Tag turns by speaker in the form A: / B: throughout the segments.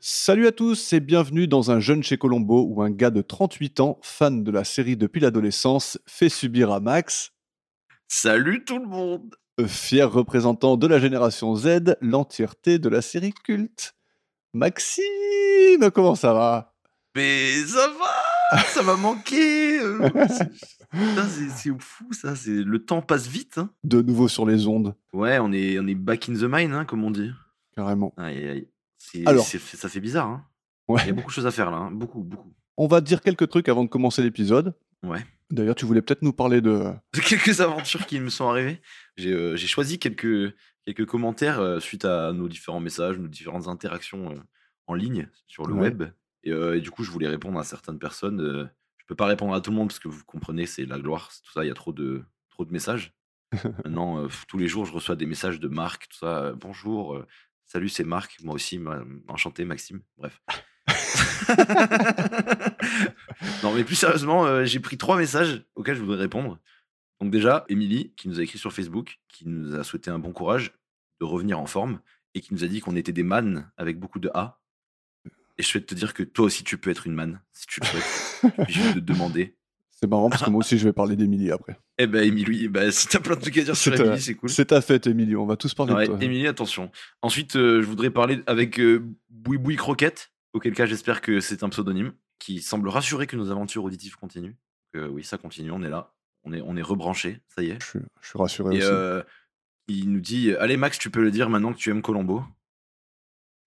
A: Salut à tous et bienvenue dans Un jeune chez Colombo où un gars de 38 ans, fan de la série depuis l'adolescence, fait subir à Max,
B: Salut tout le monde
A: euh, fier représentant de la génération Z, l'entièreté de la série culte. Maxime, comment ça va
B: Mais ça va Ça m'a manqué euh, c'est- putain, C'est c'est fou ça, c'est- le temps passe vite. hein.
A: De nouveau sur les ondes,
B: Ouais, on est, on est back in the mine, hein, comme on dit.
A: carrément.
B: Aïe, aïe. C'est-
A: Alors.
B: c'est- ça fait bizarre. hein. Il y
A: Ouais.
B: a beaucoup de choses à faire là, hein. beaucoup, beaucoup.
A: On va dire quelques trucs avant de commencer l'épisode.
B: Ouais.
A: D'ailleurs, tu voulais peut-être nous parler de...
B: Quelques aventures qui me sont arrivées. J'ai euh, j'ai choisi quelques, quelques commentaires euh, suite à nos différents messages, nos différentes interactions euh, en ligne sur le
A: Ouais.
B: web. Et, euh, et du coup, je voulais répondre à certaines personnes. euh, je peux pas répondre à tout le monde parce que vous comprenez, c'est la gloire, c'est tout ça. Il y a trop de, trop de messages. Maintenant, euh, pff, tous les jours, je reçois des messages de Marc, tout ça. euh, Bonjour, euh, salut, c'est Marc. Moi aussi, ma- enchanté, Maxime. Bref. non, mais plus sérieusement, euh, j'ai pris trois messages auxquels je voudrais répondre. Donc déjà, Émilie, qui nous a écrit sur Facebook, qui nous a souhaité un bon courage de revenir en forme et qui nous a dit qu'on était des mannes avec beaucoup de A. Et je souhaite te dire que toi aussi, tu peux être une manne, si tu le souhaites. je vais te demander.
A: C'est marrant parce que moi aussi je vais parler d'Emilie après.
B: Eh ben, Émilie, ben, si t'as plein de trucs à dire sur
A: C'est, euh,
B: Émilie, c'est cool.
A: C'est ta fête, Émilie, on va tous parler
B: Ouais,
A: de toi.
B: Émilie, attention. Ensuite, euh, je voudrais parler avec euh, Boui Boui Croquette, auquel cas j'espère que c'est un pseudonyme, qui semble rassurer que nos aventures auditives continuent. Euh, oui, ça continue, on est là. On est, on est rebranché, ça y est.
A: Je, suis- je suis rassuré
B: Et
A: aussi.
B: euh, il nous dit euh, Allez, Max, tu peux le dire maintenant que tu aimes Colombo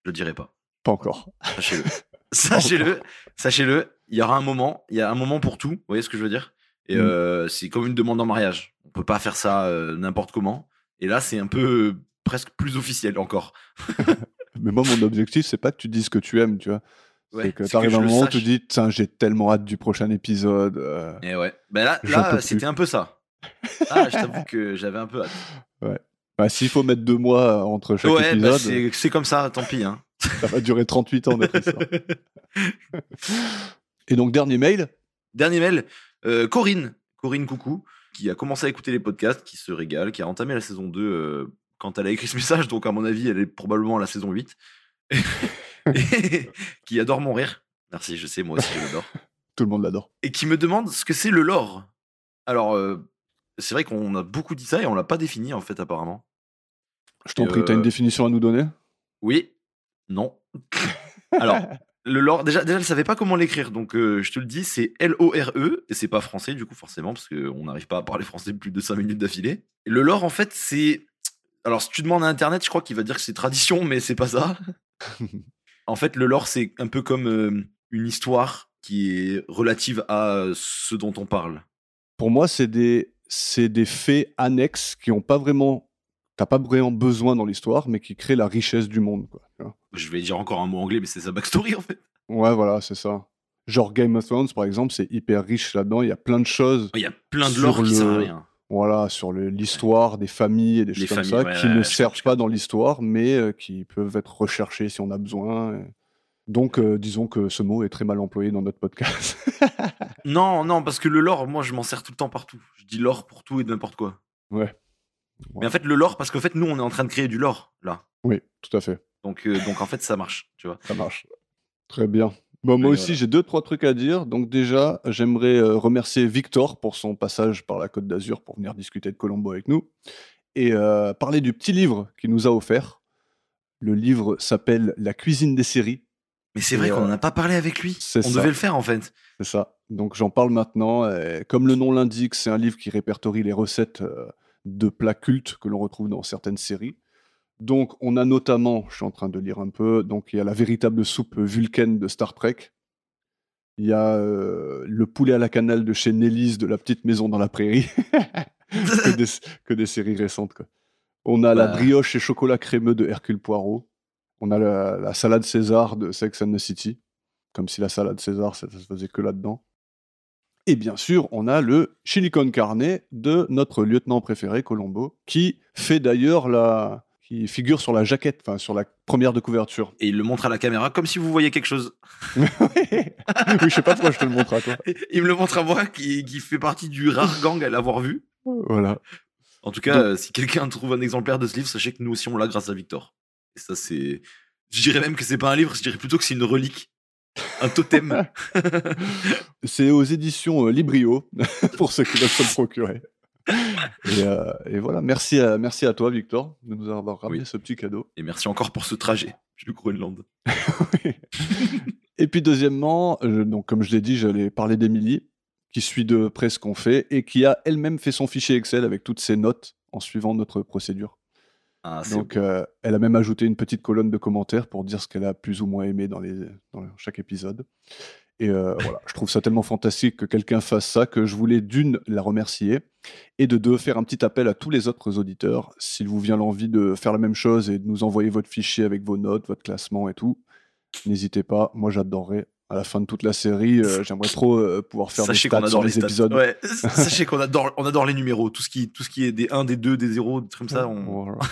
B: Je le dirai pas.
A: Pas encore.
B: Sachez-le. sachez-le. Sachez-le. Il y aura un moment. Il y a un moment pour tout. Vous voyez ce que je veux dire Et
A: Mm.
B: euh, c'est comme une demande en mariage. On peut pas faire ça euh, n'importe comment. Et là, c'est un peu euh, presque plus officiel encore.
A: Mais moi, mon objectif, c'est pas que tu dises ce que tu aimes, tu vois.
B: Ouais,
A: c'est que
B: c'est que
A: t'arrives à
B: je
A: un
B: le
A: moment,
B: sache.
A: tu dis, tiens, j'ai tellement hâte du prochain épisode. euh,
B: Et ouais. Ben là,
A: J'en
B: là
A: peux
B: c'était
A: plus.
B: un peu ça. Ah, je t'avoue que j'avais un peu hâte.
A: Bah, s'il faut mettre deux mois euh, entre chaque
B: Ouais, bah,
A: épisode, euh.
B: c'est c'est comme ça, tant pis. hein.
A: ça va durer 38 ans d'après ça. Et donc, dernier mail,
B: Dernier mail, euh, Corinne, Corinne Coucou, qui a commencé à écouter les podcasts, qui se régale, qui a entamé la saison 2 euh, quand elle a écrit ce message, donc à mon avis, elle est probablement à la saison 8, et qui adore mon rire. Merci, je sais, moi aussi, je l'adore.
A: tout le monde l'adore.
B: Et qui me demande ce que c'est le lore. Alors, euh, c'est vrai qu'on a beaucoup dit ça et on l'a pas défini, en fait, apparemment.
A: Je t'en
B: Et,
A: prie, t'as
B: euh,
A: une définition à nous donner
B: Oui, non. Alors, le lore, déjà, déjà, je savais pas comment l'écrire, donc euh, je te le dis, c'est L-O-R-E, E, et c'est pas français, du coup, forcément, parce qu'on n'arrive pas à parler français plus de 5 minutes d'affilée. Et Le lore, en fait, c'est. Alors, si tu demandes à Internet, je crois qu'il va dire que c'est tradition, mais c'est pas ça. en fait, le lore, c'est un peu comme euh, une histoire qui est relative à euh, ce dont on parle.
A: Pour moi, c'est des, c'est des faits annexes qui ont pas vraiment. T'as pas vraiment besoin dans l'histoire, mais qui créent la richesse du monde. Quoi, tu vois.
B: Je vais dire encore un mot anglais, mais c'est sa backstory, en fait.
A: Ouais, voilà, c'est ça. Genre Game of Thrones, par exemple, c'est hyper riche là-dedans. Il y a plein de choses,
B: Il y a plein de
A: Sur
B: lore qui
A: le-
B: sert à rien.
A: voilà, sur le- l'histoire des familles et des
B: Les
A: choses comme
B: familles,
A: ça,
B: ouais,
A: qui
B: ouais,
A: ne
B: ouais, je
A: servent
B: comprends,
A: pas dans l'histoire, mais euh, qui peuvent être recherchées si on a besoin. euh. Donc, euh, disons que ce mot est très mal employé dans notre podcast.
B: Non, non, parce que le lore, moi, je m'en sers tout le temps partout. Je dis lore pour tout et de n'importe quoi.
A: Ouais. Ouais.
B: Mais en fait, le lore, parce qu'en fait, nous, on est en train de créer du lore, là.
A: oui, tout à fait,
B: Donc, euh, donc en fait, ça marche, tu vois.
A: ça marche. Très bien. Bon, moi
B: Et
A: aussi,
B: voilà.
A: j'ai deux, trois trucs à dire. Donc, déjà, j'aimerais euh, remercier Victor pour son passage par la Côte d'Azur pour venir discuter de Colombo avec nous et euh, parler du petit livre qu'il nous a offert. Le livre s'appelle La cuisine des séries.
B: Mais c'est vrai
A: Et,
B: qu'on
A: euh,
B: n'en a pas parlé avec lui.
A: c'est
B: On
A: ça.
B: devait le faire, en fait.
A: C'est ça. Donc j'en parle maintenant. euh, comme le nom l'indique, c'est un livre qui répertorie les recettes euh, de plats cultes que l'on retrouve dans certaines séries. Donc on a notamment, je suis en train de lire un peu, donc il y a la véritable soupe vulcaine de Star Trek. Il y a euh, le poulet à la cannelle de chez Nellis de la petite maison dans la prairie. que, des, que des séries récentes. quoi. On a la
B: Bah.
A: brioche et chocolat crémeux de Hercule Poirot. On a la, la salade César de Sex and the City. Comme si la salade César, ça, ça se faisait que là-dedans. Et bien sûr, on a le chili con carne de notre lieutenant préféré, Colombo, qui fait d'ailleurs la. qui figure sur la jaquette, enfin sur la première de couverture.
B: Et il le montre à la caméra comme si vous voyez quelque chose.
A: oui, je sais pas pourquoi je te le montre à toi.
B: Il me le montre à moi, qui, qui fait partie du rare gang à l'avoir vu.
A: Voilà.
B: En tout cas,
A: Donc-
B: euh, si quelqu'un trouve un exemplaire de ce livre, sachez que nous aussi, on l'a grâce à Victor. Et ça, c'est Je dirais même que c'est pas un livre, je dirais plutôt que c'est une relique. Un totem.
A: c'est aux éditions euh, Librio, pour ceux qui veulent se le procurer. Et, euh, et voilà, merci à, merci à toi, Victor, de nous avoir ramené
B: Oui.
A: ce petit cadeau.
B: Et merci encore pour ce trajet du Groenland.
A: Et puis, deuxièmement, euh, donc, comme je l'ai dit, j'allais parler d'Emilie, qui suit de près ce qu'on fait et qui a elle-même fait son fichier Excel avec toutes ses notes en suivant notre procédure.
B: Ah, c'est
A: Donc, euh, elle a même ajouté une petite colonne de commentaires pour dire ce qu'elle a plus ou moins aimé dans, les, dans chaque épisode. Et euh, voilà, je trouve ça tellement fantastique que quelqu'un fasse ça que je voulais d'une la remercier et de deux faire un petit appel à tous les autres auditeurs. S'il vous vient l'envie de faire la même chose et de nous envoyer votre fichier avec vos notes, votre classement et tout, n'hésitez pas. Moi, j'adorerais. À la fin de toute la série, euh, j'aimerais trop euh, pouvoir faire
B: Sachez
A: des stats
B: qu'on
A: sur
B: adore les, stats.
A: épisodes.
B: Ouais, sachez qu'on adore, on adore les numéros. Tout ce qui, tout ce qui est des 1, des 2, des 0, des trucs comme ça. on-
A: Voilà.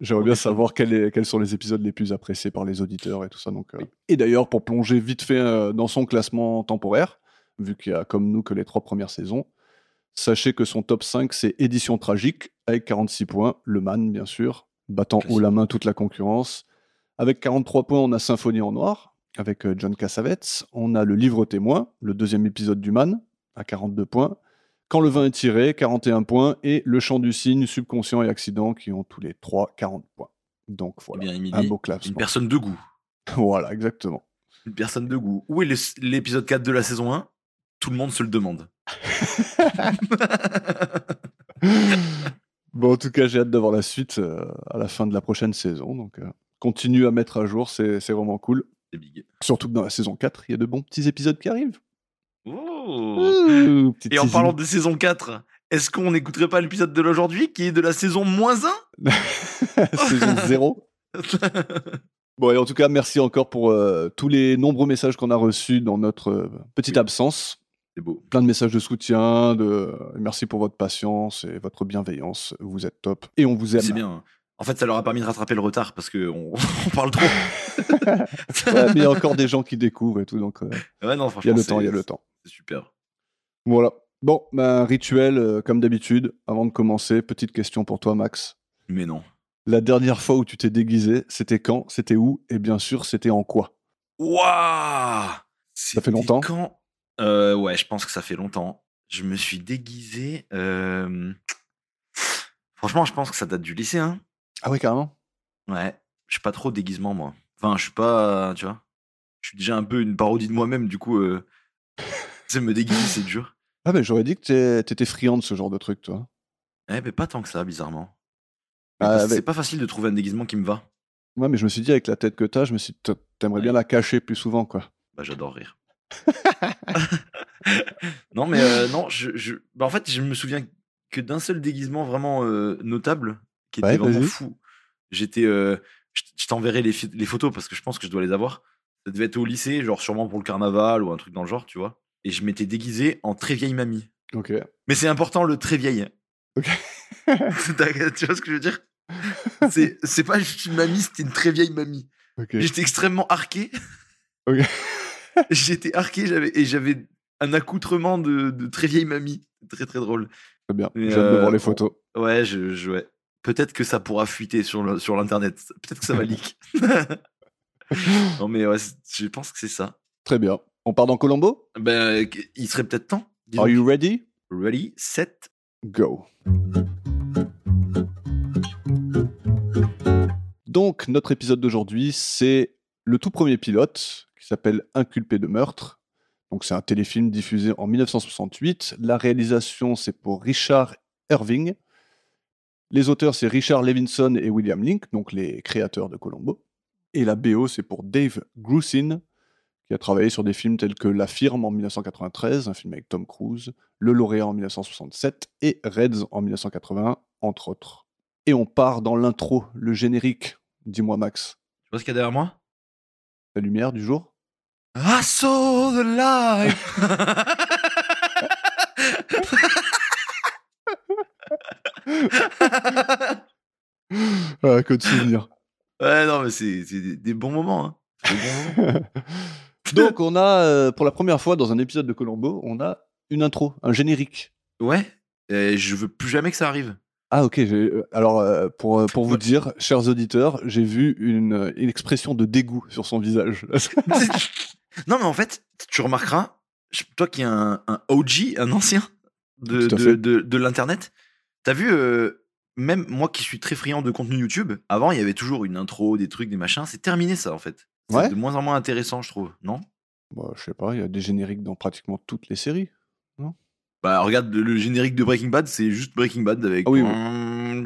A: J'aimerais bien savoir quel est- quels sont les épisodes les plus appréciés par les auditeurs et tout ça. Donc, euh. Et d'ailleurs, pour plonger vite fait euh, dans son classement temporaire, vu qu'il y a comme nous que les trois premières saisons, sachez que son top 5, c'est Édition Tragique, avec 46 points, Le Man, bien sûr, battant haut la main toute la concurrence. Avec 43 points, on a Symphonie en Noir, avec euh, John Cassavetes. On a Le Livre Témoin, le deuxième épisode du Man, à 42 points. Quand le vin est tiré, 41 points, et le chant du cygne, subconscient et accident, qui ont tous les trois 40 points. Donc
B: Eh
A: voilà,
B: bien, Émilie,
A: un beau
B: une
A: classement.
B: personne de goût.
A: Voilà, exactement.
B: Une personne de goût. Où est le- l'épisode 4 de la saison 1 Tout le monde se le demande.
A: bon, en tout cas, j'ai hâte d'avoir la suite euh, à la fin de la prochaine saison. Donc, euh, continue à mettre à jour, c'est c'est vraiment cool.
B: C'est big.
A: Surtout que dans la saison 4, il y a de bons petits épisodes qui arrivent. Euh,
B: Oh.
A: Ouh, petite
B: Et en
A: teasing.
B: parlant de saison 4, est-ce qu'on n'écouterait pas l'épisode de l'aujourd'hui qui est de la saison moins
A: saison 0.
B: 1
A: Bon, et en tout cas, merci encore pour euh, tous les nombreux messages qu'on a reçus dans notre euh, petite
B: Oui.
A: absence.
B: C'est beau.
A: Plein de messages de soutien, de euh, merci pour votre patience et votre bienveillance. Vous êtes top et on vous aime.
B: C'est bien. hein. En fait, ça leur a permis de rattraper le retard parce qu'on on parle trop.
A: Ouais, mais il y a encore des gens qui découvrent et tout, donc euh,
B: Ouais, non,
A: il y
B: franchement,
A: a le
B: c'est-
A: temps, il y a le temps.
B: C'est super.
A: Voilà. Bon, ben, rituel, euh, comme d'habitude, avant de commencer, petite question pour toi, Max.
B: Mais non.
A: La dernière fois où tu t'es déguisé, c'était quand, c'était où et bien sûr, c'était en quoi
B: Waouh Ça
A: fait longtemps
B: quand Euh, Ouais, je pense que ça fait longtemps. Je me suis déguisé. euh, Franchement, je pense que ça date du lycée. Hein.
A: Ah oui, carrément
B: Ouais, je suis pas trop déguisement, moi. Enfin, je suis pas. Tu vois Je suis déjà un peu une parodie de moi-même, du coup. Euh... tu sais, me déguiser, c'est dur.
A: Ah, mais j'aurais dit que t'es- t'étais friand de ce genre de truc, toi.
B: Eh, mais pas tant que ça, bizarrement.
A: Ah,
B: Parce que
A: avec-
B: C'est pas facile de trouver un déguisement qui me va.
A: Ouais, mais je me suis dit, avec la tête que t'as, je me suis dit, t'a- t'aimerais bien la cacher plus souvent, quoi.
B: Bah, j'adore rire. non, mais euh, non, je, je- bah, en fait, je me souviens que d'un seul déguisement vraiment euh, notable qui était
A: Ouais,
B: vraiment
A: vas-y.
B: fou. J'étais, euh, je je t'enverrai les, fi- les photos parce que je pense que je dois les avoir. Ça devait être au lycée, genre sûrement pour le carnaval ou un truc dans le genre, tu vois. Et je m'étais déguisé en très vieille mamie.
A: Ok.
B: Mais c'est important le très vieille.
A: Ok.
B: T'as- tu vois ce que je veux dire c'est, c'est pas juste une mamie, c'était une très vieille mamie.
A: Ok.
B: J'étais extrêmement arqué.
A: Ok.
B: J'étais arqué j'avais, et j'avais un accoutrement de, de très vieille mamie. Très très drôle.
A: Très bien.
B: Mais,
A: J'ai hâte de voir
B: euh,
A: les photos.
B: Ouais, je, je- ouais. peut-être que ça pourra fuiter sur, le- sur l'internet. Peut-être que ça va leak. non mais ouais, c'est- je pense que c'est ça.
A: Très bien. On part dans Colombo
B: Ben, qu- il serait peut-être temps. dis
A: Are
B: donc.
A: you ready
B: Ready, set.
A: Go. Donc, notre épisode d'aujourd'hui, c'est le tout premier pilote qui s'appelle Inculpé de meurtre. Donc, c'est un téléfilm diffusé en 1968. La réalisation, c'est pour Richard Irving. Les auteurs, c'est Richard Levinson et William Link, donc les créateurs de Colombo. Et la BO, c'est pour Dave Grusin, qui a travaillé sur des films tels que La Firme en 1993, un film avec Tom Cruise, le lauréat en 1967 et Reds en 1981, entre autres. Et on part dans l'intro, le générique. Dis-moi, Max,
B: Tu vois ce qu'il y a derrière moi
A: la lumière du jour
B: I saw the light.
A: Ah, que de souvenirs.
B: ouais, non, mais c'est, c'est des, des bons moments. Hein. Des bons moments.
A: Donc, on a, euh, pour la première fois dans un épisode de Colombo, on a une intro, un générique.
B: Ouais, et je veux plus jamais que ça arrive.
A: Ah ok, j'ai- euh, alors euh, pour, euh, pour vous
B: Ouais.
A: dire, chers auditeurs, j'ai vu une, euh, une expression de dégoût sur son visage.
B: non, mais en fait, tu remarqueras, je- toi qui es un, un OG, un ancien de,
A: Tout à
B: de,
A: fait.
B: de- de l'Internet, t'as vu, euh, même moi qui suis très friand de contenu YouTube, avant, il y avait toujours une intro, des trucs, des machins. C'est terminé, ça, en fait. C'est
A: Ouais.
B: de moins en moins intéressant, je trouve, non
A: Bah, je sais pas, il y a des génériques dans pratiquement toutes les séries.
B: Bah, regarde, le, le générique de Breaking Bad, c'est juste Breaking Bad avec.
A: Ah oui, oui.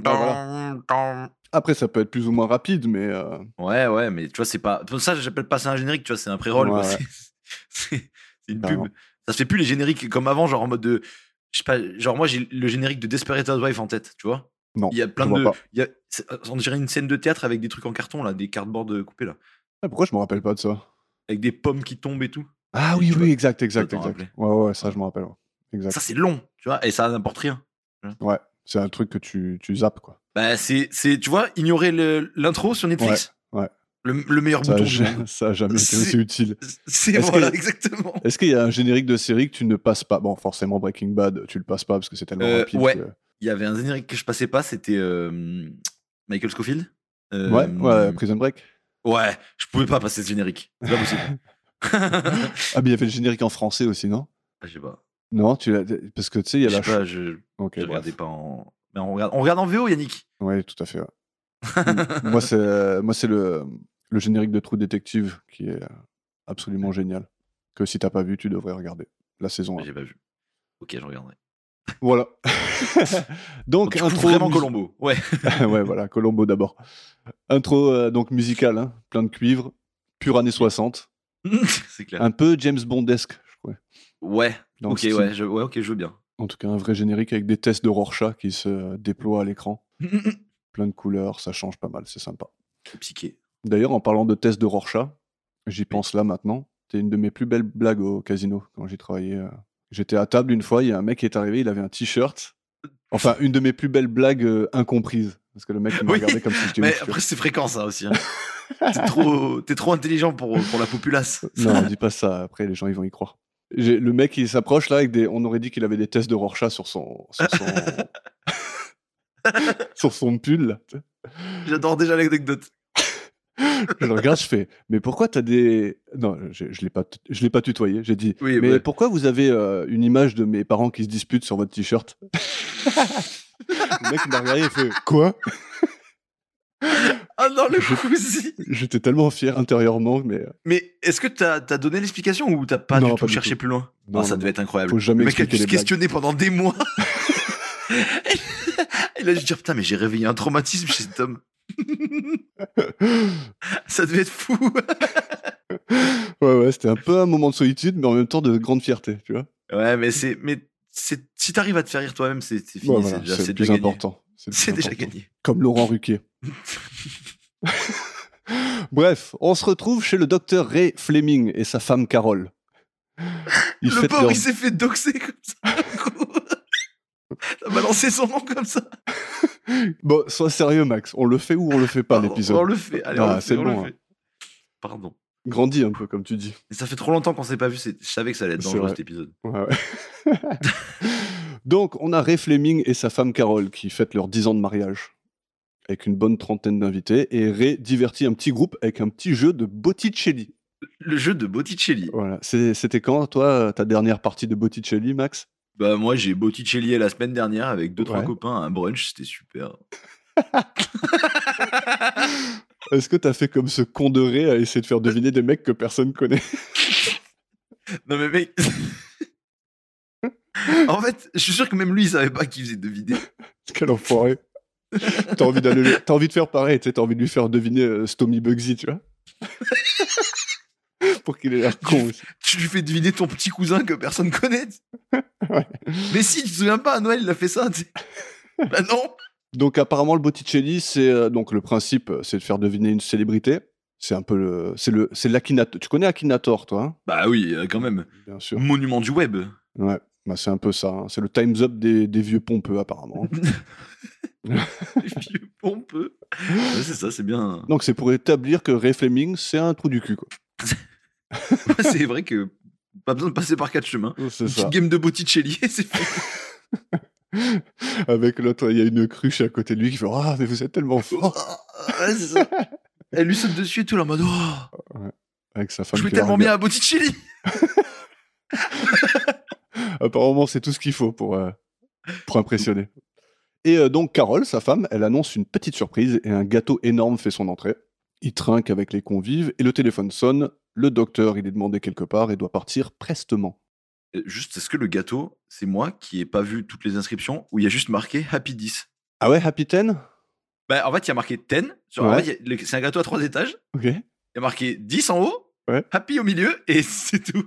A: Ah,
B: voilà.
A: Après, ça peut être plus ou moins rapide, mais euh,
B: Ouais, ouais, mais tu vois, c'est pas. pour Ça, j'appelle pas ça un générique, tu vois, c'est un pré-roll.
A: Ouais,
B: quoi.
A: ouais.
B: C'est- C'est c'est une
A: Carrément.
B: pub. Ça se fait plus les génériques comme avant, genre en mode de. Je sais pas, genre moi, j'ai le générique de Desperate Housewife en tête, tu vois.
A: non.
B: Il y a plein
A: je vois
B: de.
A: pas.
B: il y a- c'est- on dirait une scène de théâtre avec des trucs en carton, là, des cardboard coupés, là,
A: Ah, pourquoi je me rappelle pas de ça
B: avec des pommes qui tombent et tout.
A: Ah
B: Et
A: oui,
B: tu
A: oui,
B: vas-
A: exact, exact,
B: t'en
A: exact.
B: rappeler.
A: Ouais, ouais, ça, je me rappelle. ouais. Exact.
B: Ça, c'est long, tu vois, et ça n'importe rien.
A: Ouais, c'est un truc que tu, tu zappes, quoi.
B: Bah, c'est, c'est- tu vois, ignorer le- l'intro sur Netflix.
A: Ouais, ouais.
B: Le, le meilleur
A: Ça a
B: bouton. du
A: ja-
B: monde.
A: ça a jamais été
B: C'est-
A: aussi utile.
B: C'est
A: Est-ce
B: voilà,
A: que-
B: exactement.
A: Est-ce qu'il y a un générique de série que tu ne passes pas Bon, forcément, Breaking Bad, tu le passes pas parce que c'est tellement
B: Euh,
A: rapide.
B: ouais.
A: que-
B: Il y avait un générique que je passais pas, c'était euh, Michael Scofield. Euh,
A: Ouais, ouais, Prison Break.
B: ouais, je pouvais pas passer ce générique. C'est pas possible. Ah,
A: Ah, mais il y avait le générique en français aussi, non
B: je sais pas.
A: Non, tu l'as- parce que tu sais, il y a
B: Je
A: la.
B: sais pas,
A: ch-
B: je,
A: Ok,
B: je
A: bref.
B: regardais pas en. Mais on regarde, on regarde en VO, Yannick.
A: Ouais, tout à fait. ouais. M- moi, c'est euh, moi, c'est le, le générique de Trou Détective qui est euh, absolument génial. Que si t'as pas vu, tu devrais regarder la saison 1.
B: J'ai pas vu. Ok, je regarderai.
A: Voilà. donc
B: Donc, tu couvres
A: intro
B: vraiment
A: mus-
B: Colombo. Ouais.
A: ouais, voilà, Colombo d'abord. Intro euh, donc musicale, hein, plein de cuivre, pure années 60,
B: c'est clair.
A: un peu James Bondesque, je crois.
B: Ouais.
A: dans le
B: Ok,
A: style.
B: ouais, je, ouais, ok, je veux bien.
A: En tout cas, un vrai générique avec des tests de Rorschach qui se euh, déploient à l'écran, plein de couleurs, ça change pas mal, c'est sympa.
B: Piqué.
A: D'ailleurs, en parlant de tests de Rorschach, j'y pense là maintenant. C'était une de mes plus belles blagues au casino quand j'ai travaillé. euh. J'étais à table une fois, il y a un mec qui est arrivé, il avait un t-shirt. Enfin, une de mes plus belles blagues euh, incomprises. Parce que le mec, il m'a
B: Oui,
A: regardé comme si j'étais une
B: Mais
A: fiotte.
B: après, c'est fréquent, ça aussi. hein. T'es trop, t'es trop intelligent pour, pour la populace.
A: Non, dis pas ça, après les gens, ils vont y croire. J'ai- Le mec, il s'approche là, avec des... on aurait dit qu'il avait des tests de Rorschach sur son, sur son... sur son pull. là, tu sais.
B: J'adore déjà l'anecdote.
A: Je le regarde, je fais, mais pourquoi t'as des... Non, je je l'ai pas, tu- je l'ai pas tutoyé, j'ai dit,
B: Oui,
A: mais
B: ouais.
A: pourquoi vous avez euh, une image de mes parents qui se disputent sur votre t-shirt Le mec m'a regardé et fait, quoi
B: Ah non, le cousin.
A: J'étais tellement fier intérieurement, mais... euh,
B: Mais est-ce que t'as as donné l'explication ou t'as pas
A: Non,
B: du
A: pas
B: tout
A: du
B: cherché
A: tout.
B: plus loin
A: non,
B: Ah, Ça
A: non,
B: devait être incroyable.
A: Faut jamais
B: le mec a dû
A: expliquer
B: se
A: les blagues.
B: questionner pendant des mois. Il a dû dire putain mais j'ai réveillé un traumatisme chez cet homme. ça devait être fou.
A: Ouais, ouais, c'était un peu un moment de solitude, mais en même temps de grande fierté, tu vois.
B: ouais mais c'est mais c'est si t'arrives à te faire rire toi-même c'est c'est fini
A: Ouais,
B: c'est
A: voilà,
B: déjà,
A: c'est
B: c'est
A: le
B: déjà
A: plus
B: gagné.
A: important. le plus
B: C'est déjà
A: important.
B: gagné.
A: Comme Laurent Ruquier. Bref, on se retrouve chez le docteur Ray Fleming et sa femme Carole. Ils
B: le
A: fêtent
B: pauvre
A: leur-
B: il s'est fait doxer comme ça. d'un coup. T'as balancé son nom comme ça.
A: Bon, sois sérieux, Max. On le fait ou on le fait pas,
B: Pardon, Ah, On
A: l'épisode
B: le fait. Allez,
A: Ah,
B: on le
A: c'est
B: fait. on
A: bon, hein.
B: le fait. Pardon.
A: Grandis un peu, comme tu dis.
B: Mais ça fait trop longtemps qu'on s'est pas vu. c'est- Je savais que ça allait être
A: C'est
B: dangereux
A: vrai.
B: cet épisode.
A: Ouais, ouais. Donc, on a Ray Fleming et sa femme Carole qui fêtent leurs 10 ans de mariage avec une bonne trentaine d'invités. Et Ray divertit un petit groupe avec un petit jeu de Botticelli.
B: Le jeu de Botticelli.
A: Voilà. C'est- C'était quand, toi, ta dernière partie de Botticelli, Max
B: Bah moi j'ai Botticelli la semaine dernière avec deux trois
A: Ouais.
B: copains à un brunch, c'était super.
A: Est-ce que t'as fait comme ce con de Ray à essayer de faire deviner des mecs que personne connaît
B: Non mais mec. en fait, je suis sûr que même lui il savait pas qu'il faisait de vidéos.
A: Quel enfoiré T'as envie, d'aller le- t'as envie de faire pareil, tu sais, t'as envie de lui faire deviner euh, Stomy Bugsy, tu vois Pour qu'il ait l'air con aussi.
B: Tu lui fais deviner ton petit cousin que personne connaît.
A: Ouais.
B: Mais si, tu te souviens pas, à Noël il a fait ça. tu sais. bah non.
A: Donc apparemment le Botticelli, c'est euh, donc le principe, euh, c'est de faire deviner une célébrité. C'est un peu le, c'est le, c'est l'Akinator. Tu connais Akinator, toi hein
B: Bah oui, euh, quand même.
A: Bien sûr.
B: Monument du web.
A: Ouais, bah, c'est un peu ça. hein. C'est le Times Up des, des vieux pompeux apparemment.
B: Vieux pompeux. Ouais, c'est ça, c'est bien.
A: donc c'est pour établir que Ray Fleming, c'est un trou du cul. Quoi.
B: Ouais, c'est vrai que pas besoin de passer par quatre chemins.
A: Oh, C'est
B: Une
A: ça.
B: petite game de Botticelli, c'est fait.
A: Avec l'autre, il y a une cruche à côté de lui qui fait Ah, mais vous êtes tellement fort
B: Ouais, c'est ça. Elle lui saute dessus et tout, là, en mode Oh,
A: Avec sa femme
B: Je joue
A: qui le
B: tellement
A: Ah, regarde.
B: bien à Botticelli
A: Apparemment, c'est tout ce qu'il faut pour, euh, pour impressionner. Et euh, donc, Carole, sa femme, elle annonce une petite surprise et un gâteau énorme fait son entrée. Il trinque avec les convives et le téléphone sonne. Le docteur, il est demandé quelque part et doit partir prestement.
B: Euh, Juste, est-ce que le gâteau, c'est moi qui ai pas vu toutes les inscriptions où il y a juste marqué Happy 10
A: Ah ouais, Happy Ten
B: Bah, en fait, il y a marqué 10. sur- en
A: Ouais.
B: fait, il y a- le- c'est un gâteau à trois étages.
A: Ok.
B: Il y a marqué 10 en haut,
A: Ouais.
B: Happy au milieu, et c'est tout.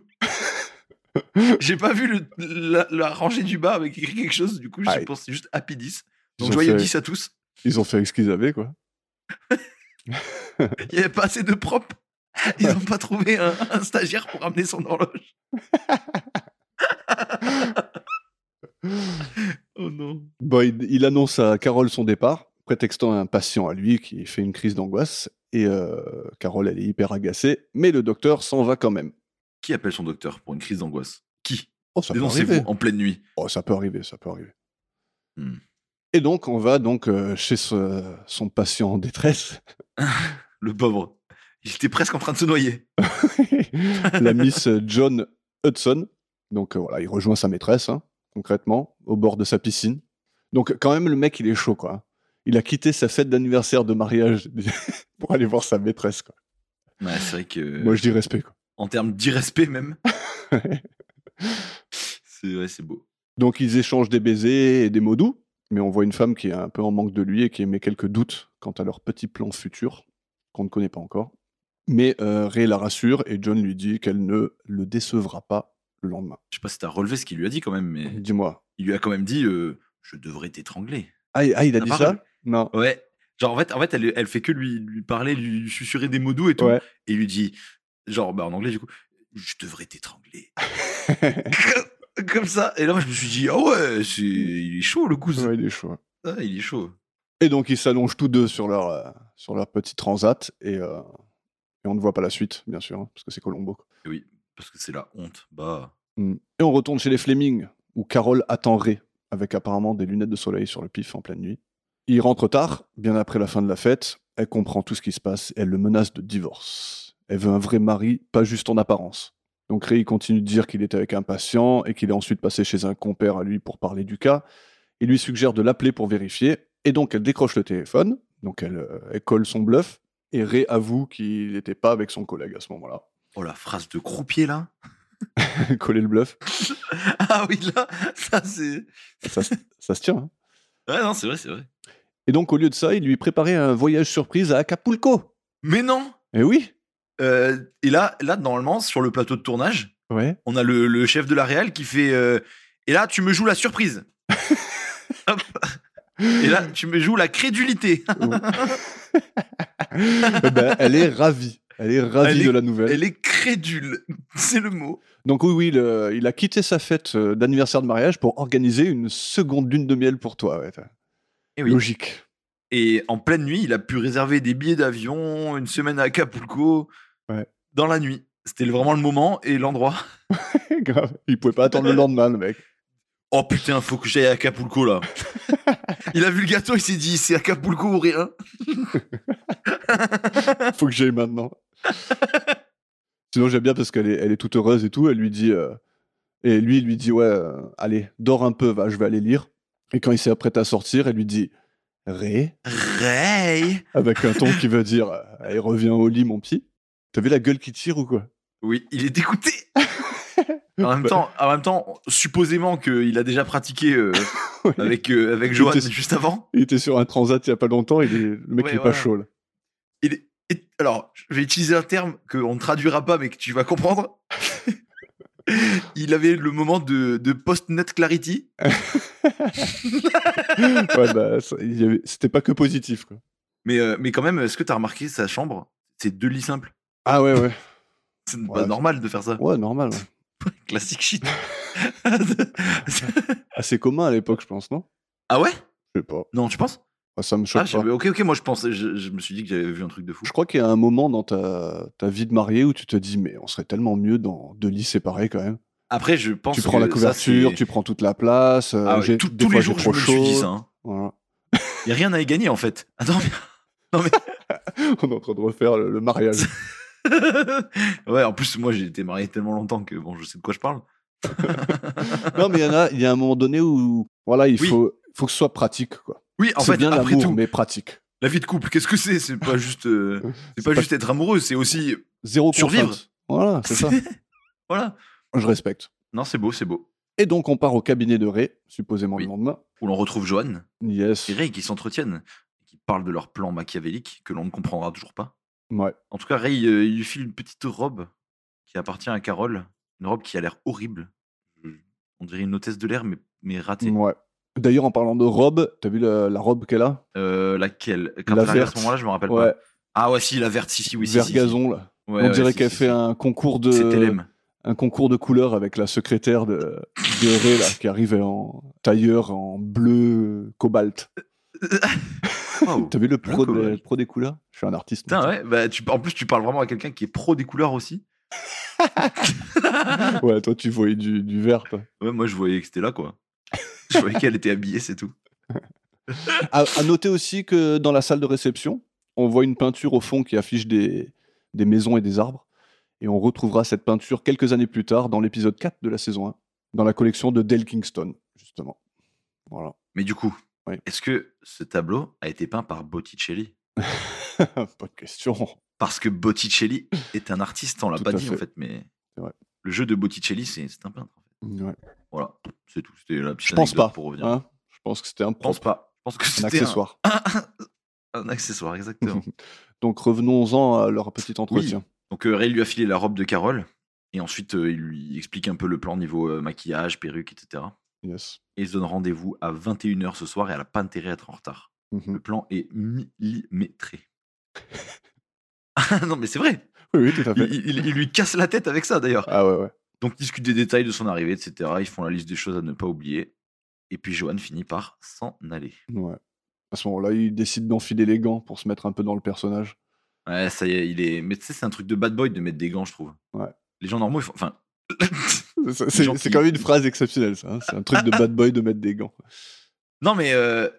B: J'ai pas vu le- la, la rangée du bas avec écrit quelque chose, du coup, je
A: Ah,
B: pense que c'est juste Happy 10.
A: Ils
B: Donc,
A: ont
B: joyeux
A: fait-
B: 10 à tous.
A: Ils ont fait avec ce qu'ils avaient, quoi.
B: Il n'y avait pas assez de propre. Ils n'ont pas trouvé un, un stagiaire pour amener son horloge. oh non.
A: Bon, il, il annonce à Carole son départ, prétextant un patient à lui qui fait une crise d'angoisse. Et euh, Carole, elle est hyper agacée, mais le docteur s'en va quand même.
B: Qui appelle son docteur pour une crise d'angoisse Qui
A: Oh, ça peut arriver.
B: Dénoncez-vous en pleine nuit.
A: Oh, ça peut arriver, ça peut arriver.
B: Hmm.
A: Et donc, on va donc euh, chez ce- son patient en détresse.
B: Le pauvre. Il était presque en train de se noyer.
A: la Miss John Hudson. Donc euh, voilà, il rejoint sa maîtresse, hein, concrètement, au bord de sa piscine. Donc quand même, le mec, il est chaud, quoi. Il a quitté sa fête d'anniversaire de mariage pour aller voir sa maîtresse, quoi.
B: Ouais, c'est vrai que,
A: Moi, je dis respect, quoi.
B: en termes d'irrespect même, c'est ouais, c'est beau.
A: Donc ils échangent des baisers et des mots doux, mais on voit une femme qui est un peu en manque de lui et qui émet quelques doutes quant à leur petit plan futur, qu'on ne connaît pas encore. Mais euh, Ray la rassure et John lui dit qu'elle ne le décevra pas le lendemain.
B: Je sais pas si t'as relevé ce qu'il lui a dit quand même, mais
A: Dis-moi.
B: il lui a quand même dit euh, Je devrais t'étrangler.
A: Ah, il- ah, il a
B: T'as
A: dit
B: pas
A: ça
B: relevé
A: Non.
B: Ouais. Genre, en fait, en fait elle, elle fait que lui, lui parler, lui, lui susurrer des mots doux et tout.
A: Ouais.
B: Et il lui dit Genre, bah, en anglais, du coup, je devrais t'étrangler. Comme ça. Et là, moi, je me suis dit Ah ouais, c'est- il est chaud le coup.
A: Ouais, il est chaud.
B: il est chaud.
A: Et donc ils s'allongent tous deux sur leur, euh, sur leur petit transat et, euh, et on ne voit pas la suite, bien sûr, hein, parce que c'est Colombo. quoi.
B: Parce que c'est la honte. Bah.
A: Mm. Et on retourne chez les Fleming, où Carole attend Ray, avec apparemment des lunettes de soleil sur le pif en pleine nuit. Il rentre tard, bien après la fin de la fête, elle comprend tout ce qui se passe, elle le menace de divorce. Elle veut un vrai mari, pas juste en apparence. Donc Ray il continue de dire qu'il est avec un patient et qu'il est ensuite passé chez un compère à lui pour parler du cas. Il lui suggère de l'appeler pour vérifier, et donc elle décroche le téléphone, donc elle, euh, elle colle son bluff, et Ray avoue qu'il n'était pas avec son collègue à ce moment-là.
B: Oh, la phrase de croupier là.
A: Coller le bluff,
B: Ah oui, là, ça c'est.
A: ça, se- ça se tient. hein.
B: Ouais, non, c'est vrai, c'est vrai.
A: Et donc, au lieu de ça, il lui préparait un voyage surprise à Acapulco.
B: Mais non
A: Eh oui
B: Euh, Et là, là, normalement, sur le plateau de tournage,
A: Ouais.
B: on a le, le chef de la Réal qui fait euh, Et là, tu me joues la surprise. Hop. Et là, tu me joues la crédulité.
A: ben, elle est ravie. Elle est ravie
B: Elle est-
A: de la nouvelle.
B: Elle est crédule, c'est le mot.
A: Donc oui, oui, le- il a quitté sa fête euh, d'anniversaire de mariage pour organiser une seconde lune de miel pour toi. ouais.
B: Eh oui.
A: Logique.
B: Et en pleine nuit, il a pu réserver des billets d'avion, une semaine à Acapulco,
A: Ouais.
B: dans la nuit. C'était vraiment le moment et l'endroit.
A: Grave. Il pouvait pas attendre le lendemain, le mec.
B: Oh putain, faut que j'aille à Acapulco là. il a vu le gâteau, il s'est dit c'est Acapulco ou rien.
A: Faut que j'aille maintenant. Sinon, j'aime bien parce qu'elle est, elle est toute heureuse et tout. Elle lui dit... euh, Et lui, il lui dit, ouais, euh, allez, dors un peu, va, je vais aller lire. Et quand il s'est apprêté à sortir, elle lui dit, Ré,
B: Ray
A: avec un ton qui veut dire euh, Allez, reviens au lit, mon petit. T'as vu la gueule qui tire ou quoi
B: Oui, il est dégoûté.
A: Bah
B: en, même temps, en même temps, supposément qu'il a déjà pratiqué euh,
A: Ouais.
B: avec, euh, avec Johan
A: était-
B: juste avant.
A: Il était sur un transat il y a pas longtemps, il est... le mec
B: Ouais,
A: il est
B: voilà.
A: pas chaud là.
B: Il est- et- alors, je vais utiliser un terme qu'on ne traduira pas mais que tu vas comprendre. il avait le moment de, de post-nut clarity.
A: Ouais, bah, ça- il y avait- C'était pas que positif quoi.
B: Mais, euh, mais quand même, est-ce que tu as remarqué sa chambre C'est deux lits simples.
A: Ah ouais, ouais.
B: C'est
A: Ouais.
B: pas normal de faire ça.
A: Ouais, normal. ouais.
B: Classique shit.
A: Assez commun à l'époque, je pense, non
B: ah ouais
A: Je sais pas.
B: Non, tu penses
A: Bah, ça me choque
B: Ah,
A: pas.
B: j'avais- ok, ok, moi je pensais, je, je me suis dit que j'avais vu un truc de fou.
A: Je crois qu'il y a un moment dans ta... ta vie de mariée où tu te dis, mais on serait tellement mieux dans deux lits séparés quand même.
B: Après, je pense
A: tu prends
B: que
A: la
B: ça,
A: couverture,
B: c'est-
A: tu prends toute la place. euh,
B: Ah ouais,
A: j'ai-
B: tout-
A: des
B: tous
A: fois,
B: les jours,
A: j'ai
B: je
A: trop
B: me le suis dit
A: chaud.
B: ça. hein.
A: Voilà.
B: Y a rien à y gagner en fait. Attends,
A: On est en train de refaire le, le mariage.
B: ouais, en plus, moi, j'ai été marié tellement longtemps que bon, je sais de quoi je parle.
A: non, mais il y en a, il y a un moment donné où voilà, il
B: Oui.
A: faut, faut que ce soit pratique. quoi.
B: Oui, en
A: c'est
B: fait,
A: bien
B: après
A: l'amour,
B: tout,
A: mais pratique.
B: la vie de couple, qu'est-ce que c'est C'est pas juste, euh, c'est
A: C'est
B: pas
A: pas-
B: juste être amoureux, c'est aussi
A: Zéro
B: Survivre.
A: contrainte. Voilà, c'est ça.
B: voilà.
A: Je respecte.
B: Non, c'est beau, c'est beau.
A: Et donc, on part au cabinet de Ray, supposément
B: Oui.
A: le lendemain.
B: Où l'on retrouve Johan
A: Yes.
B: et Ray qui s'entretiennent, qui parlent de leur plan machiavélique que l'on ne comprendra toujours pas.
A: Ouais.
B: En tout cas, Ray, euh, il lui file une petite robe qui appartient à Carole, une robe qui a l'air horrible. Je- On dirait une hôtesse de l'air, mais, mais ratée.
A: ouais. D'ailleurs, en parlant de robe, t'as vu la, la robe qu'elle a
B: Euh, laquelle Quand
A: La
B: on arrive à
A: verte.
B: ce moment-là, je me rappelle
A: Ouais,
B: pas. Ah ouais, si, la verte, si, si, oui, si,
A: vert
B: si, si.
A: gazon, là.
B: Ouais,
A: on
B: ouais,
A: dirait
B: si,
A: qu'elle
B: si,
A: fait
B: si.
A: un concours
B: C'était
A: de
B: l'aime.
A: un concours de couleurs avec la secrétaire de, de Ray, là, qui arrive en tailleur en bleu cobalt.
B: Waouh.
A: T'as vu le pro,
B: Bleu
A: des,
B: cobalt.
A: pro des couleurs Je suis un artiste.
B: Putain, ouais, bah, tu- en plus, tu parles vraiment à quelqu'un qui est pro des couleurs aussi.
A: ouais. toi, tu voyais du, du vert. toi.
B: Ouais, moi, je voyais que c'était là, quoi. Je voyais qu'elle était habillée, c'est tout.
A: À, à noter aussi que dans la salle de réception, on voit une peinture au fond qui affiche des, des maisons et des arbres. Et on retrouvera cette peinture quelques années plus tard dans l'épisode 4 de la saison 1, dans la collection de Dale Kingston, justement. Voilà.
B: Mais du coup,
A: Ouais.
B: est-ce que ce tableau a été peint par Botticelli
A: Pas de question.
B: Parce que Botticelli est un artiste, on l'a
A: Tout
B: pas
A: à
B: dit en
A: fait.
B: fait, mais
A: C'est vrai.
B: le jeu de Botticelli, c'est c'est un peintre. en fait.
A: Ouais.
B: Voilà, c'est tout. C'était la petite
A: Je pense
B: anecdote
A: pas.
B: pour revenir.
A: hein. Je pense que c'était un
B: Je pense
A: propre,
B: pas. Je pense que
A: un
B: c'était un Ah
A: accessoire.
B: un accessoire, exactement.
A: Donc revenons-en à leur petit entretien.
B: Donc euh, Ray lui a filé la robe de Carole et ensuite euh, il lui explique un peu le plan niveau euh, maquillage, perruque, etc.
A: Yes.
B: Et ils se donnent rendez-vous à 21h ce soir et elle n'a pas intérêt à être en retard.
A: Mhm.
B: Le plan est millimétré. Ah, non mais c'est vrai.
A: Oui, oui, tout à fait.
B: Il, il- il lui casse la tête avec ça d'ailleurs.
A: ben. Ah ouais, ouais.
B: Donc ils discutent des détails de son arrivée, etc. Ils font la liste des choses à ne pas oublier. Et puis Johan finit par s'en aller.
A: ouais. À ce moment-là, il décide d'enfiler les gants pour se mettre un peu dans le personnage.
B: Ouais, ça y est, il est. Mais tu sais, c'est un truc de bad boy de mettre des gants, je trouve.
A: Ouais.
B: Les gens normaux, ils font. Enfin,
A: C'est- C'est
B: gens qui-
A: c'est quand même une phrase exceptionnelle, ça. hein. C'est un truc de bad boy de mettre des gants.
B: Non, mais euh,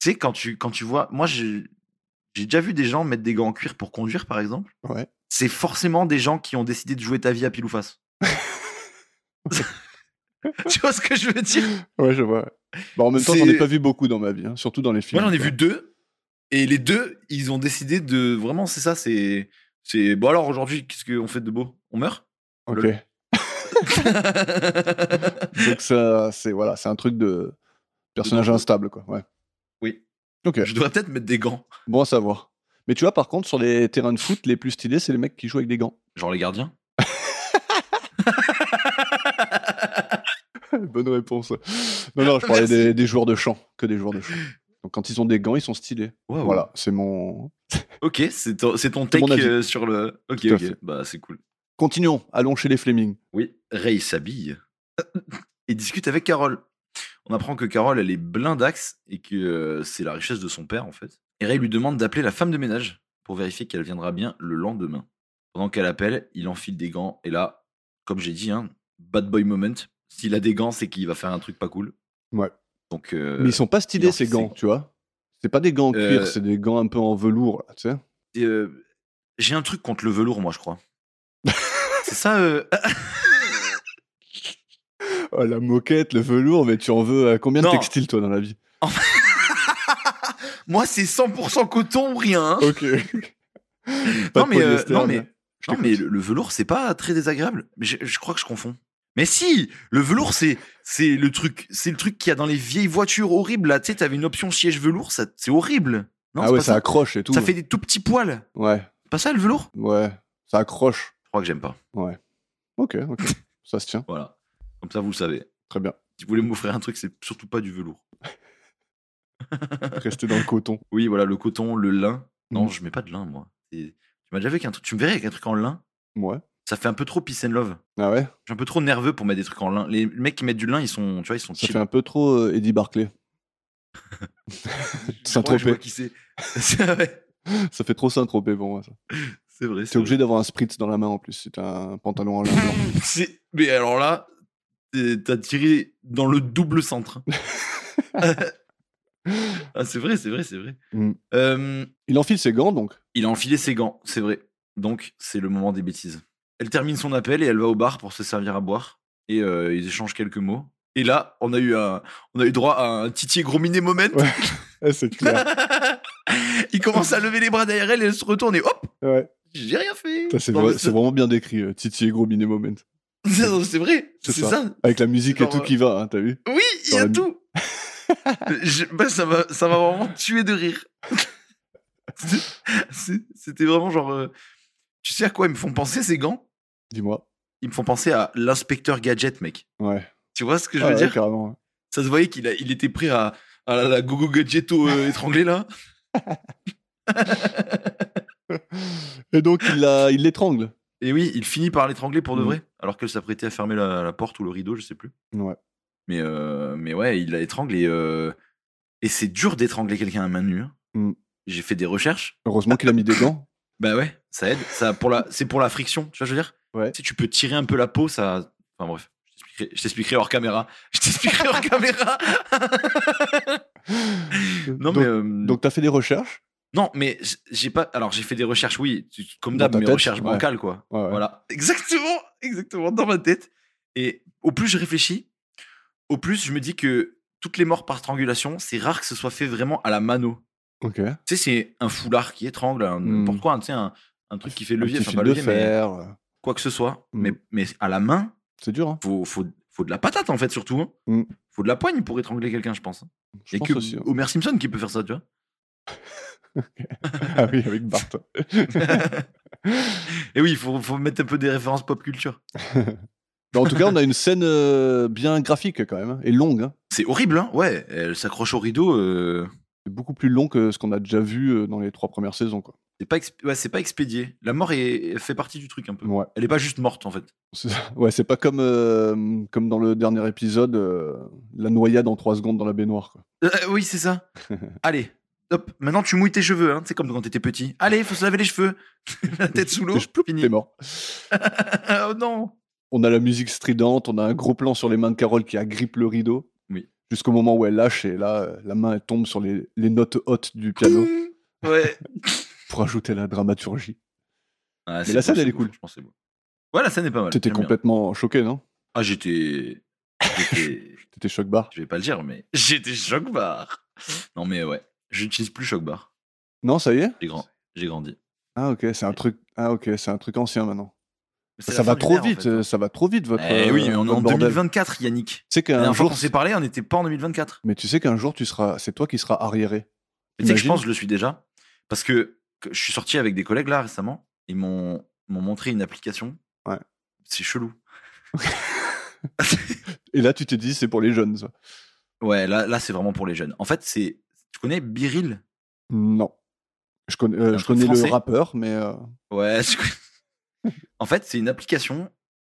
B: tu sais, quand tu, quand tu vois. Moi, j'ai j'ai déjà vu des gens mettre des gants en cuir pour conduire, par exemple.
A: Ouais.
B: C'est forcément des gens qui ont décidé de jouer ta vie à pile ou face. tu vois ce que je veux dire
A: Ouais, je vois. Bah, en même temps, j'en
B: C'est-
A: ai pas vu beaucoup dans ma vie, hein, surtout dans les films.
B: Moi, j'en ai
A: quoi.
B: vu deux. Et les deux, ils ont décidé de. Vraiment, c'est ça, c'est. c'est Bon, alors aujourd'hui, qu'est-ce qu'on fait de beau On meurt
A: Ok. Donc ça, c'est voilà, c'est un truc de personnage instable, quoi. Ouais.
B: Oui.
A: Ok.
B: Je devrais peut-être mettre des gants.
A: Bon à savoir. Mais tu vois, par contre, sur les terrains de foot, les plus stylés, c'est les mecs qui jouent avec des gants.
B: Genre les gardiens
A: Bonne réponse. Non, non, je parlais
B: Merci.
A: des, des joueurs de champ, que des joueurs de champ. Donc quand ils ont des gants, ils sont stylés.
B: Waouh.
A: Voilà, c'est mon.
B: Ok, c'est ton, c'est ton
A: C'est
B: take
A: mon avis.
B: euh, sur le. Ok,
A: Tout à
B: ok.
A: fait.
B: Bah, c'est cool.
A: Continuons. Allons chez les Fleming.
B: Oui, Ray s'habille euh, et discute avec Carole. On apprend que Carole, elle est blindax et que euh, c'est la richesse de son père, en fait. Et Ray lui demande d'appeler la femme de ménage pour vérifier qu'elle viendra bien le lendemain. Pendant qu'elle appelle, il enfile des gants et là, comme j'ai dit, hein, bad boy moment. S'il a des gants, c'est qu'il va faire un truc pas cool.
A: Ouais.
B: Donc, euh,
A: Mais ils sont pas
B: non,
A: stylés ces
B: c'est-
A: gants, tu vois. C'est pas des gants en
B: Euh,
A: cuir, c'est des gants un peu en velours, là, tu sais.
B: et, euh, j'ai un truc contre le velours, moi, je crois. c'est ça. euh,
A: Oh, la moquette, le velours, mais tu en veux à combien
B: Non.
A: de textiles, toi, dans la vie
B: Moi, c'est 100% coton ou rien. hein.
A: Ok. Pas
B: non,
A: de
B: mais, euh, non,
A: polyester, hein.
B: mais,
A: je
B: non,
A: t'écoute.
B: mais le, le velours, c'est pas très désagréable. Mais je, je crois que je confonds. Mais si, le velours, c'est c'est le truc, c'est le truc qu'il y a dans les vieilles voitures horribles. Là, tu sais, t'avais une option siège velours, ça- c'est horrible. Non,
A: ah
B: c'est
A: ouais,
B: pas
A: ça
B: ça.
A: accroche et tout.
B: Ça fait des tout euh. petits poils.
A: Ouais,
B: C'est Pas ça le velours
A: ouais, ça accroche.
B: Je crois que j'aime pas.
A: Ok, ok, ça se tient,
B: Voilà. Comme ça, vous le savez.
A: très bien.
B: Si vous voulez m'offrir un truc, c'est surtout pas du velours.
A: Rester dans le coton.
B: Oui, voilà, le coton, le lin. Non,
A: Mm.
B: je mets pas de lin, moi. C'est- Tu m'as déjà vu avec un truc. Tu me verrais avec un truc en lin
A: Ouais.
B: Ça fait un peu trop peace and love.
A: Ah ouais,
B: Je suis un peu trop nerveux pour mettre des trucs en lin. Les mecs qui mettent du lin, ils sont, tu vois, ils sont
A: ça
B: chill.
A: fait un peu trop euh, Eddie Barclay.
B: Je
A: Saint-Tropez.
B: vois qui c'est. c'est vrai.
A: Ça fait trop Saint-Tropez pour moi. ça.
B: C'est vrai.
A: T'es obligé d'avoir un spritz dans la main en plus si t'as un pantalon en lin blanc.
B: C'est- Mais alors là, t'es- t'as tiré dans le double centre. ah, c'est vrai, c'est vrai, c'est vrai.
A: Mm.
B: Euh,
A: Il enfile ses gants, donc.
B: il a enfilé ses gants, c'est vrai. Donc, c'est le moment des bêtises. Elle termine son appel et elle va au bar pour se servir à boire. Et euh, ils échangent quelques mots. Et là, on a eu, un- on a eu droit à un titier gros miné moment.
A: Ouais. Eh, c'est clair.
B: il commence à lever les bras derrière elle et elle se retourne et hop,
A: Ouais.
B: j'ai rien fait.
A: Ça, C'est
B: Non,
A: vrai-
B: mais
A: c'est vraiment bien décrit, euh, Titi et Gros Miné Moment.
B: Non, C'est vrai,
A: C'est
B: c'est
A: ça.
B: ça.
A: Avec la musique et
B: Genre,
A: tout
B: euh,
A: qui va, hein, t'as vu
B: Oui, il y
A: Dans
B: a
A: la-
B: tout. Je- bah, ça m'a ça m'a vraiment tué de rire. C'est- C'était vraiment genre. euh, Tu sais à quoi ils me font penser ces gants
A: Dis-moi.
B: Ils me font penser à l'inspecteur gadget, mec.
A: Ouais.
B: Tu vois ce que je
A: Ah
B: veux
A: ouais,
B: dire
A: carrément.
B: Ça se voyait qu'il a- il était prêt à, à la, la gogo gadgeto euh, étranglée là.
A: Et donc, il la- il l'étrangle.
B: Et oui, il finit par l'étrangler pour de
A: Mhm.
B: vrai, alors qu'elle s'apprêtait à fermer la, la porte ou le rideau, je sais plus.
A: Ouais.
B: Mais, euh, mais ouais, il l'étrangle et, euh, et c'est dur d'étrangler quelqu'un à main nue. hein.
A: Mhm.
B: J'ai fait des recherches.
A: Heureusement qu'il a mis des gants.
B: Bah ouais, ça aide. Ça, pour la, c'est pour la friction, tu vois, ce que je veux dire.
A: Ouais.
B: Si tu peux tirer un peu la peau, ça. Enfin bref, je t'expliquerai- je t'expliquerai hors caméra. Je t'expliquerai hors caméra. Non
A: donc,
B: mais. euh,
A: donc, t'as fait des recherches
B: Non mais j- j'ai pas. Alors j'ai fait des recherches, oui, tu- comme
A: Dans
B: d'hab,
A: ta
B: mais
A: tête,
B: recherches
A: ouais.
B: bancales quoi.
A: Ouais, ouais.
B: Voilà. Exactement, exactement dans ma tête. Et au plus je réfléchis, au plus je me dis que toutes les morts par strangulation, c'est rare que ce soit fait vraiment à la mano.
A: Ok.
B: Tu sais, c'est un foulard qui étrangle, un-
A: Hmm.
B: n'importe quoi, un- tu sais, un, un truc qui fait
A: Un
B: levier,
A: petit
B: enfin
A: fil
B: pas
A: de
B: levier, mais
A: fer. euh,
B: quoi que ce soit,
A: Mm.
B: mais, mais à la main,
A: C'est dur, hein
B: faut, faut, faut de la patate en fait, surtout. hein.
A: Mm.
B: Faut de la poigne pour étrangler quelqu'un, je pense.
A: Je
B: Il n'y a
A: pense
B: que
A: aussi, hein.
B: Homer Simpson qui peut faire ça, tu vois.
A: Ah oui, avec Bart.
B: Et oui, il faut, faut mettre un peu des références pop culture.
A: Bah, en tout cas, on a une scène euh, bien graphique quand même, hein, et longue. hein.
B: C'est horrible, hein Ouais, elle s'accroche au rideau. euh,
A: C'est beaucoup plus long que ce qu'on a déjà vu euh, dans les trois premières saisons. Quoi.
B: C'est pas, exp- ouais, c'est pas expédié. La mort est... elle fait partie du truc un peu.
A: Ouais,
B: Elle est pas juste morte en fait.
A: c'est ouais, c'est pas comme, euh, comme dans le dernier épisode, euh, la noyade en trois secondes dans la baignoire. Quoi.
B: Euh, euh, oui, c'est ça. Allez, hop, maintenant tu mouilles tes cheveux, hein. C'est comme quand t'étais petit. Allez, faut se laver les cheveux. La tête sous l'eau.
A: Et je- ploup,
B: fini.
A: t'es mort.
B: oh non
A: On a la musique stridente, on a un gros plan sur les mains de Carole qui agrippe le rideau.
B: Oui.
A: Jusqu'au moment où elle lâche, et là, euh, la main elle tombe sur les, les notes hautes du piano
B: Ouais.
A: pour ajouter la dramaturgie.
B: Ah,
A: Mais
B: c'est
A: la scène,
B: beau,
A: elle
B: c'est
A: est
B: beau,
A: cool.
B: franchement, c'est beau. Ouais, la scène est pas mal.
A: T'étais
B: j'aime bien.
A: complètement choqué, non
B: Ah, j'étais. j'étais-
A: T'étais choc barre
B: Je vais pas le dire, mais j'étais choc bar. Non, mais ouais, j'utilise plus choc bar.
A: Non, ça y est
B: J'ai grand... j'ai grandi.
A: Ah ok, c'est un truc. Ah ok, c'est un truc ancien maintenant.
B: Mais c'est
A: Ça
B: la fin
A: va
B: du
A: trop
B: nerf, en
A: vite,
B: fait. hein.
A: euh, ça va trop vite votre.
B: Eh oui,
A: euh,
B: mais on est
A: votre
B: en
A: bordel.
B: 2024, Yannick.
A: Tu sais
B: La
A: qu'un
B: dernière fois
A: jour,
B: qu'on s'est parlé, on n'était pas en 2024.
A: mais tu sais qu'un jour tu seras, c'est toi qui seras arriéré.
B: Mais tu sais que je
A: Imagine.
B: pense que je le suis déjà. Parce que que je suis sorti avec des collègues là récemment. Ils m'ont m'ont montré une application.
A: Ouais.
B: C'est chelou.
A: Et là, tu t'es dit, c'est pour les jeunes. ça.
B: Ouais, là, là c'est vraiment pour les jeunes. En fait, c'est. Tu connais Biril
A: Non, je connais, euh,
B: Un
A: je
B: truc
A: connais le
B: français
A: rappeur, mais euh,
B: Ouais. je connais. en fait, c'est une application.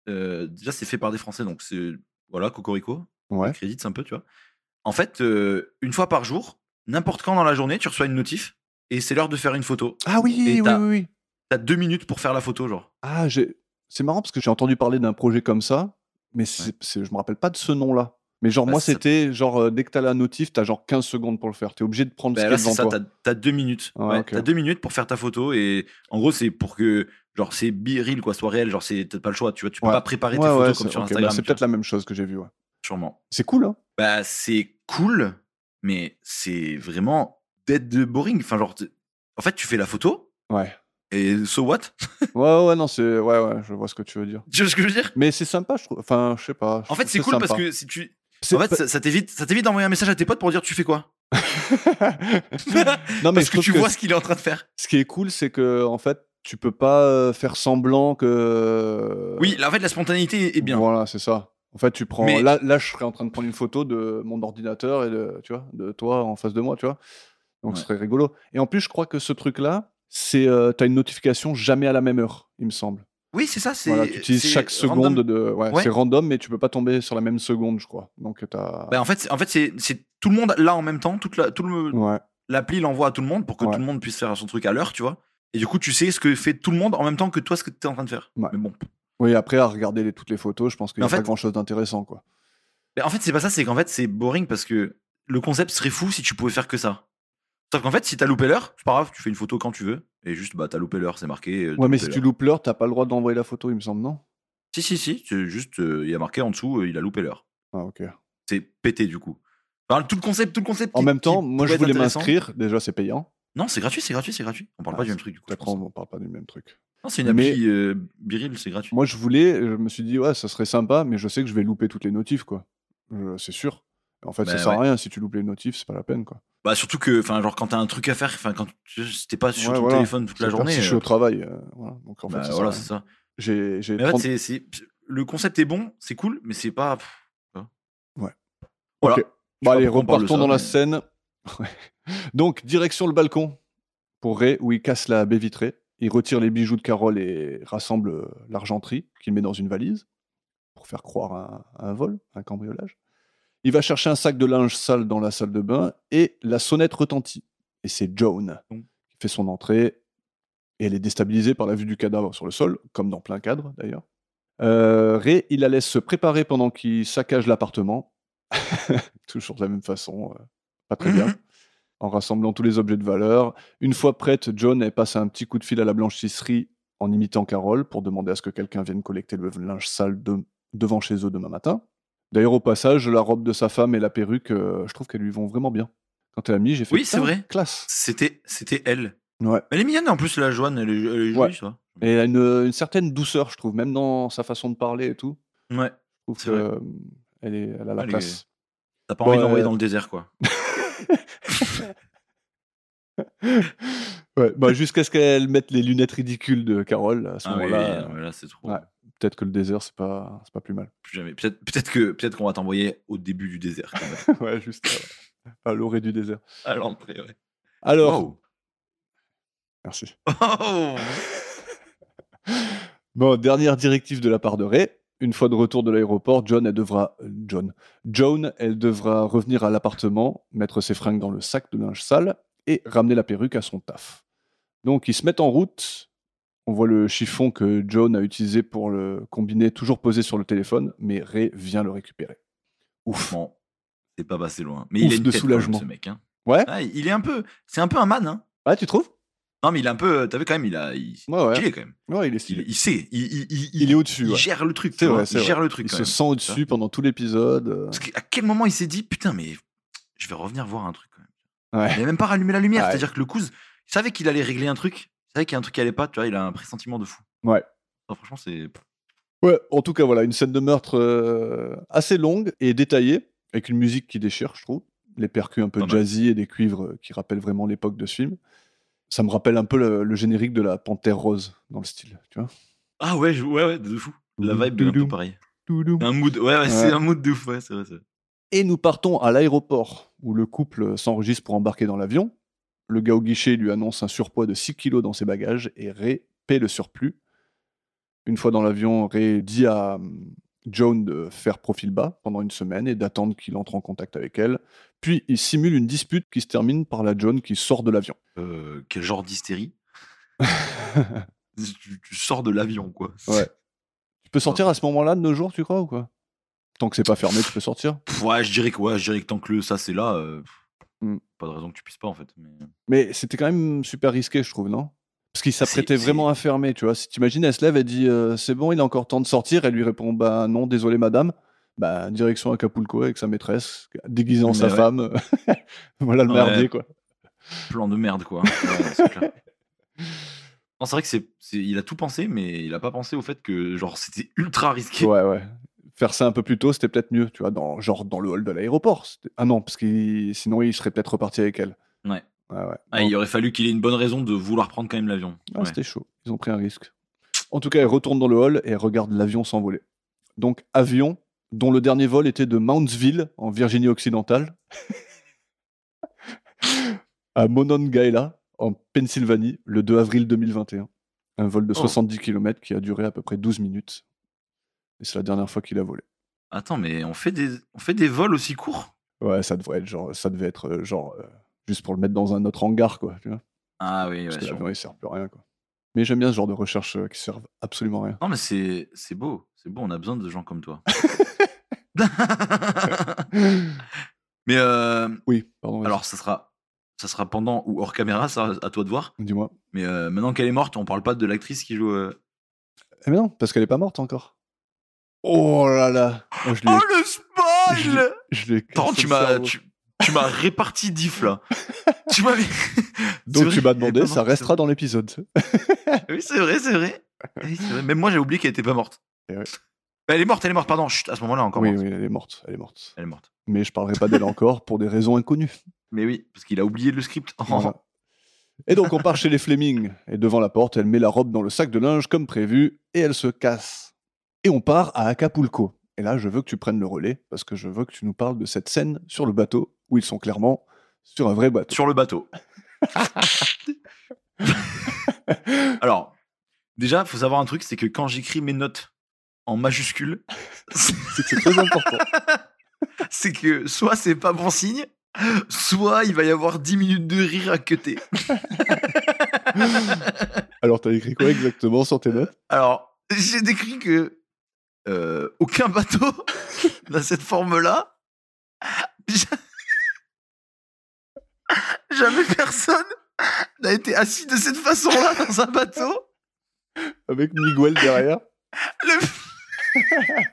B: euh, déjà, c'est fait par des Français, donc c'est voilà, Cocorico.
A: ouais,
B: Crédit, c'est un peu, tu vois. En fait, euh, une fois par jour, n'importe quand dans la journée, tu reçois une notif et c'est l'heure de faire une photo.
A: Ah oui, oui,
B: Et
A: oui,
B: t'as-
A: oui.
B: T'as deux minutes pour faire la photo, genre.
A: Ah, j'ai- c'est marrant parce que j'ai entendu parler d'un projet comme ça, mais c'est, c'est- je me rappelle pas de ce nom-là. Mais genre,
B: Bah,
A: moi,
B: ça-
A: c'était genre, euh, dès que t'as la notif, t'as genre 15 secondes pour le faire. T'es obligé de prendre
B: Bah,
A: ce
B: là,
A: qu'il y
B: c'est
A: a
B: ça,
A: devant toi.
B: t'as t'as deux minutes.
A: Ah,
B: Ouais,
A: ok.
B: T'as deux minutes pour faire ta photo et en gros, c'est pour que genre c'est biril quoi, soit réel, genre c'est t'as pas le choix, tu vois, tu peux
A: Ouais.
B: pas préparer tes
A: Ouais,
B: photos
A: ouais,
B: comme
A: c'est,
B: sur
A: ok, bah,
B: Instagram.
A: c'est
B: tu
A: peut-être la même chose que j'ai vu. ouais.
B: vois, sûrement.
A: C'est cool, hein
B: Bah, c'est cool, mais c'est vraiment dead boring. Enfin, genre, t- en fait, tu fais la photo
A: Ouais.
B: et so what
A: Ouais, ouais, non, c'est. Ouais, ouais, je vois ce que tu veux dire.
B: Tu vois ce que je veux dire
A: Mais c'est sympa, je trouve. Enfin, je sais pas. je
B: En fait,
A: trouve
B: c'est
A: ça
B: cool parce
A: sympa.
B: que si tu.
A: C'est
B: en fait,
A: pas-
B: ça, ça t'évite ça t'évite d'envoyer un message à tes potes pour dire tu fais quoi
A: non, mais
B: Parce
A: je
B: que
A: trouve
B: tu
A: que
B: vois ce qu'il est en train de faire.
A: ce qui est cool, c'est que, en fait, tu peux pas euh, faire semblant que.
B: Oui, là, en fait, la spontanéité est bien.
A: Euh, Voilà, c'est ça. En fait, tu prends.
B: Mais-
A: Là, là, je serais en train de prendre une photo de mon ordinateur et de, tu vois, de toi en face de moi, tu vois. Donc, ce
B: Ouais.
A: serait rigolo. Et en plus, je crois que ce truc-là, c'est. tu T'as une notification jamais à la même heure, il me semble.
B: Oui, c'est ça. c'est
A: Voilà, tu utilises
B: c'est
A: chaque
B: random.
A: seconde de. Ouais,
B: Ouais.
A: c'est random, mais tu peux pas tomber sur la même seconde, je crois. Donc, t'as.
B: Bah, en fait, c'est- en fait c'est c'est tout le monde là en même temps. Toute la, tout le,
A: ouais.
B: l'appli l'envoie à tout le monde pour que
A: Ouais.
B: tout le monde puisse faire son truc à l'heure, tu vois. Et du coup, tu sais ce que fait tout le monde en même temps que toi, ce que tu es en train de faire.
A: Ouais.
B: Mais bon,
A: Oui, après, à regarder les- toutes les photos, je pense qu'il n'y
B: Mais
A: a
B: en
A: pas
B: fait-
A: grand-chose d'intéressant, quoi.
B: Mais en fait, c'est pas ça, c'est qu'en fait, c'est boring parce que le concept serait fou si tu pouvais faire que ça. Sauf qu'en fait, si t'as loupé l'heure, c'est pas grave, tu fais une photo quand tu veux. Et juste, bah, t'as loupé l'heure, c'est marqué. euh, t'as
A: Ouais, mais
B: loupé
A: si tu
B: l'heure.
A: loupes l'heure, t'as pas le droit d'envoyer la photo, il me semble, non
B: Si, si, si, c'est juste, euh, il y a marqué en dessous, euh, il a loupé l'heure.
A: Ah, ok.
B: C'est pété du coup. Enfin, tout le concept, tout le concept.
A: En
B: qui-
A: même
B: qui
A: temps, moi,
B: pourrait
A: je
B: être
A: voulais
B: intéressant-
A: m'inscrire. Déjà, c'est payant.
B: Non, c'est gratuit, c'est gratuit, c'est gratuit. On
A: Ah,
B: parle pas du même truc du coup. je
A: Après,
B: pense.
A: on parle pas du même truc.
B: Non, c'est une
A: Mais-
B: appli euh, Biril, c'est gratuit.
A: Moi, je voulais, je me suis dit, ouais, ça serait sympa, mais je sais que je vais louper toutes les notifs, quoi. Je- C'est sûr. En fait, ça
B: Bah,
A: sert à
B: ouais.
A: rien. Si tu loupes les notifs, c'est pas la peine, quoi.
B: Bah surtout que, enfin, genre quand t'as un truc à faire, enfin quand tu si t'es pas sur
A: Ouais,
B: ton
A: voilà.
B: téléphone toute la
A: C'est-à-dire,
B: journée.
A: Si je suis
B: euh,
A: au travail, euh, voilà. Donc, en fait,
B: bah,
A: ça sert à
B: voilà,
A: rien.
B: c'est ça.
A: J'ai j'ai
B: Mais en
A: 30
B: fait, c'est- c'est- le concept est bon, c'est cool, mais c'est pas. pff, hein.
A: Ouais.
B: Voilà.
A: Ok.
B: Je sais
A: Bon,
B: pas
A: Bah, allez,
B: pourquoi on parle de
A: repartons dans
B: ça,
A: la
B: mais-
A: scène. Ouais. Donc, direction le balcon pour Ray, où il casse la baie vitrée. Il retire les bijoux de Carole et rassemble euh, l'argenterie qu'il met dans une valise pour faire croire à un, à un vol, un cambriolage. Il va chercher un sac de linge sale dans la salle de bain et la sonnette retentit. Et c'est Joan
B: Bon.
A: qui fait son entrée et elle est déstabilisée par la vue du cadavre sur le sol, comme dans plein cadre d'ailleurs. Euh, Ray, il la laisse se préparer pendant qu'il saccage l'appartement toujours de la même façon, euh, pas très bien,
B: Mhm.
A: en rassemblant tous les objets de valeur. Une fois prête, John elle passe un petit coup de fil à la blanchisserie en imitant Carole pour demander à ce que quelqu'un vienne collecter le linge sale de- devant chez eux demain matin. D'ailleurs, au passage, la robe de sa femme et la perruque, euh, je trouve qu'elles lui vont vraiment bien. Quand elle a mis, j'ai fait
B: Oui, c'est
A: "Putain,
B: vrai.
A: classe.
B: C'était, c'était elle.
A: Ouais.
B: Elle est mignonne en plus, la Joanne, elle est, elle est jolie,
A: Ouais.
B: ça.
A: Et elle a une, une certaine douceur, je trouve, même dans sa façon de parler et tout.
B: Ouais.
A: Je trouve
B: C'est vrai.
A: que, euh, elle, est, elle a la
B: Elle est-
A: classe.
B: T'as pas
A: Bon,
B: envie d'envoyer
A: euh,
B: dans le désert, quoi.
A: Ouais, bah, Jusqu'à ce qu'elle mette les lunettes ridicules de Carole, à ce
B: Ah oui,
A: moment-là.
B: oui,
A: euh,
B: non, mais là, c'est trop.
A: ouais. peut-être que le désert, c'est pas, c'est pas plus mal.
B: Plus jamais. Peut-être, peut-être que, peut-être qu'on va t'envoyer au début du désert, quand même.
A: ouais, juste euh, à l'orée du désert.
B: à l'entrée. Ouais.
A: Alors,
B: Wow.
A: merci.
B: Oh.
A: Bon, dernière directive de la part de Ray. Une fois de retour de l'aéroport, John, elle devra, euh, John, Joan, elle devra revenir à l'appartement, mettre ses fringues dans le sac de linge sale et ramener la perruque à son taf. Donc, ils se mettent en route. On voit le chiffon que John a utilisé pour le combiner, toujours posé sur le téléphone, mais Ray vient le récupérer. Ouf.
B: Bon, c'est pas passé loin. Mais
A: Ouf
B: il est
A: de soulagement.
B: ce mec. hein.
A: Ouais.
B: Ah, il est un peu. C'est un peu un man. Hein.
A: Ah, tu trouves
B: Non, mais il est un peu. euh, T'as vu quand même, il a. Il,
A: Ouais, ouais.
B: il est quand même.
A: Ouais, il est
B: Il,
A: stylé.
B: il sait. Il, il, il,
A: Il est au-dessus.
B: il
A: ouais.
B: gère le truc.
A: C'est
B: tu vois.
A: vrai, c'est
B: il gère le
A: Il
B: truc. Quand
A: se
B: même.
A: sent au-dessus pendant tout l'épisode. euh.
B: Parce qu'à quel moment il s'est dit putain, mais je vais revenir voir un truc. Quand même.
A: Ouais.
B: Il a même pas rallumé la lumière.
A: Ouais.
B: C'est-à-dire que le couz, il savait qu'il allait régler un truc. Il savait qu'il y a un truc qui allait pas. Tu vois, il a un pressentiment de fou.
A: Ouais.
B: Non, franchement, c'est.
A: Ouais, en tout cas, voilà, une scène de meurtre euh, assez longue et détaillée, avec une musique qui déchire, je trouve. Les percus un peu
B: Pas mal.
A: jazzy et des cuivres euh, qui rappellent vraiment l'époque de ce film. Ça me rappelle un peu le, le générique de la Panthère Rose dans le style, tu vois.
B: Ah ouais, je- ouais, ouais, de fou. La
A: Doudou,
B: vibe est un peu
A: doudou.
B: pareil. Un mood. Ouais, ouais,
A: Ouais.
B: c'est un mood de ouf. Ouais, c'est vrai. c'est vrai.
A: Et nous partons à l'aéroport, où le couple s'enregistre pour embarquer dans l'avion. Le gars au guichet lui annonce un surpoids de 6 kilos dans ses bagages et Ray paie le surplus. Une fois dans l'avion, Ray dit à hum, Joan de faire profil bas pendant une semaine et d'attendre qu'il entre en contact avec elle. Puis il simule une dispute qui se termine par la Joan qui sort de l'avion.
B: Euh, quel genre d'hystérie tu, tu sors de l'avion, quoi.
A: Ouais. Tu peux sortir à ce moment-là de nos jours, tu crois, ou quoi Tant que c'est pas fermé, tu peux sortir.
B: Pff, ouais, je dirais que ouais, je dirais que tant que le, ça c'est là, euh, pff,
A: Mm.
B: pas de raison que tu puisses pas en fait. mais-
A: Mais c'était quand même super risqué, je trouve, non Parce qu'il s'apprêtait
B: c'est-
A: vraiment à fermer, tu vois. Si t'imagines, elle se lève, elle dit euh, C'est bon, il a encore temps de sortir. Elle lui répond Bah non, désolé, madame. Bah, direction Acapulco avec sa maîtresse, déguisant
B: Mais
A: sa
B: ouais.
A: femme. voilà le
B: Ouais.
A: merdier, quoi.
B: Plan de merde, quoi. Ouais, non, c'est clair. Non, c'est vrai que c'est, c'est- il a tout pensé, mais il a pas pensé au fait que genre c'était ultra risqué.
A: Ouais, ouais. Faire ça un peu plus tôt, c'était peut-être mieux, tu vois, dans, genre dans le hall de l'aéroport. C'était- Ah non, parce que sinon, il serait peut-être reparti avec elle.
B: Ouais.
A: Ouais, ouais.
B: Ah,
A: Non.
B: il aurait fallu qu'il ait une bonne raison de vouloir prendre quand même l'avion.
A: Ah,
B: Ouais.
A: C'était chaud. Ils ont pris un risque. En tout cas, elle retourne dans le hall et elle regarde l'avion s'envoler. Donc, avion dont le dernier vol était de Moundsville, en Virginie-Occidentale, à Monongahela, en Pennsylvanie, le 2 avril 2021. Un vol de
B: Oh.
A: 70 km qui a duré à peu près 12 minutes. Et c'est la dernière fois qu'il a volé.
B: Attends, mais on fait des, on fait des vols aussi courts.
A: Ouais, ça devrait être genre, ça devait être euh, genre euh, juste pour le mettre dans un autre hangar, quoi. Tu vois
B: Ah oui, ouais,
A: Parce que
B: sûrement.
A: l'avion, il sert plus à rien, quoi. Mais j'aime bien ce genre de recherche euh, qui servent absolument à rien.
B: Non, mais c'est c'est beau. C'est beau, on a besoin de gens comme toi. mais euh,
A: Oui, pardon. vas-y.
B: alors, ça sera, ça sera pendant ou hors caméra, ça, à toi de voir.
A: Dis-moi.
B: Mais euh, maintenant qu'elle est morte, on parle pas de l'actrice qui joue. euh,
A: Eh mais non, parce qu'elle est pas morte encore. Oh là là. Oh, je l'ai.
B: le spoil
A: je l'ai
B: Ah Attends,
A: cassé
B: tu
A: le
B: m'as
A: cerveau.
B: tu, tu m'as réparti diff là. tu m'as mis- C'est
A: Donc
B: vrai,
A: tu m'as
B: elle est
A: demandé,
B: pas
A: ça
B: morte,
A: restera dans l'épisode.
B: c'est vrai. Oui, c'est vrai, c'est vrai. Eh Oui, c'est vrai. Même moi, j'ai oublié qu'elle était pas morte. Bah,
A: Et ouais.
B: Elle est morte, elle est morte, pardon. Chut, à ce moment-là, encore
A: oui,
B: morte.
A: oui, elle est morte, elle est morte.
B: Elle est morte.
A: Mais je parlerai pas d'elle encore pour des raisons inconnues.
B: Mais oui, parce qu'il a oublié le script. Oh.
A: Voilà. Et donc on part chez les Fleming. Et devant la porte, elle met la robe dans le sac de linge comme prévu et elle se casse. Et on part à Acapulco. Et là, je veux que tu prennes le relais parce que je veux que tu nous parles de cette scène sur le bateau où ils sont clairement sur un vrai bateau.
B: sur le bateau. Alors, déjà, faut savoir un truc, c'est que quand j'écris mes notes en majuscules,
A: C'est que c'est très important.
B: c'est que soit c'est pas bon signe, soit il va y avoir 10 minutes de rire à queuter.
A: Alors, t'as écrit quoi exactement sur tes notes
B: Alors, j'ai décrit que euh, aucun bateau n'a cette forme-là. Ja- Jamais personne n'a été assis de cette façon-là dans un bateau.
A: avec Miguel derrière
B: Le,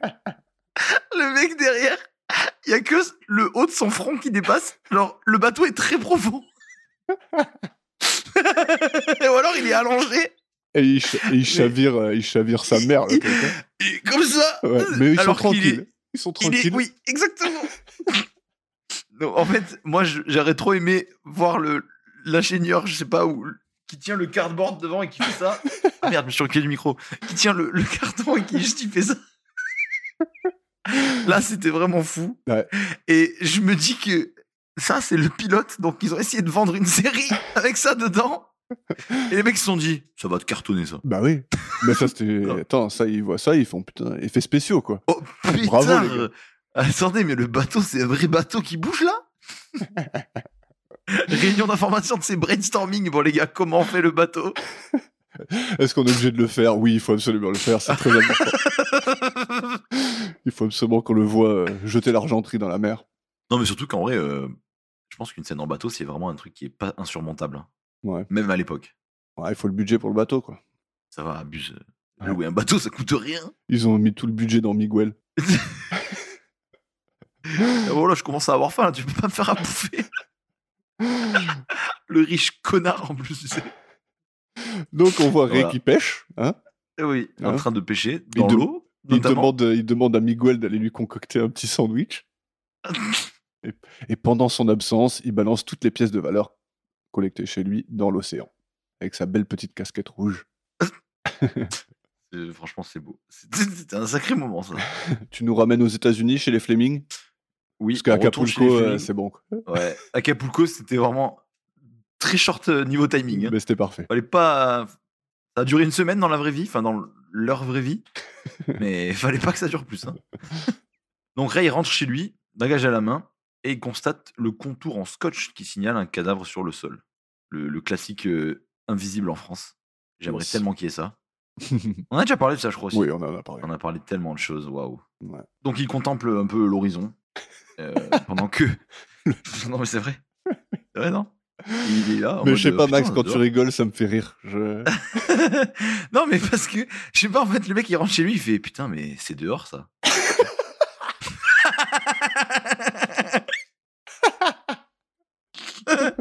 B: le mec derrière, il y a que le haut de son front qui dépasse. Alors, le bateau est très profond. Ou alors, il est allongé.
A: et il, ch- et il chavire, euh, il chavire sa mère. le
B: il-
A: truc, hein.
B: Et comme ça.
A: Ouais, mais ils
B: alors
A: sont
B: qu'il est-
A: tranquilles. Ils sont
B: il est-
A: tranquilles.
B: oui, exactement. Donc, en fait, moi, je- j'aurais trop aimé voir le l'ingénieur, je sais pas, où, qui tient le cardboard devant et qui fait ça. Ah merde, je me suis reculé du micro. Qui tient le, le carton et qui juste il fait ça. Là, c'était vraiment fou.
A: Ouais.
B: Et je me dis que ça, c'est le pilote. Donc, ils ont essayé de vendre une série avec ça dedans. Et les mecs se sont dit, ça va te cartonner ça.
A: Bah oui. Mais ça,
B: Non.
A: c'était. Attends, ça, ils voient ça, ils font putain, effets spéciaux, quoi.
B: Oh putain
A: Bravo, les gars.
B: Attendez, mais le bateau, c'est un vrai bateau qui bouge là Réunion d'information de ces brainstorming. Bon les gars, comment on fait le bateau
A: Est-ce qu'on est obligé de le faire Oui, il faut absolument le faire, c'est très important. Il faut absolument qu'on le voit euh, jeter l'argenterie dans la mer.
B: Non mais surtout qu'en vrai, euh, je pense qu'une scène en bateau, c'est vraiment un truc qui est pas insurmontable. hein.
A: Ouais.
B: Même à l'époque.
A: Ouais, il faut le budget pour le bateau, quoi.
B: Ça va, abuse.
A: Ouais.
B: Louer un bateau, ça coûte rien.
A: Ils ont mis tout le budget dans Miguel.
B: Oh là, je commence à avoir faim, là, tu peux pas me faire à bouffer. le riche connard en plus, tu sais.
A: Donc on voit Ray
B: Voilà.
A: qui pêche. Hein
B: Eh Oui, en
A: Hein
B: train de pêcher
A: Il
B: dans
A: de-
B: l'eau.
A: il,
B: notamment.
A: demande, euh, il demande à Miguel d'aller lui concocter un petit sandwich. Et pendant son absence, il balance toutes les pièces de valeur collectées chez lui dans l'océan, avec sa belle petite casquette rouge.
B: Euh, franchement, c'est beau. C'était c'était un sacré moment, ça.
A: Tu nous ramènes aux États-Unis chez les Fleming
B: Oui,
A: Parce qu'à
B: on retourne chez les
A: Acapulco, euh,
B: Fleming.
A: c'est bon. quoi.
B: Ouais, Acapulco, c'était vraiment très short euh, niveau timing. hein.
A: Mais c'était parfait.
B: Fallait pas. Ça a duré une semaine dans la vraie vie, enfin dans leur vraie vie, mais fallait pas que ça dure plus. hein. Donc Ray rentre chez lui, bagage à la main, et il constate le contour en scotch qui signale un cadavre sur le sol. Le, le classique euh, invisible en France. J'aimerais
A: Yes.
B: tellement qu'il y ait ça. On a déjà parlé de ça, je crois. aussi. Ah,
A: oui, on en a parlé.
B: On a parlé de tellement de choses, waouh.
A: Ouais.
B: Donc il contemple un peu l'horizon euh, pendant que. non mais c'est vrai. C'est vrai non Il est là. en
A: Mais
B: mode, euh,
A: je sais pas,
B: bah, putain,
A: Max, quand tu
B: dehors.
A: rigoles, ça me fait rire. Je-
B: non mais parce que je sais pas en fait le mec il rentre chez lui il fait putain mais c'est dehors ça.
A: Ah,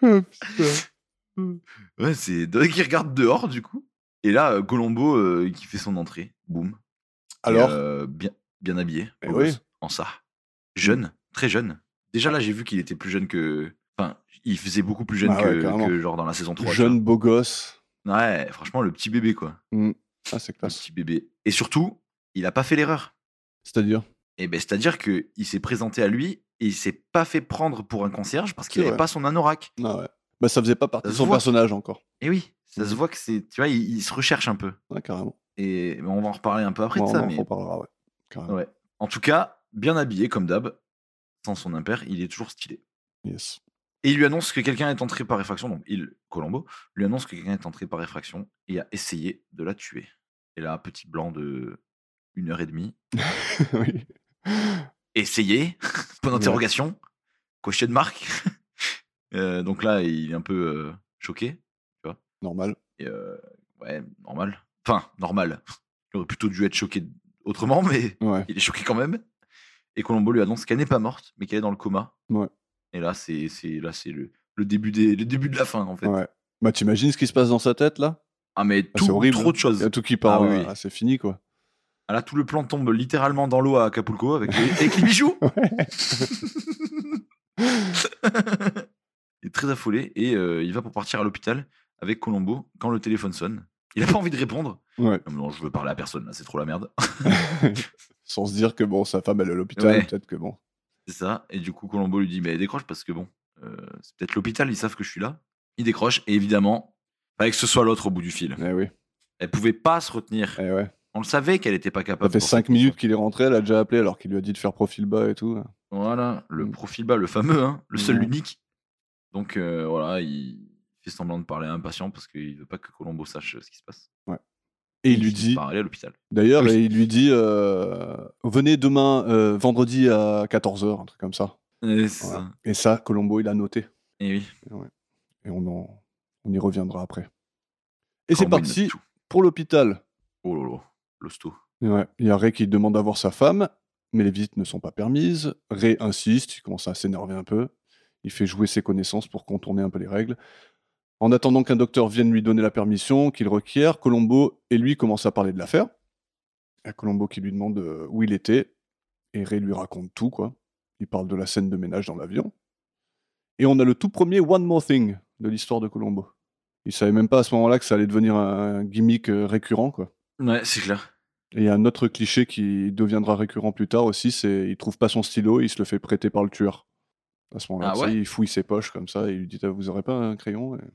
A: putain.
B: Ouais c'est donc il regarde dehors du coup et là euh, Colombo euh, qui fait son entrée boum. Et,
A: Alors,
B: euh, bien bien habillé.
A: Eh
B: beau
A: oui. Mm.
B: gosse, En ça. Jeune très jeune. Déjà là j'ai vu qu'il était plus jeune que. Enfin il faisait beaucoup plus jeune
A: Ah ouais,
B: que,
A: carrément.
B: que genre dans la saison 3. tu vois.
A: jeune beau gosse.
B: Ouais, franchement, le petit bébé, quoi.
A: Ah, c'est
B: Le
A: classe.
B: petit bébé. Et surtout, il n'a pas fait l'erreur.
A: C'est-à-dire
B: Et ben, c'est-à-dire qu'il s'est présenté à lui et il s'est pas fait prendre pour un concierge parce qu'il
A: C'est
B: n'avait
A: vrai.
B: pas son anorak.
A: Ah ouais. Bah, ça faisait pas partie
B: Ça
A: de
B: se
A: son
B: voit.
A: personnage encore.
B: Et oui, ça
A: Mmh.
B: se voit que c'est. Tu vois, il, il se recherche un peu.
A: Ah, carrément.
B: Et mais on va en reparler un peu après
A: Ouais,
B: de
A: on
B: ça.
A: en
B: Mais...
A: reparlera, ouais. Carrément.
B: Ouais. En tout cas, bien habillé, comme d'hab, sans son impair, il est toujours stylé.
A: Yes.
B: Et il lui annonce que quelqu'un est entré par effraction. Donc, il, Colombo, lui annonce que quelqu'un est entré par effraction et a essayé de la tuer. Et là, petit blanc de une heure et demie.
A: oui.
B: Essayer Point
A: Ouais.
B: d'interrogation Coché de marque Euh, Donc là, il est un peu euh, choqué.
A: Normal.
B: Et, euh, ouais, normal. Enfin, normal. Il aurait plutôt dû être choqué autrement, mais
A: Ouais.
B: il est choqué quand même. Et Colombo lui annonce qu'elle n'est pas morte, mais qu'elle est dans le coma.
A: Ouais.
B: Et là, c'est c'est- là, c'est le, le, début des, le début de la fin, en fait.
A: ouais. Bah, t'imagines ce qui se passe dans sa tête, là
B: Ah, mais
A: Ah,
B: tout,
A: C'est horrible.
B: trop de choses.
A: Il y a tout qui part.
B: Ah, oui,
A: euh,
B: oui.
A: ah, c'est fini, quoi.
B: Ah Là, tout le plan tombe littéralement dans l'eau à Acapulco avec les, avec les bijoux. il est très affolé et euh, il va pour partir à l'hôpital avec Colombo quand le téléphone sonne. Il a pas envie de répondre.
A: Ouais.
B: Non, mais non, je veux parler à personne, là, c'est trop la merde.
A: Sans se dire que, bon, sa femme, elle est à l'hôpital,
B: Ouais.
A: peut-être que, bon.
B: c'est ça. Et du coup, Colombo lui dit Mais décroche parce que bon, euh, c'est peut-être l'hôpital, ils savent que je suis là. Il décroche et évidemment, fallait que ce soit l'autre au bout du fil.
A: Eh oui.
B: Elle pouvait pas se retenir.
A: Eh ouais.
B: On le savait qu'elle n'était pas
A: Ça
B: capable.
A: fait
B: pour
A: 5
B: cette
A: minutes qu'il est rentré, elle a déjà appelé alors qu'il lui a dit de faire profil bas et tout.
B: Voilà, le
A: Mm.
B: profil bas, le fameux, hein, le seul,
A: Mm.
B: l'unique. Donc euh, voilà, il fait semblant de parler à un patient parce qu'il veut pas que Colombo sache euh, ce qui se passe.
A: Et il lui
B: finit
A: dit,
B: par aller à l'hôpital.
A: d'ailleurs,
B: Oui.
A: il lui dit euh, Venez demain, euh, vendredi à 14h, un truc comme ça.
B: Et c'est
A: Voilà.
B: ça.
A: Et ça, Colombo, il a noté.
B: Et oui.
A: Et on, en- on y reviendra après. Et
B: Colombo,
A: c'est
B: il
A: parti
B: note tout.
A: pour l'hôpital.
B: Oh là là, l'hosto.
A: Ouais. Il y a Ray qui demande à voir sa femme, mais les visites ne sont pas permises. Ray insiste, il commence à s'énerver un peu. Il fait jouer ses connaissances pour contourner un peu les règles. En attendant qu'un docteur vienne lui donner la permission qu'il requiert, Colombo et lui commencent à parler de l'affaire. À Colombo qui lui demande euh, où il était, et Ray lui raconte tout, quoi. Il parle de la scène de ménage dans l'avion. Et on a le tout premier One More Thing de l'histoire de Colombo. Il savait même pas à ce moment-là que ça allait devenir un gimmick euh, récurrent, quoi.
B: Ouais, c'est clair.
A: Et il y a un autre cliché qui deviendra récurrent plus tard aussi, c'est il trouve pas son stylo, il se le fait prêter par le tueur. À ce moment-là,
B: Ah
A: tu sais,
B: ouais
A: il fouille ses poches comme ça et il lui dit Ah, Vous aurez pas un crayon Et-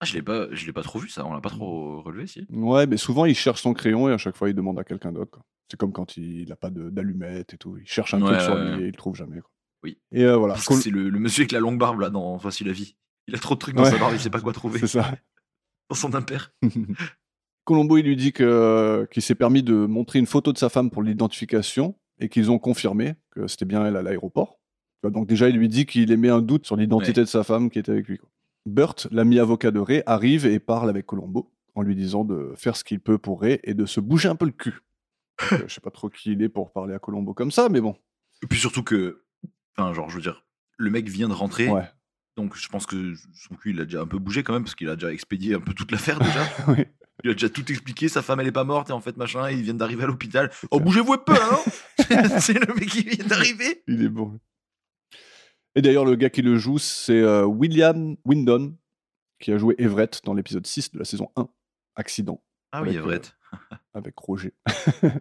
B: Ah, je l'ai pas, je l'ai pas trop vu ça. On l'a pas trop relevé, si.
A: Ouais, mais souvent il cherche son crayon et à chaque fois il demande à quelqu'un d'autre. quoi. C'est comme quand il n'a pas de- d'allumette et tout. Il cherche un
B: Ouais,
A: truc sur
B: ouais,
A: lui
B: ouais.
A: et il le trouve jamais. quoi.
B: Oui.
A: Et euh, voilà.
B: Parce que
A: Col-
B: c'est le, le monsieur avec la longue barbe là dans Voici la vie. Il a trop de trucs dans
A: Ouais.
B: sa barbe, il sait pas quoi trouver
A: C'est ça.
B: dans son impair.
A: Colombo, il lui dit que- euh, qu'il s'est permis de montrer une photo de sa femme pour l'identification et qu'ils ont confirmé que c'était bien elle à l'aéroport. Tu vois, Donc déjà, il lui dit qu'il émet un doute sur l'identité de sa femme qui était avec lui. quoi. Burt, l'ami avocat de Ray, arrive et parle avec Colombo en lui disant de faire ce qu'il peut pour Ray et de se bouger un peu le cul. Donc, euh, Je sais pas trop qui il est pour parler à Colombo comme ça, mais bon.
B: Et puis surtout que, enfin, genre, je veux dire, le mec vient de rentrer.
A: Ouais.
B: Donc je pense que son cul il a déjà un peu bougé quand même parce qu'il a déjà expédié un peu toute l'affaire déjà.
A: Oui.
B: Il a déjà tout expliqué, sa femme elle est pas morte et en fait machin, ils viennent d'arriver à l'hôpital. Oh
A: clair.
B: bougez-vous un peu hein C'est le mec qui vient d'arriver.
A: Il est bon. Et d'ailleurs, le gars qui le joue, c'est euh, William Windon, qui a joué Everett dans l'épisode 6 de la saison 1, Accident,
B: Ah oui,
A: Avec, euh,
B: Everett.
A: avec Roger.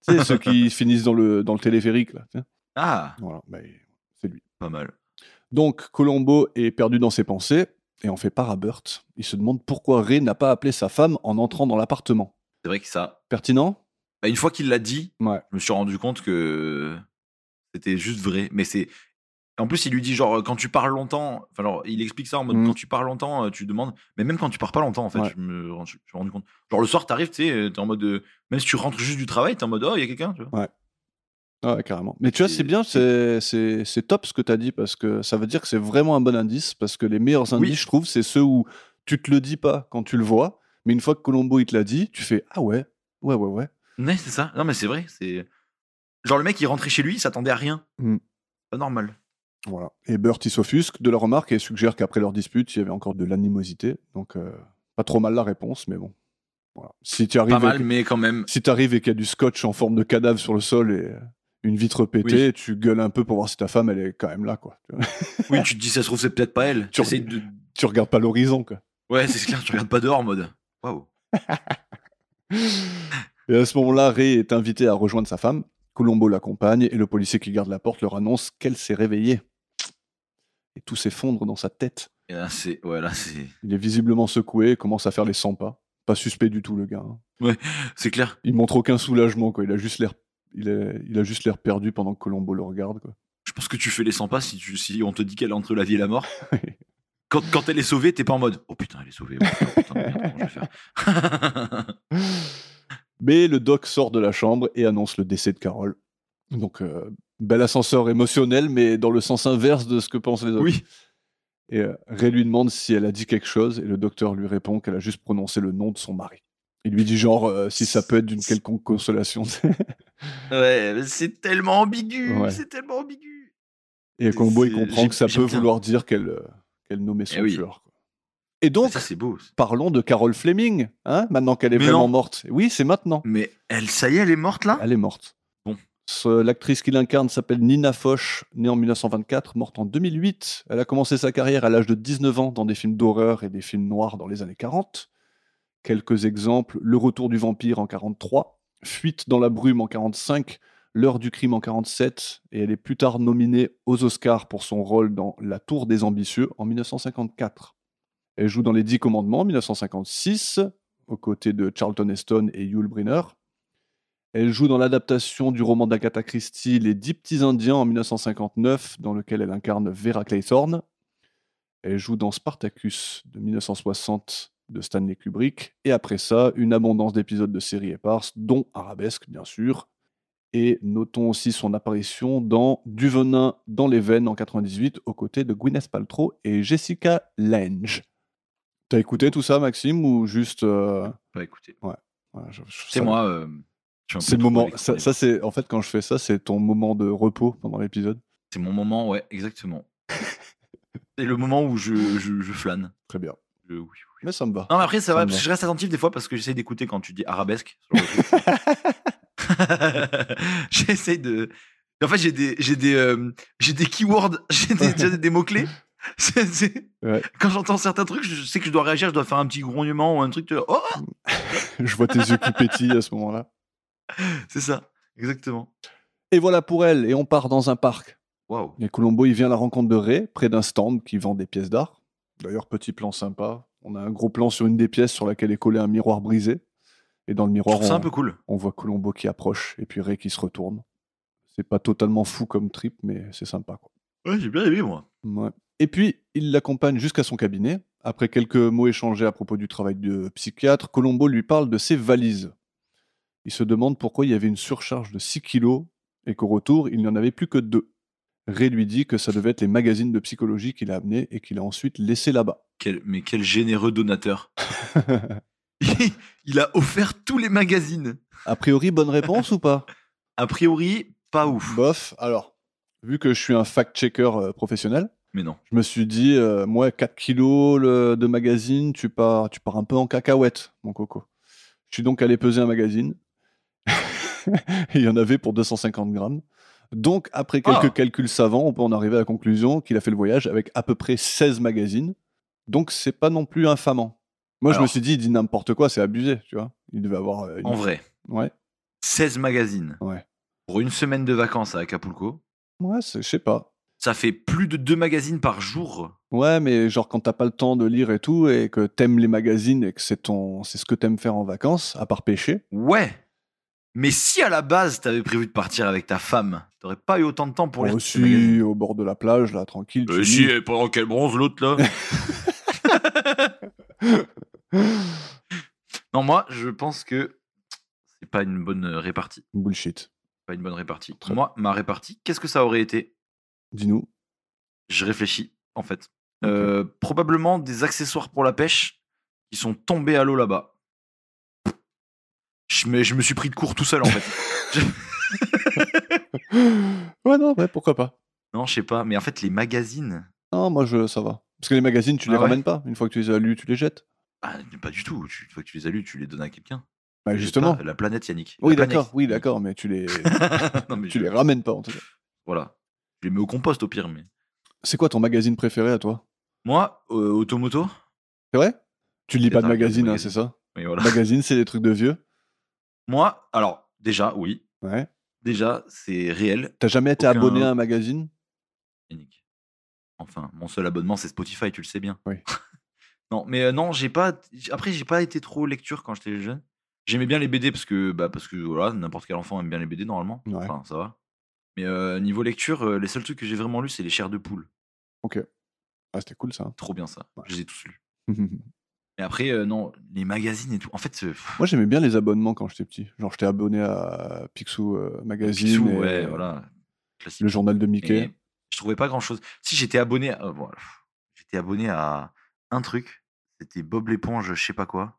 A: c'est ceux qui finissent dans le, dans le téléphérique, là. tiens.
B: Ah,
A: Voilà, bah, il- c'est lui.
B: pas mal.
A: Donc, Colombo est perdu dans ses pensées et en fait part à Burt. Il se demande pourquoi Ray n'a pas appelé sa femme en entrant dans l'appartement.
B: C'est vrai que ça.
A: Pertinent
B: Bah, une fois qu'il l'a dit,
A: Ouais.
B: je me suis rendu compte que c'était juste vrai. Mais c'est. En plus, il lui dit genre quand tu parles longtemps. Enfin, alors il explique ça en mode
A: Mm.
B: quand tu parles longtemps, euh, tu demandes. Mais même quand tu pars pas longtemps, en fait,
A: Ouais.
B: je, me, rends- je me suis rendu compte. Genre le soir, t'arrives, tu sais, euh, t'es en mode. euh, Même si tu rentres juste du travail, t'es en mode oh, il y a quelqu'un, tu vois.
A: Ah Ouais, carrément. Mais tu vois, c'est
B: C'est-
A: bien, c'est c'est- c'est top ce que tu as dit, parce que ça veut dire que c'est vraiment un bon indice, parce que les meilleurs indices,
B: Oui.
A: je trouve, c'est ceux où tu te le dis pas quand tu le vois, mais une fois que Colombo, il te l'a dit, tu fais Ah ouais, ouais, ouais, ouais.
B: Ouais, c'est ça. Non, mais c'est vrai. C'est genre le mec, il rentrait chez lui, il s'attendait à rien.
A: Mm.
B: Pas normal.
A: Voilà. Et Burt, il s'offusque de la remarque et suggère qu'après leur dispute, il y avait encore de l'animosité. Donc, euh, pas trop mal la réponse, mais bon. Voilà. Si tu arrives,
B: Pas mal,
A: avec-
B: mais quand même.
A: si t'arrives et qu'il y a du scotch en forme de cadavre sur le sol et euh, une vitre pétée, tu gueules un peu pour voir si ta femme, elle est quand même là, quoi. Tu, vois.
B: Oui, tu te dis, ça se trouve, c'est peut-être pas elle.
A: Tu
B: Tu essayes de.
A: Tu regardes pas l'horizon, quoi.
B: Ouais, c'est clair. Tu regardes pas dehors en mode. Waouh.
A: Et à ce moment-là, Ray est invité à rejoindre sa femme. Colombo l'accompagne et le policier qui garde la porte leur annonce qu'elle s'est réveillée. Et tout s'effondre dans sa tête.
B: Et là, c'est. Ouais, là, c'est.
A: Il est visiblement secoué et commence à faire les 100 pas. Pas suspect du tout, le gars. hein.
B: C'est clair.
A: Il montre aucun soulagement, quoi. Il a juste l'air. Il, est- il a juste l'air perdu pendant que Colombo le regarde. Quoi.
B: Je pense que tu fais les 100 pas si, tu, si on te dit qu'elle est entre la vie et la mort. Quand, quand elle est sauvée, t'es pas en mode Oh putain, elle est sauvée. Oh putain, putain, merde, comment je vais faire
A: Mais le doc sort de la chambre et annonce le décès de Carole. Donc, euh, bel ascenseur émotionnel, mais dans le sens inverse de ce que pensent les autres.
B: Oui.
A: Et euh, Ray lui demande si elle a dit quelque chose, et le docteur lui répond qu'elle a juste prononcé le nom de son mari. Il lui dit genre euh, si ça peut être d'une quelconque consolation.
B: Ouais, mais c'est tellement ambigu.
A: Ouais.
B: C'est tellement ambigu.
A: et Combo, il
B: C'est-
A: comprend
B: j'aime-
A: que ça peut
B: j'aime bien.
A: vouloir dire qu'elle euh, qu'elle nommait son
B: Eh oui.
A: tueur. quoi. Et donc,
B: ça, c'est beau.
A: parlons de Carole Fleming, hein, maintenant qu'elle est
B: Mais
A: vraiment
B: non.
A: morte. Oui, c'est maintenant.
B: Mais elle, ça y est, elle est morte là
A: Elle est morte.
B: Bon.
A: Ce- L'actrice qui l'incarne s'appelle Nina Foch, née en 1924, morte en 2008. Elle a commencé sa carrière à l'âge de 19 ans dans des films d'horreur et des films noirs dans les années 40. Quelques exemples Le Retour du Vampire en 43, Fuite dans la brume en 45, L'heure du crime en 47, et elle est plus tard nominée aux Oscars pour son rôle dans La Tour des Ambitieux en 1954. Elle joue dans Les Dix Commandements en 1956, aux côtés de Charlton Heston et Yul Brynner. Elle joue dans l'adaptation du roman d'Agatha Christie Les Dix Petits Indiens en 1959, dans lequel elle incarne Vera Claythorne. Elle joue dans Spartacus de 1960 de Stanley Kubrick. Et après ça, une abondance d'épisodes de séries éparses, dont Arabesque, bien sûr. Et notons aussi son apparition dans Du venin dans les veines en 98, aux côtés de Gwyneth Paltrow et Jessica Lange. T'as écouté tout ça, Maxime, ou juste... euh,
B: Bah écoutez,
A: voilà, je- je-
B: c'est
A: ça-
B: moi. euh, je suis un peu
A: c'est le
B: trop
A: moment.
B: électronique.
A: Ça, ça, c'est en fait quand je fais ça, c'est ton moment de repos pendant l'épisode.
B: C'est mon moment, ouais, exactement. c'est le moment où je, je, je flâne.
A: Très bien.
B: Je- oui, oui.
A: Mais ça me va.
B: Non, mais après, ça
A: Ça
B: va,
A: me
B: parce
A: va.
B: que je reste attentif des fois parce que j'essaie d'écouter quand tu dis arabesque. ce genre de truc. j'essaie de. En fait, j'ai des, j'ai des, euh, j'ai des keywords, j'ai des, j'ai des mots-clés. C'est- c'est-
A: Ouais.
B: Quand j'entends certains trucs, je sais que je dois réagir, je dois faire un petit grognement ou un truc. tu vois, Oh
A: je vois tes yeux qui pétillent à ce moment-là.
B: C'est ça, exactement.
A: Et voilà pour elle. Et on part dans un parc.
B: Waouh.
A: Et Colombo, il vient à la rencontre de Ray près d'un stand qui vend des pièces d'art. D'ailleurs, petit plan sympa. On a un gros plan sur une des pièces sur laquelle est collé un miroir brisé. Et dans le
B: Je
A: miroir,
B: trouve ça un
A: on,
B: peu cool.
A: on voit Colombo qui approche et puis Ray qui se retourne. C'est pas totalement fou comme trip, mais c'est sympa. quoi.
B: Ouais, j'ai bien aimé, moi.
A: Ouais. Et puis, il l'accompagne jusqu'à son cabinet. Après quelques mots échangés à propos du travail de psychiatre, Colombo lui parle de ses valises. Il se demande pourquoi il y avait une surcharge de 6 kilos et qu'au retour, il n'y en avait plus que deux. Ray lui dit que ça devait être les magazines de psychologie qu'il a amenés et qu'il a ensuite laissés là-bas.
B: Quel- mais quel généreux donateur. Il a offert tous les magazines.
A: A priori, bonne réponse ou pas
B: A priori, pas ouf.
A: Bof. Alors, vu que je suis un fact-checker euh, professionnel,
B: Mais non.
A: je me suis dit, euh, moi, 4 kilos le- de magazine, tu pars, tu pars un peu en cacahuète, mon coco. Je suis donc allé peser un magazine. Il y en avait pour 250 grammes. Donc, après quelques
B: Ah.
A: calculs savants, on peut en arriver à la conclusion qu'il a fait le voyage avec à peu près 16 magazines. Donc, c'est pas non plus infamant. Moi, je me
B: Alors.
A: suis dit, il dit n'importe quoi, c'est abusé, tu vois. Il devait avoir. euh, une-
B: En vrai.
A: Ouais,
B: 16 magazines
A: Ouais.
B: pour une semaine de vacances à Acapulco.
A: ouais c'est- je sais pas.
B: Ça fait plus de deux magazines par jour.
A: Ouais, mais genre quand t'as pas le temps de lire et tout, et que t'aimes les magazines et que c'est ton, c'est ce que t'aimes faire en vacances, à part pêcher,
B: Ouais. Mais si à la base, t'avais prévu de partir avec ta femme, t'aurais pas eu autant de temps pour
A: Moi
B: lire tous ces magazines.
A: aussi au bord de la plage, là, tranquille. tu
B: Euh,
A: lis.
B: si, et pendant qu'elle bronze, l'autre là. non, moi, je pense que c'est pas une bonne répartie.
A: Bullshit.
B: Pas une bonne répartie.
A: Très
B: Moi, ma répartie, qu'est-ce que ça aurait été
A: Dis-nous.
B: Je réfléchis, en fait. Euh, probablement des accessoires pour la pêche qui sont tombés à l'eau là-bas. Je me, je me suis pris de court tout seul, en fait.
A: ouais, non, ouais, pourquoi pas.
B: non, je sais pas, mais en fait, les magazines.
A: Non, moi, je, ça va. Parce que les magazines, tu les
B: Ah ouais
A: ramènes pas. Une fois que tu les as lus, tu les jettes.
B: Ah, pas du tout. Tu- Une fois que tu les as lus, tu les donnes à quelqu'un.
A: Bah,
B: Je sais
A: justement.
B: pas, la planète, Yannick.
A: Oui,
B: La planète.
A: d'accord, oui, d'accord, mais tu les,
B: Non, mais
A: tu
B: je-
A: les ramènes pas, en tout cas.
B: Voilà. Je les mets au compost au pire, mais.
A: C'est quoi ton magazine préféré à toi
B: Moi, euh, Automoto.
A: C'est vrai Tu lis
B: C'est
A: pas de
B: un
A: magazine, hein,
B: magazine.
A: c'est ça
B: Oui, voilà.
A: Magazine, c'est des trucs de vieux.
B: Moi, alors, déjà, oui.
A: Ouais.
B: Déjà, c'est réel,
A: T'as jamais été
B: Aucun.
A: abonné à un magazine
B: Yannick. Enfin, mon seul abonnement, c'est Spotify, tu le sais bien.
A: Oui.
B: non, mais euh, non, j'ai pas. j'- Après, j'ai pas été trop lecture quand j'étais jeune. J'aimais bien les BD parce que, bah, parce que voilà, n'importe quel enfant aime bien les BD normalement.
A: Ouais.
B: Enfin, ça va. Mais euh, niveau lecture, euh, les seuls trucs que j'ai vraiment lus, c'est les chairs de poule.
A: Ok. Ah, c'était cool ça.
B: Trop bien ça.
A: Ouais.
B: Je les ai tous lus.
A: Moi,
B: Et après, euh, non, les magazines et tout. En fait, c'est- pff,
A: j'aimais bien les abonnements quand j'étais petit. Genre, j'étais abonné à Picsou euh, Magazine,
B: Picsou,
A: et,
B: ouais,
A: euh,
B: voilà. Classique.
A: le journal de Mickey.
B: Mais je trouvais pas grand chose. Si j'étais abonné, à... euh, voilà, pff, j'étais abonné à un truc. C'était Bob l'éponge, je sais pas quoi.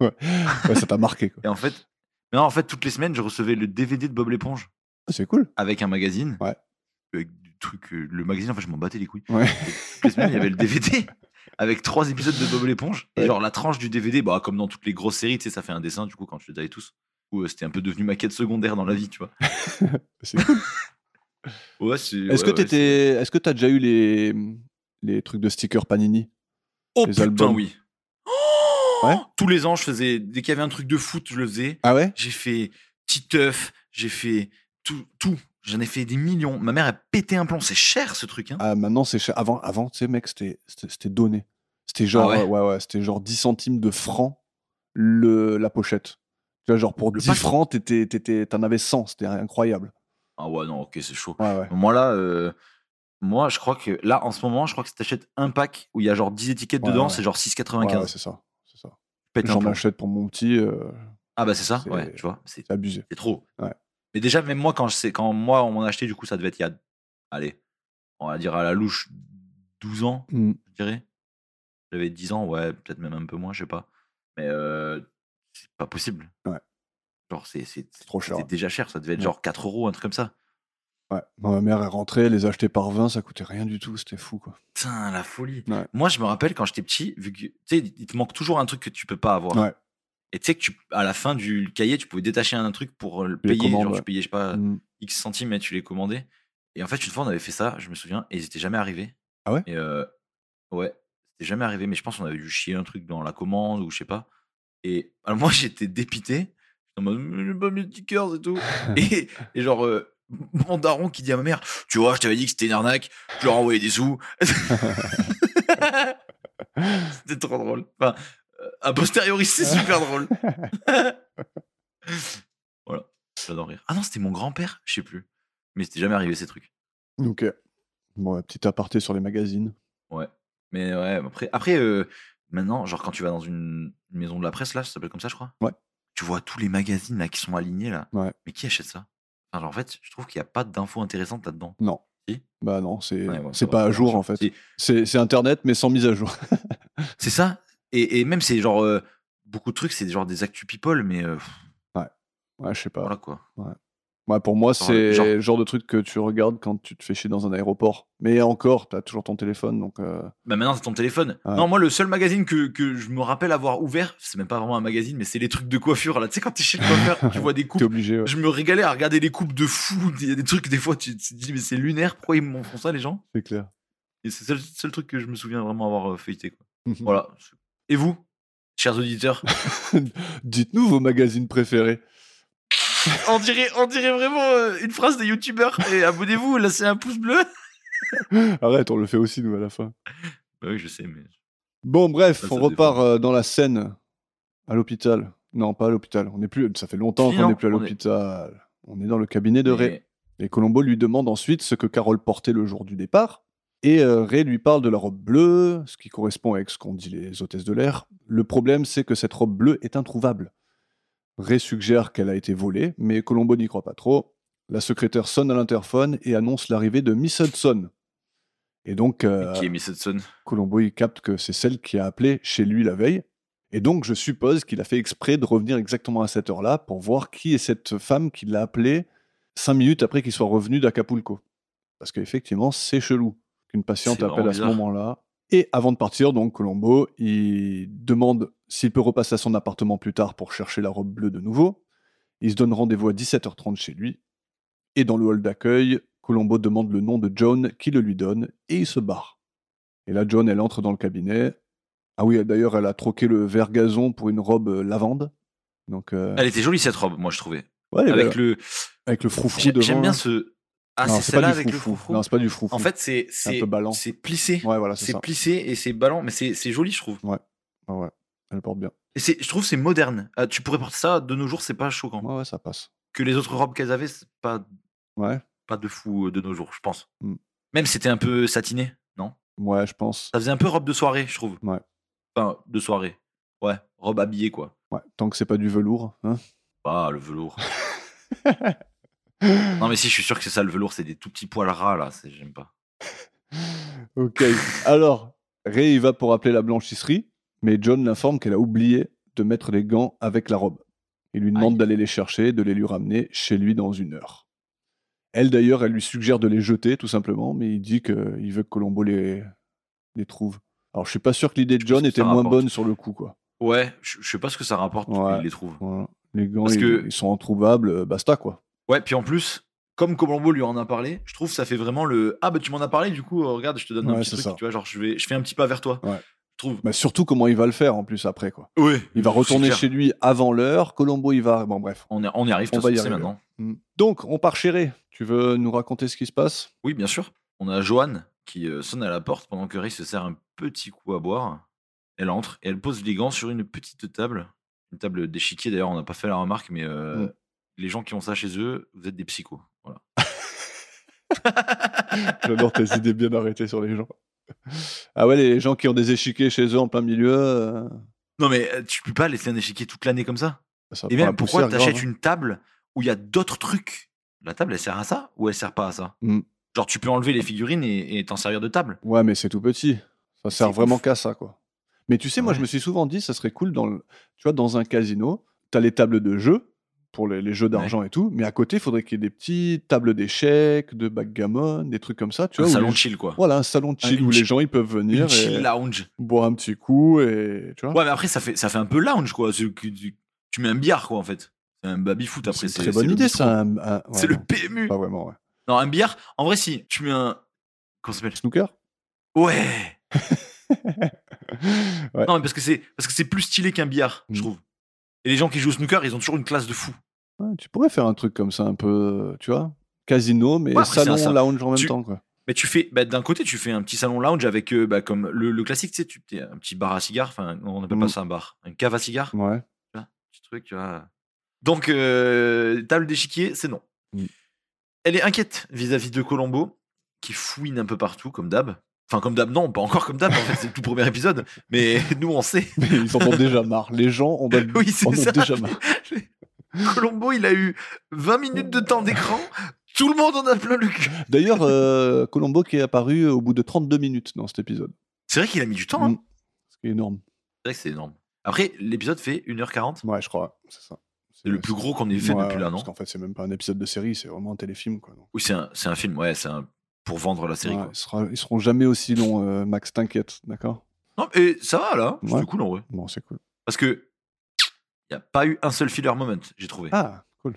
A: Ouais, ça t'a marqué. quoi.
B: Et en fait, non, en fait, toutes les semaines, je recevais le DVD de Bob l'éponge.
A: Ah, C'est cool.
B: avec un magazine.
A: Ouais.
B: Avec du truc, euh, le magazine, en fait, je m'en battais les couilles.
A: Ouais.
B: Et Toutes les semaines, il y avait le DVD avec trois épisodes de Bob l'éponge. Et
A: Ouais.
B: genre, la tranche du DVD, bah, comme dans toutes les grosses séries, tu sais, ça fait un dessin, du coup, quand tu les avais tous. Ou euh, c'était un peu devenu ma quête secondaire dans la vie, tu vois.
A: C'est cool.
B: Ouais, c'est.
A: Est-ce que
B: ouais, ouais, c'est-
A: t'étais, est-ce que t'as déjà eu les les trucs de stickers Panini
B: Oh
A: les
B: putain,
A: albums
B: oui.
A: Ouais.
B: Tous les ans, je faisais. Dès qu'il y avait un truc de foot, je le faisais.
A: Ah ouais
B: J'ai fait Titeuf, j'ai fait tout. tout. J'en ai fait des millions. Ma mère a pété un plomb. C'est cher, ce truc. Hein.
A: Ah maintenant c'est cher. Avant, avant, tu sais mec, c'était c'était c'était donné. C'était genre
B: Ah ouais
A: euh, ouais ouais, c'était genre 10 centimes de francs le la pochette. Tu vois genre pour
B: Le
A: 10
B: pack.
A: francs, t'étais t'étais t'en avais 100, c'était incroyable.
B: ah ouais, non, ok, c'est chaud.
A: Ouais ouais.
B: Moi là, euh, moi je crois que là en ce moment, je crois que si t'achètes un pack où il y a genre 10 étiquettes
A: Ouais,
B: dedans,
A: ouais.
B: c'est genre
A: Ouais,
B: 6,95.
A: ouais, c'est ça, c'est ça.
B: Pète un
A: J'en
B: plomb.
A: achète pour mon petit, euh,
B: ah bah c'est ça,
A: c'est-
B: ouais, tu vois, c'est
A: c'est abusé.
B: c'est trop.
A: Ouais.
B: Mais déjà, même moi, quand, je sais, quand moi on m'en a acheté, du coup, ça devait être il y a, allez, on va dire à la louche 12 ans,
A: Hmm.
B: je dirais. J'avais 10 ans, ouais, peut-être même un peu moins, je sais pas. Mais euh, c'est pas possible.
A: Ouais.
B: Genre, c'est c'est-
A: trop cher,
B: c'était
A: ouais.
B: déjà cher, ça devait être
A: Ouais.
B: genre 4 euros, un truc comme ça.
A: Ouais. Ma mère est rentrée, les acheter par 20, ça coûtait rien du tout, c'était fou quoi.
B: Putain, la folie.
A: Ouais.
B: Moi, je me rappelle quand j'étais petit, vu que tu sais, il te manque toujours un truc que tu peux pas avoir.
A: Ouais.
B: Et tu sais que tu, à la fin du cahier, tu pouvais détacher un truc pour le
A: les
B: payer.
A: commandes,
B: genre,
A: ouais.
B: tu payais, je sais pas,
A: Hmm.
B: X centimes et tu les commandais. Et en fait, une fois, on avait fait ça, je me souviens, et ils étaient jamais arrivés.
A: Ah ouais
B: Et euh, Ouais, c'était jamais arrivé, mais je pense qu'on avait dû chier un truc dans la commande ou je sais pas. Et alors, moi, j'étais dépité. J'étais en mode, Mais j'ai pas mes stickers et tout. et, et genre, euh, mon daron qui dit à ma mère, tu vois, je t'avais dit que c'était une arnaque, je leur ai envoyé des sous. C'était trop drôle. Enfin, euh, a posteriori, c'est super drôle. voilà, j'adore rire. Ah non, c'était mon grand-père, je sais plus. Mais c'était jamais arrivé ces trucs.
A: Ok. euh, Bon, ouais, petit aparté sur les magazines.
B: Mais ouais, après, après euh, maintenant, genre quand tu vas dans une maison de la presse, là, ça s'appelle comme ça, je crois.
A: Ouais.
B: Tu vois tous les magazines là qui sont alignés là.
A: Ouais.
B: Mais qui achète ça Enfin, genre, En fait, je trouve qu'il n'y a pas d'infos intéressantes là-dedans.
A: Non.
B: Si.
A: Bah non, c'est
B: Ouais, bon,
A: c'est
B: ça va,
A: pas à
B: ça
A: jour
B: marche.
A: en fait.
B: Si.
A: C'est c'est Internet mais sans mise à jour.
B: C'est ça. Et, et même, c'est genre. euh, beaucoup de trucs, c'est genre des actus people, mais euh, pff,
A: Ouais, je sais pas.
B: voilà quoi.
A: Ouais, pour moi,
B: Genre,
A: c'est
B: genre-
A: le genre de truc que tu regardes quand tu te fais chier dans un aéroport. Mais encore, t'as toujours ton téléphone, donc euh,
B: Bah maintenant, c'est ton téléphone.
A: Ouais.
B: Non, moi, le seul magazine que, que je me rappelle avoir ouvert, c'est même pas vraiment un magazine, mais c'est les trucs de coiffure. Là, tu sais, quand t'es chez le coiffeur, tu vois des
A: t'es
B: coupes.
A: obligé. ouais.
B: Je me régalais à regarder les coupes de fou. Il y a des trucs, des fois, tu tu te dis, mais c'est lunaire, pourquoi ils m'en font ça, les gens
A: C'est clair.
B: Et c'est le seul, seul truc que je me souviens vraiment avoir euh, feuilleté. Quoi. Voilà. Et vous, chers auditeurs
A: Dites-nous vos magazines préférés.
B: on, dirait, on dirait vraiment euh, une phrase des youtubeurs. Et abonnez-vous, laissez un pouce bleu.
A: Arrête, on le fait aussi nous à la fin.
B: Bah oui, je sais, mais.
A: Bon, bref,
B: Ça, ça
A: on
B: dépend.
A: repart euh, dans la scène à l'hôpital. Non, pas à l'hôpital. On n'est plus. Ça fait longtemps
B: Si,
A: qu'on
B: non,
A: n'est plus à
B: on est-
A: l'hôpital. On est dans le cabinet de Ray.
B: Mais-
A: Et Colombo lui demande ensuite ce que Carole portait le jour du départ. Et euh, Ray lui parle de la robe bleue, ce qui correspond avec ce qu'ont dit les hôtesses de l'air. Le problème, c'est que cette robe bleue est introuvable. Ray suggère qu'elle a été volée, mais Colombo n'y croit pas trop. La secrétaire sonne à l'interphone et annonce l'arrivée de Miss Hudson. Et donc, euh,
B: Qui est Miss Hudson
A: Colombo il capte que c'est celle qui a appelé chez lui la veille. Et donc, je suppose qu'il a fait exprès de revenir exactement à cette heure-là pour voir qui est cette femme qui l'a appelée cinq minutes après qu'il soit revenu d'Acapulco. Parce qu'effectivement, c'est chelou qu'une patiente
B: C'est
A: appelle à ce
B: vraiment bizarre.
A: moment-là. Et avant de partir, donc, Colombo, il demande s'il peut repasser à son appartement plus tard pour chercher la robe bleue de nouveau. Il se donne rendez-vous à 17h30 chez lui. Et dans le hall d'accueil, Colombo demande le nom de John qui le lui donne et il se barre. Et là, John, elle entre dans le cabinet. Ah oui, elle- d'ailleurs, elle a troqué le vert gazon pour une robe euh, lavande. Donc, euh,
B: Elle était jolie cette robe, moi je trouvais.
A: ouais, elle-
B: Avec le.
A: avec le froufrou
B: bah, J'ai-
A: devant.
B: J'aime bien
A: là.
B: ce. Ah,
A: Non,
B: c'est
A: c'est pas
B: celle-là
A: du
B: avec le
A: froufrou.
B: froufrou.
A: Non, c'est pas du froufrou.
B: En fait, c'est
A: un
B: c'est
A: peu ballant.
B: c'est plissé,
A: ouais, voilà, c'est
B: c'est
A: ça.
B: plissé et c'est ballant, mais c'est c'est joli, je trouve.
A: Ouais, ouais, elle porte bien.
B: Et c'est je trouve c'est moderne. Ah, tu pourrais porter ça de nos jours, c'est pas choquant.
A: Ouais, ouais, ça passe.
B: Que les autres robes qu'elles avaient, c'est pas
A: Ouais.
B: Pas de fou euh, de nos jours, je pense.
A: Mm.
B: Même c'était un peu satiné, non
A: Ouais, je pense.
B: Ça faisait un peu robe de soirée, je trouve.
A: Ouais.
B: Enfin, de soirée. Ouais, robe habillée, quoi.
A: Ouais, tant que c'est pas du velours. hein.
B: Bah, le velours. non, mais si, je suis sûr que c'est ça, le velours, c'est des tout petits poils ras, là. c'est- J'aime pas.
A: ok. Alors, Ray y va pour appeler la blanchisserie, mais John l'informe qu'elle a oublié de mettre les gants avec la robe. Il lui demande
B: Aïe.
A: d'aller les chercher et de les lui ramener chez lui dans une heure. Elle, d'ailleurs, elle lui suggère de les jeter, tout simplement, mais il dit qu'il veut que Colombo les... les trouve. Alors, je suis pas sûr que l'idée de
B: pense
A: John
B: que
A: était
B: ça
A: moins
B: rapporte.
A: bonne sur le coup, quoi.
B: Ouais, je je sais pas ce que ça rapporte,
A: Ouais.
B: il les trouve.
A: Voilà. Les gants,
B: Parce
A: ils,
B: que-
A: ils sont introuvables, euh, basta, quoi.
B: Ouais, puis en plus, comme Colombo lui en a parlé, je trouve que ça fait vraiment le Ah, bah tu m'en as parlé, du coup, euh, regarde, je te donne un
A: Ouais,
B: petit
A: c'est
B: truc,
A: ça.
B: tu vois, genre je, vais, je fais un petit pas vers toi.
A: Ouais.
B: Je trouve.
A: Mais Bah, surtout, comment il va le faire, en plus, après, quoi.
B: Ouais.
A: Il va
B: c'est
A: retourner
B: clair.
A: chez lui avant l'heure, Colombo, il va... Bon, bref.
B: On y, on y arrive, de
A: On va
B: toute façon,
A: y
B: c'est
A: arriver.
B: maintenant.
A: Mm. Donc, on part chez Ray. Tu veux nous raconter ce qui se passe
B: Oui, bien sûr. On a Joanne qui euh, sonne à la porte pendant que Ray se sert un petit coup à boire. Elle entre et elle pose les gants sur une petite table. Une table d'échiquier, d'ailleurs, on n'a pas fait la remarque, mais euh,
A: Mm.
B: les gens qui ont ça chez eux, vous êtes des psychos. Voilà.
A: J'adore tes idées bien arrêtées sur les gens. Ah ouais, les gens qui ont des échiquiers chez eux en plein milieu, euh,
B: Non, mais euh, tu peux pas laisser un échiquier toute l'année comme ça.
A: ça prend Bah,
B: Et
A: la
B: même Eh pourquoi
A: poussière,
B: t'achètes
A: grave, hein.
B: une table où il y a d'autres trucs La table, elle sert à ça ou elle sert pas à ça
A: Mm.
B: Genre, tu peux enlever les figurines et et t'en servir de table.
A: hein. Ouais, mais c'est tout petit. Ça sert
B: ouf.
A: vraiment qu'à ça, quoi. Mais tu sais, moi,
B: Ouais.
A: je me suis souvent dit, ça serait cool dans, le- tu vois, dans un casino, t'as les tables de jeu pour les, les jeux d'argent et tout, mais à côté, il faudrait qu'il y ait des petites tables d'échecs, de backgammon, des trucs comme ça, tu
B: Un
A: vois. où
B: salon
A: les- euh,
B: chill, quoi.
A: Voilà, un salon
B: Ah,
A: chill
B: une
A: où les
B: chi-
A: gens ils peuvent venir
B: Une
A: et
B: chill lounge.
A: boire un petit coup et tu vois.
B: Ouais, mais après, ça fait, ça fait un peu lounge, quoi. C'est que Tu, tu mets un billard, quoi, en fait. C'est un baby-foot, après.
A: C'est une très
B: c'est
A: bonne
B: le
A: idée,
B: bistrot.
A: ça. un- un- ouais,
B: C'est le
A: non,
B: PMU.
A: Pas vraiment, ouais.
B: Non, un billard. En vrai, si tu mets un. Comment ça s'appelle
A: Snooker
B: Ouais.
A: Ouais.
B: Non, mais parce que c'est parce que c'est plus stylé qu'un billard,
A: Mm.
B: je trouve. Et les gens qui jouent au snooker, ils ont toujours une classe de fou.
A: Ouais, Tu pourrais faire un truc comme ça, un peu, euh, tu vois, casino, mais
B: Ouais, après, c'est un
A: salon,
B: salon.
A: lounge en même
B: Tu-
A: temps, quoi.
B: Mais tu fais, bah, d'un côté, tu fais un petit salon lounge avec, euh, bah, comme le, le classique, tu sais, tu t'es un petit bar à cigares, enfin, on appelle
A: Mm.
B: pas ça un bar, un cave à cigares,
A: Ouais.
B: tu vois, petit truc, tu vois. Donc, euh, table d'échiquier, c'est non.
A: Mm.
B: Elle est inquiète vis-à-vis de Colombo, qui fouine un peu partout, comme d'hab. Enfin, comme d'hab, non, pas encore comme d'hab, en fait, c'est le tout premier épisode, mais nous, on sait.
A: Mais ils en ont déjà marre. Les gens en, ont-
B: Oui, c'est
A: en ont
B: ça.
A: Bah, déjà marre.
B: Colombo, il a eu 20 minutes de temps d'écran, tout le monde en a plein le cul.
A: D'ailleurs, euh, Colombo qui est apparu au bout de 32 minutes dans cet épisode.
B: C'est vrai qu'il a mis du temps, hein.
A: Mm. C'est énorme.
B: C'est vrai que c'est énorme. Après, l'épisode fait 1h40.
A: Ouais, je crois. C'est ça.
B: C'est le plus gros qu'on ait fait
A: Ouais,
B: depuis
A: ouais,
B: là, non
A: Parce qu'en fait, c'est même pas un épisode de série, c'est vraiment un téléfilm, quoi. donc.
B: Oui, c'est un, c'est un film, ouais, c'est un... pour vendre la série.
A: Ouais,
B: quoi.
A: ils, sera- ils seront jamais aussi longs, euh, Max, t'inquiète, d'accord
B: Non, mais ça va là, c'est
A: Ouais.
B: cool en vrai.
A: Bon, c'est cool.
B: Parce que il n'y a pas eu un seul filler moment, j'ai trouvé.
A: Ah, cool.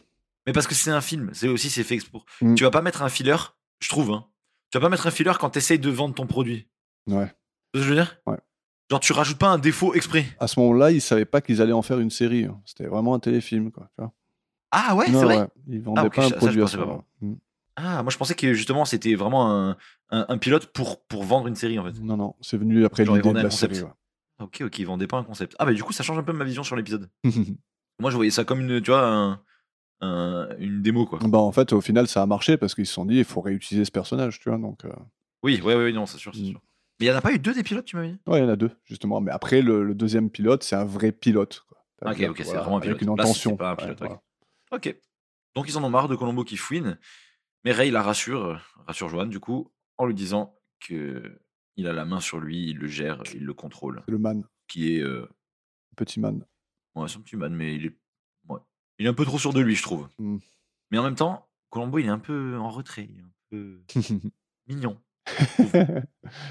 B: Mais parce que c'est un film, c'est aussi c'est fait pour.
A: Mm.
B: Tu vas pas mettre un filler, je trouve, hein. Tu vas pas mettre un filler quand t'essayes de vendre ton produit.
A: Ouais.
B: Tu vois ce que je veux dire
A: Ouais.
B: Genre, tu rajoutes pas un défaut exprès.
A: à ce moment-là, ils savaient pas qu'ils allaient en faire une série. hein. C'était vraiment un téléfilm, quoi. tu vois.
B: Ah ouais,
A: Non,
B: c'est vrai
A: ouais, Ils vendaient
B: Ah, ok,
A: pas un
B: ça- ça, je
A: produit à
B: pensais
A: ce
B: pas.
A: moment-là. Mm.
B: Ah, moi je pensais que justement c'était vraiment un, un- un pilote pour, pour vendre une série en fait.
A: Non, non, c'est venu après
B: Genre, ils
A: l'idée de
B: vendaient
A: la
B: un concept.
A: série.
B: Ah, Ok, ok, ils vendaient pas un concept. Ah bah du coup, ça change un peu ma vision sur l'épisode.
A: ouais.
B: Moi, je voyais ça comme une, tu vois, un- un- une démo, quoi.
A: bah, en fait, au final, ça a marché parce qu'ils se sont dit, il faut réutiliser ce personnage, tu vois. Donc, euh,
B: Oui, ouais, ouais, non, c'est sûr, c'est
A: Mm.
B: sûr. Mais il n'y en a pas eu deux des pilotes, tu m'as dit
A: ouais, il y en a deux, justement. Mais après, le, le deuxième pilote, c'est un vrai pilote. Quoi.
B: Ok,
A: Voilà,
B: ok, c'est vraiment un
A: Avec
B: pilote.
A: une
B: Là, c'est-
A: intention.
B: c'est pas un pilote,
A: ouais,
B: ok. Ok. Donc, ils en ont marre de Colombo qui fouine. Mais Ray la rassure, euh, rassure Joanne, du coup, en lui disant que il a la main sur lui, il le gère, il le contrôle.
A: C'est le man,
B: Qui est. euh,
A: petit man.
B: ouais, c'est un petit man, mais il est. ouais. Il est un peu trop sûr de lui, je trouve.
A: Mm.
B: Mais en même temps, Colombo, il est un peu en retrait. Il est un peu mignon.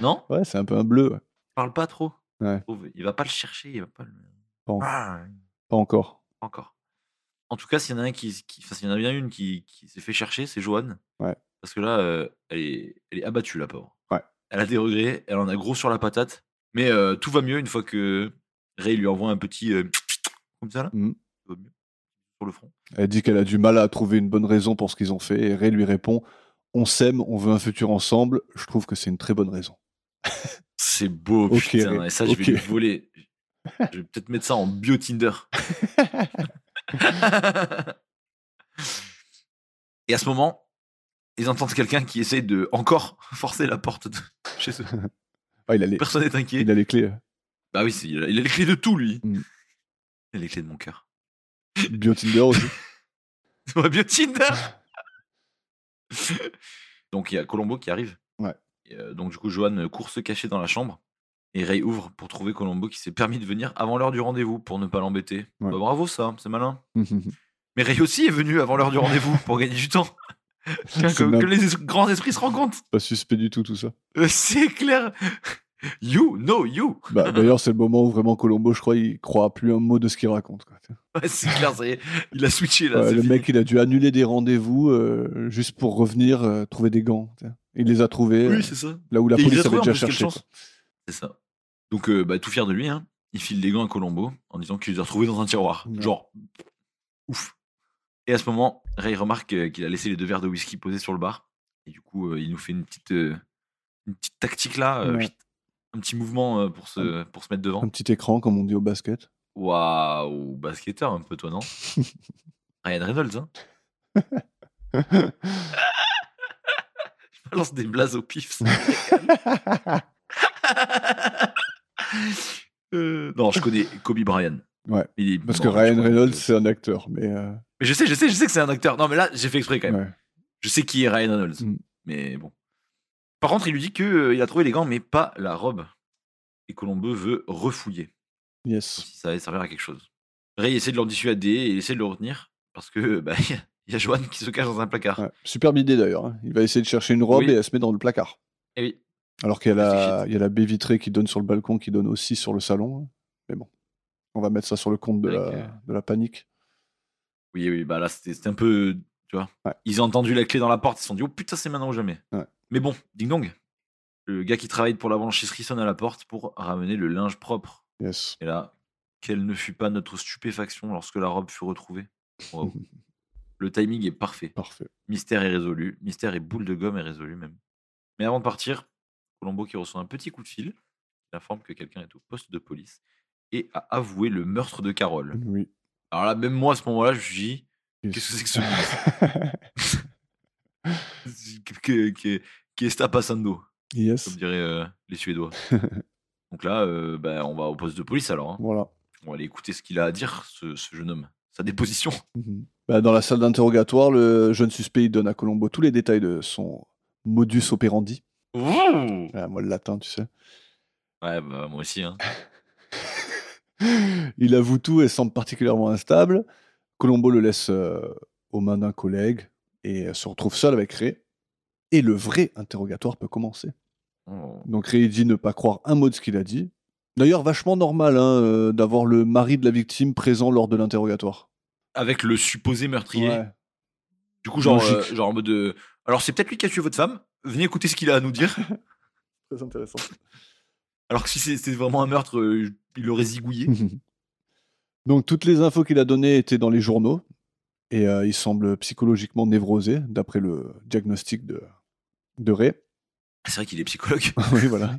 B: Non
A: ouais, c'est un peu un bleu. ouais.
B: Il parle pas trop.
A: Ouais.
B: je trouve. Il va pas le chercher, il va pas le.
A: Pas, en-
B: Ah,
A: pas encore.
B: Pas encore. En tout cas, s'il y en a un qui, qui- enfin, s'il y en a bien une qui, qui s'est fait chercher, c'est Joanne.
A: Ouais.
B: Parce que là, euh, elle, est, elle est abattue, la pauvre.
A: Ouais.
B: Elle a des regrets, elle en a gros sur la patate. Mais euh, tout va mieux une fois que Ray lui envoie un petit euh, comme ça là.
A: Mhm.
B: Tout va mieux sur le front.
A: Elle dit qu'elle a du mal à trouver une bonne raison pour ce qu'ils ont fait. Et Ray lui répond On s'aime, on veut un futur ensemble. Je trouve que c'est une très bonne raison.
B: C'est beau,
A: Ok,
B: putain.
A: Ray.
B: Et ça, je
A: Ok.
B: vais lui voler. je vais peut-être mettre ça en bio Tinder. et à ce moment, ils entendent quelqu'un qui essaie de encore forcer la porte de chez eux.
A: Ah, il, a les...
B: Personne n'est inquiet.
A: il a les clés. euh,
B: Bah oui, c'est- il a, il a les clés de tout, lui.
A: Mm.
B: Il a les clés de mon cœur.
A: Bio Tinder aussi.
B: Ouais, bien Tinder Donc il y a Colombo qui arrive.
A: Ouais.
B: Et, euh, donc du coup, Johan court se cacher dans la chambre. Et Ray ouvre pour trouver Colombo qui s'est permis de venir avant l'heure du rendez-vous pour ne pas l'embêter.
A: Ouais.
B: Bah, bravo ça, c'est malin. Mais Ray aussi est venu avant l'heure du rendez-vous pour gagner du temps.
A: C'est
B: que, que
A: même
B: les es- grands esprits se rencontrent.
A: pas suspect du tout tout ça.
B: Euh, C'est clair. You, no, you.
A: Bah, D'ailleurs, c'est le moment où vraiment Colombo, je crois, il croit plus un mot de ce qu'il raconte. quoi.
B: Ouais, c'est clair, ça y est. Il a switché là.
A: Ouais,
B: c'est
A: le
B: fini.
A: mec, il a dû annuler des rendez-vous euh, juste pour revenir euh, trouver des gants. tu sais. Il les a trouvés euh,
B: Oui, c'est ça.
A: là où la
B: Et il les a
A: police avait
B: trouvés, en
A: déjà
B: plus, quelle
A: cherché.
B: chance. C'est ça. Donc, euh, bah, tout fier de lui, hein, il file les gants à Colombo en disant qu'il les a retrouvés dans un tiroir.
A: Ouais.
B: Genre, ouf. Et à ce moment, Ray remarque euh, qu'il a laissé les deux verres de whisky posés sur le bar. Et du coup, euh, il nous fait une petite, euh, une petite tactique là, euh,
A: Ouais.
B: un petit mouvement euh, pour, se, pour se mettre devant.
A: Un petit écran, comme on dit au basket.
B: Waouh, basketteur un peu, toi, non Ryan Reynolds, hein Je balance des blases au pif. ça. Euh, non, je connais Kobe Bryant.
A: Ouais,
B: Il est
A: Parce que
B: mort, je
A: Ryan
B: crois.
A: Reynolds, c'est un acteur. Mais euh,
B: Mais je sais, je sais, je sais que c'est un acteur. Non, mais là, j'ai fait exprès quand même.
A: ouais.
B: Je sais qui est Ryan Reynolds.
A: Mm.
B: Mais bon. Par contre, il lui dit que euh, il a trouvé les gants, mais pas la robe. Et Colombeux veut refouiller.
A: yes.
B: si ça allait servir à quelque chose. Ray essaie de l'en dissuader et il essaie de le retenir parce que bah, il y a- il y a Joanne qui se cache dans un placard.
A: Ouais. Superbe idée d'ailleurs. hein. Il va essayer de chercher une robe
B: Oui.
A: et elle se met dans le placard.
B: Eh oui.
A: Alors qu'il y, a
B: C'est
A: la- il y a la baie vitrée qui donne sur le balcon, qui donne aussi sur le salon. Mais bon, on va mettre ça sur le compte de,
B: Avec,
A: la,
B: euh,
A: de la panique.
B: oui, oui, bah là c'était c'était un peu, tu vois.
A: Ouais.
B: Ils ont entendu la clé dans la porte, ils se sont dit oh putain c'est maintenant ou jamais.
A: Ouais.
B: Mais bon, ding dong. Le gars qui travaille pour la blanchisserie sonne à la porte pour ramener le linge propre.
A: Yes.
B: Et là, quelle ne fut pas notre stupéfaction lorsque la robe fut retrouvée. Wow. le timing est parfait.
A: Parfait.
B: Mystère est résolu. Mystère et boule de gomme est résolu même. Mais avant de partir, Colombo qui reçoit un petit coup de fil, il informe que quelqu'un est au poste de police et a avoué le meurtre de Carole.
A: Oui.
B: Alors là, même moi à ce moment-là, je me suis dit,
A: Yes.
B: qu'est-ce que c'est que ce que, que, que esta passando, comme
A: yes.
B: diraient euh, les Suédois. Donc là, euh, bah, on va au poste de police alors. hein.
A: Voilà.
B: On va aller écouter ce qu'il a à dire, ce, ce jeune homme, sa déposition.
A: Mhm. Bah, dans la salle d'interrogatoire, le jeune suspect il donne à Colombo tous les détails de son modus operandi.
B: Ouh
A: Ah, moi, le latin, tu sais.
B: ouais, bah, moi aussi. Hein.
A: Il avoue tout et semble particulièrement instable. Colombo le laisse euh, aux mains d'un collègue et euh, se retrouve seul avec Ray. Et le vrai interrogatoire peut commencer.
B: Oh.
A: Donc Ray dit ne pas croire un mot de ce qu'il a dit. D'ailleurs, vachement normal hein, euh, d'avoir le mari de la victime présent lors de l'interrogatoire.
B: Avec le supposé meurtrier.
A: Ouais.
B: Du coup, genre, euh,
A: Logique.
B: genre en mode. euh, alors, c'est peut-être lui qui a tué votre femme. Venez écouter ce qu'il a à nous dire.
A: Très intéressant.
B: Alors que si c'est- c'était vraiment un meurtre, euh, il aurait zigouillé.
A: Mm. Donc toutes les infos qu'il a données étaient dans les journaux et euh, il semble psychologiquement névrosé d'après le diagnostic de, de Ray.
B: Ah, C'est vrai qu'il est psychologue.
A: oui, voilà.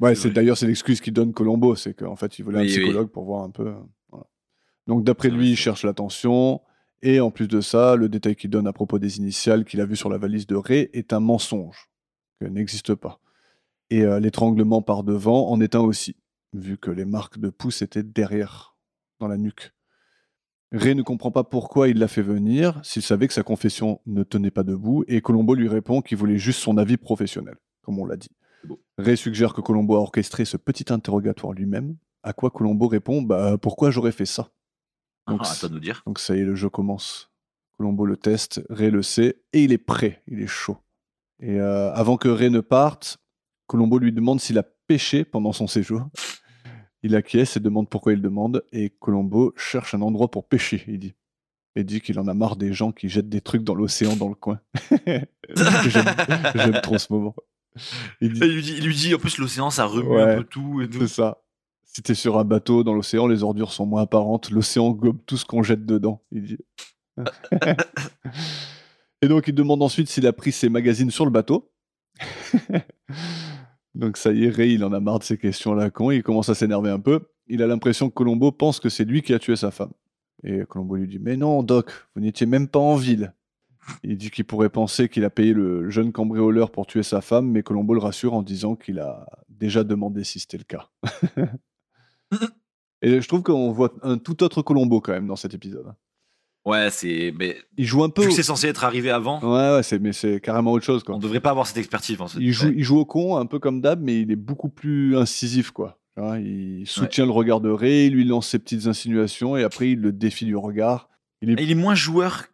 A: Ouais,
B: C'est
A: c'est
B: vrai.
A: d'ailleurs c'est l'excuse qu'il donne Colombo, c'est qu'en fait il voulait un
B: Oui, oui.
A: psychologue pour voir un peu. euh, voilà. Donc d'après
B: C'est
A: lui,
B: vrai,
A: il
B: c'est
A: cherche l'attention et en plus de ça, le détail qu'il donne à propos des initiales qu'il a vu sur la valise de Ray est un mensonge, que n'existe pas. Et euh, l'étranglement par devant en est un aussi, vu que les marques de pouce étaient derrière, dans la nuque. Ray ne comprend pas pourquoi il l'a fait venir, s'il savait que sa confession ne tenait pas debout, et Colombo lui répond qu'il voulait juste son avis professionnel, comme on l'a dit.
B: C'est beau.
A: Ray suggère que Colombo a orchestré ce petit interrogatoire lui-même, à quoi Colombo répond Bah, pourquoi j'aurais fait ça Donc,
B: ah, à toi de nous dire.
A: donc ça y est, le jeu commence. Colombo le teste, Ray le sait, et il est prêt, il est chaud. Et euh, avant que Ray ne parte, Colombo lui demande s'il a pêché pendant son séjour. Il acquiesce et demande pourquoi il demande, et Colombo cherche un endroit pour pêcher, il dit. Et dit qu'il en a marre des gens qui jettent des trucs dans l'océan dans le coin. J'aime j'aime trop ce moment. Il dit,
B: Il lui, dit, il lui dit, en plus, l'océan, ça remue
A: Mm. Ouais.
B: un peu tout. Et tout.
A: c'est ça. Si t'es sur un bateau dans l'océan, les ordures sont moins apparentes. L'océan gobe tout ce qu'on jette dedans. Il dit. Et donc, il demande ensuite s'il a pris ses magazines sur le bateau. donc, ça y est, Ray, il en a marre de ces questions à la con. Il commence à s'énerver un peu. Il a l'impression que Colombo pense que c'est lui qui a tué sa femme. Et Colombo lui dit Mais non, Doc, vous n'étiez même pas en ville. Il dit qu'il pourrait penser qu'il a payé le jeune cambrioleur pour tuer sa femme, mais Colombo le rassure en disant qu'il a déjà demandé si c'était le cas. Et je trouve qu'on voit un tout autre Colombo quand même dans cet épisode.
B: Ouais, c'est. Mais
A: Il joue un peu.
B: vu
A: au-
B: que c'est censé être arrivé avant,
A: Ouais, ouais, c'est- mais c'est carrément autre chose. Quoi.
B: on devrait pas avoir cette expertise. En fait.
A: Il joue,
B: Ouais.
A: il joue au con, un peu comme d'hab, mais il est beaucoup plus incisif, quoi. Tu vois, il soutient le regard de Ray, il lui lance ses petites insinuations, et après, il le défie du regard.
B: Et Il est moins joueur,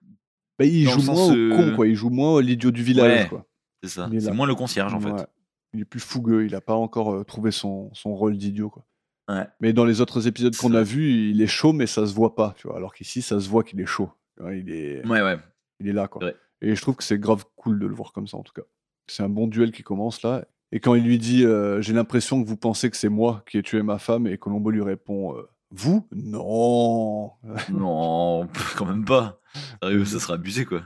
A: Bah, il
B: Dans le
A: joue
B: sens,
A: moins
B: euh,
A: au con, quoi. Il joue moins à l'idiot du village,
B: Ouais,
A: quoi.
B: c'est ça.
A: Il est
B: C'est
A: là.
B: moins le concierge en
A: Ouais.
B: fait.
A: Il est plus fougueux, il n'a pas encore euh, trouvé son, son rôle d'idiot, quoi.
B: Ouais.
A: Mais dans les autres épisodes qu'on
B: C'est-
A: a vus, il est chaud, mais ça se voit pas, tu vois. Alors qu'ici, ça se voit qu'il est chaud. Tu vois, il est...
B: Ouais, ouais.
A: il est là quoi.
B: Ouais.
A: Et je trouve que c'est grave cool de le voir comme ça en tout cas. C'est un bon duel qui commence là. Et quand il lui dit euh, j'ai l'impression que vous pensez que c'est moi qui ai tué ma femme et Colombo lui répond euh, vous non.
B: non, pff, quand même pas. Sérieux, ça sera abusé quoi.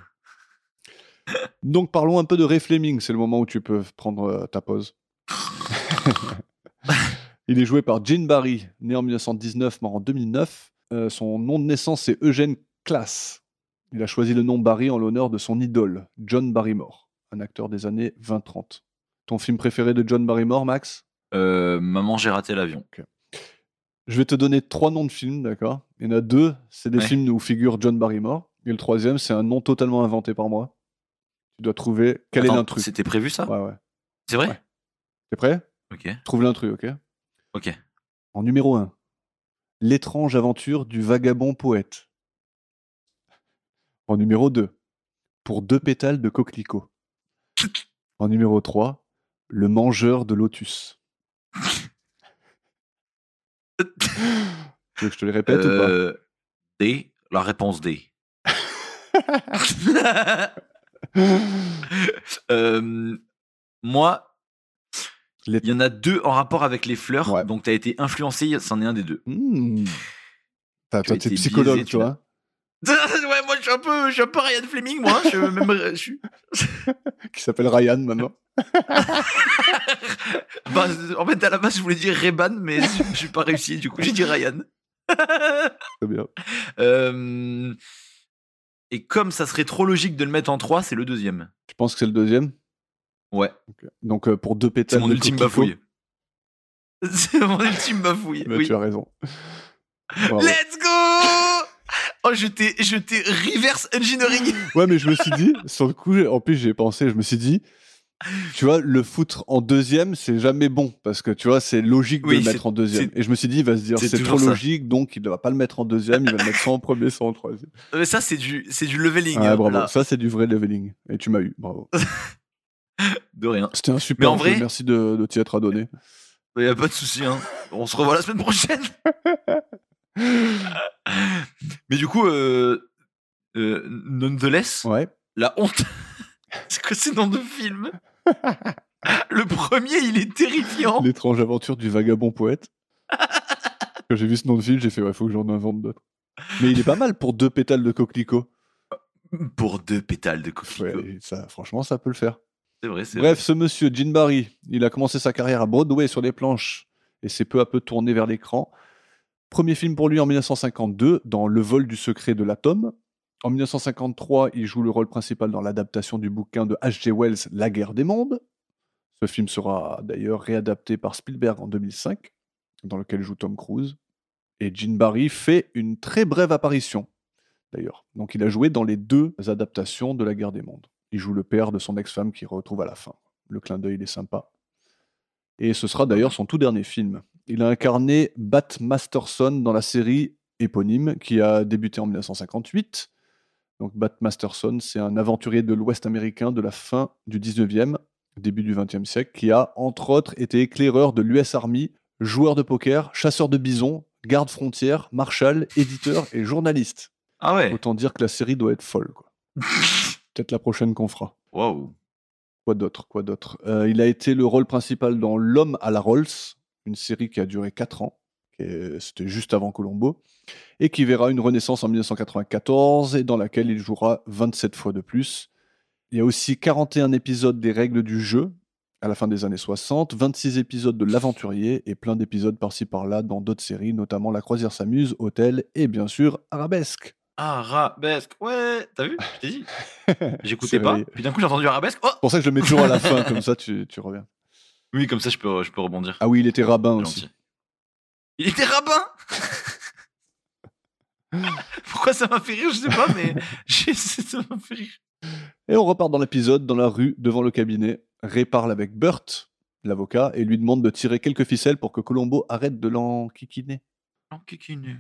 A: Donc parlons un peu de Ray Fleming, c'est le moment où tu peux prendre euh, ta pause. il est joué par Gene Barry, né en 1919, mort en 2009. Euh, son nom de naissance c'est Eugène Class. Il a choisi le nom Barry en l'honneur de son idole, John Barrymore, un acteur des années 20-30. Ton film préféré de John Barrymore, Max
B: Euh, maman, j'ai raté l'avion.
A: Je vais te donner trois noms de films, d'accord Il y en a deux, c'est des
B: Ouais.
A: films où figure John Barrymore. Et le troisième, c'est un nom totalement inventé par moi. Tu dois trouver quel est
B: Attends,
A: l'intrus.
B: C'était prévu ça
A: Ouais, ouais.
B: C'est vrai
A: Ouais. T'es prêt
B: Ok,
A: Trouve l'intrus, ok
B: ok.
A: En numéro 1, L'étrange aventure du vagabond poète. En numéro 2, Pour deux pétales de coquelicot. En numéro 3, Le mangeur de lotus. Tu veux que je te les répète ou
B: Euh, D, la réponse D.
A: pas
B: Euh, moi,
A: Les-
B: il y en a deux en rapport avec les fleurs,
A: Ouais.
B: donc t'as été influencé, c'en est un des deux.
A: Hmm. T'as-
B: Tu
A: Toi,
B: as
A: t'es
B: été
A: psychologue,
B: biaisé,
A: tu
B: tu l'as.
A: vois.
B: ouais, moi je suis un peu, je suis un peu Ryan Fleming, moi. hein, Je, même, je suis-
A: hein, Qui s'appelle Ryan maintenant.
B: bah, en fait, à la base, je voulais dire Reban, mais je suis pas réussi, du coup, j'ai dit Ryan.
A: Très bien.
B: Euh, et comme ça serait trop logique de le mettre en 3, c'est le deuxième.
A: Tu penses que c'est le deuxième
B: Ouais,
A: Donc euh, pour deux
B: c'est
A: pétales
B: mon
A: de
B: ultime
A: coquelicot.
B: bafouille. C'est mon ultime bafouille.
A: Mais
B: oui.
A: Tu as raison. Bravo.
B: Let's go Oh, je t'ai je t'ai reverse engineering.
A: Ouais, mais je me suis dit, sur le coup, j'ai- en plus, j'ai pensé, je me suis dit, tu vois, le foutre en deuxième, c'est jamais bon, parce que tu vois, c'est logique
B: Oui,
A: de le
B: c'est-
A: mettre en deuxième. Et je me suis dit, il va se dire,
B: c'est
A: c'est trop
B: toujours ça.
A: logique, donc il ne va pas le mettre en deuxième, il va le mettre soit en premier, soit en troisième.
B: Euh, ça, c'est du, c'est du leveling.
A: Ouais,
B: hein,
A: bravo.
B: là.
A: Ça, c'est du vrai leveling. Et tu m'as eu, bravo.
B: De rien.
A: C'était un super
B: en
A: jeu,
B: vrai-
A: merci de, de t'y être adonné.
B: Il a pas de souci. Hein. On se revoit la semaine prochaine. Mais du coup, euh, euh, nonetheless,
A: Ouais.
B: la honte. c'est quoi ces noms de films Le premier, il est terrifiant.
A: L'étrange aventure du vagabond poète. Quand j'ai vu ce nom de film, j'ai fait, ouais, faut que j'en invente d'autres. Mais il est pas mal pour deux pétales de coquelicot.
B: Pour deux pétales de coquelicot.
A: Ouais, ça, franchement, ça peut le faire.
B: C'est vrai, c'est
A: Bref, ce monsieur, Gene Barry, il a commencé sa carrière à Broadway sur les planches et s'est peu à peu tourné vers l'écran. Premier film pour lui en 1952, dans Le vol du secret de l'atome. En 1953, il joue le rôle principal dans l'adaptation du bouquin de H.G. Wells, La guerre des mondes. Ce film sera d'ailleurs réadapté par Spielberg en 2005, dans lequel joue Tom Cruise. Et Gene Barry fait une très brève apparition, d'ailleurs. Donc il a joué dans les deux adaptations de La guerre des mondes. Il joue le père de son ex-femme qu'il retrouve à la fin. Le clin d'œil, il est sympa. Et ce sera d'ailleurs son tout dernier film. Il a incarné Bat Masterson dans la série éponyme qui a débuté en 1958. Donc Bat Masterson, c'est un aventurier de l'Ouest américain de la fin du 19e, début du 20e siècle, qui a entre autres été éclaireur de l'US Army, joueur de poker, chasseur de bisons, garde frontière, marshal, éditeur et journaliste.
B: Ah ouais.
A: Autant dire que la série doit être folle. quoi. Peut-être la prochaine qu'on fera.
B: Waouh.
A: Quoi d'autre Quoi d'autre Euh, Il a été le rôle principal dans L'homme à la Rolls, une série qui a duré 4 ans. et C'était juste avant Colombo, et qui verra une renaissance en 1994 et dans laquelle il jouera 27 fois de plus. Il y a aussi 41 épisodes des règles du jeu à la fin des années 60, 26 épisodes de L'Aventurier et plein d'épisodes par-ci par-là dans d'autres séries, notamment La Croisière s'amuse, Hôtel et bien sûr Arabesque.
B: Arabesque. Ouais, t'as vu Je t'ai dit.
A: C'est
B: J'écoutais pas.
A: réveillé.
B: Puis d'un coup, j'ai entendu arabesque. Oh
A: C'est pour ça que je le mets toujours à la fin, comme ça tu, tu reviens.
B: Oui, comme ça, je peux, je peux rebondir.
A: Ah oui, il était rabbin aussi.
B: Gentil. Il était rabbin Pourquoi ça m'a fait rire Je sais pas, mais j'ai- ça m'a fait rire.
A: Et on repart dans l'épisode, dans la rue, devant le cabinet. Ray parle avec Burt, l'avocat, et lui demande de tirer quelques ficelles pour que Colombo arrête de l'enquiquiner.
B: Oh, kikiné.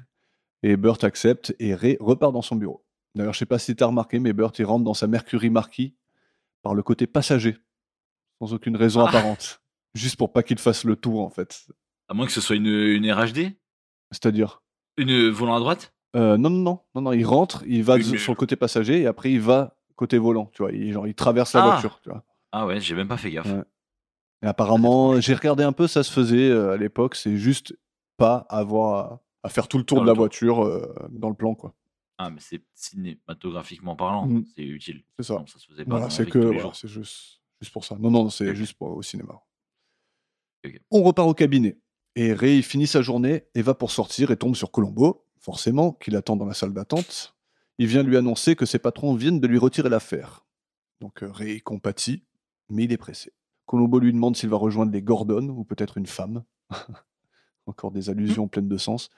A: Et Burt accepte et Ray repart dans son bureau. D'ailleurs, je sais pas si t'as remarqué, mais Burt il rentre dans sa Mercury Marquis par le côté passager, sans aucune raison
B: Ah.
A: apparente, juste pour pas qu'il fasse le tour en fait.
B: À moins que ce soit une, une RHD
A: C'est-à-dire,
B: Une volant à droite
A: euh, non, non, non, non, non, il rentre, il va
B: Oui, mais-
A: sur le côté passager et après il va côté volant, tu vois, il, genre il traverse la
B: Ah.
A: voiture, tu vois.
B: Ah ouais, j'ai même pas fait gaffe.
A: Ouais. Et apparemment, j'ai regardé un peu, ça se faisait euh, à l'époque, c'est juste pas avoir à, à faire tout le tour
B: Dans
A: de
B: le
A: la
B: tour.
A: voiture euh, dans le plan, quoi.
B: Ah, mais c'est cinématographiquement parlant,
A: Mm.
B: c'est utile.
A: C'est ça.
B: Non, ça se faisait pas
A: Voilà,
B: dans la
A: c'est
B: vie
A: que
B: tous les
A: voilà,
B: jours.
A: c'est juste, juste pour ça. Non, non, c'est
B: Ok.
A: juste pour, au cinéma.
B: Ok.
A: On repart au cabinet. Et Ray finit sa journée et va pour sortir et tombe sur Colombo, forcément, qui l'attend dans la salle d'attente. Il vient lui annoncer que ses patrons viennent de lui retirer l'affaire. Donc euh, Ray compatit, mais il est pressé. Colombo lui demande s'il va rejoindre les Gordon ou peut-être une femme. Encore des allusions pleines de sens.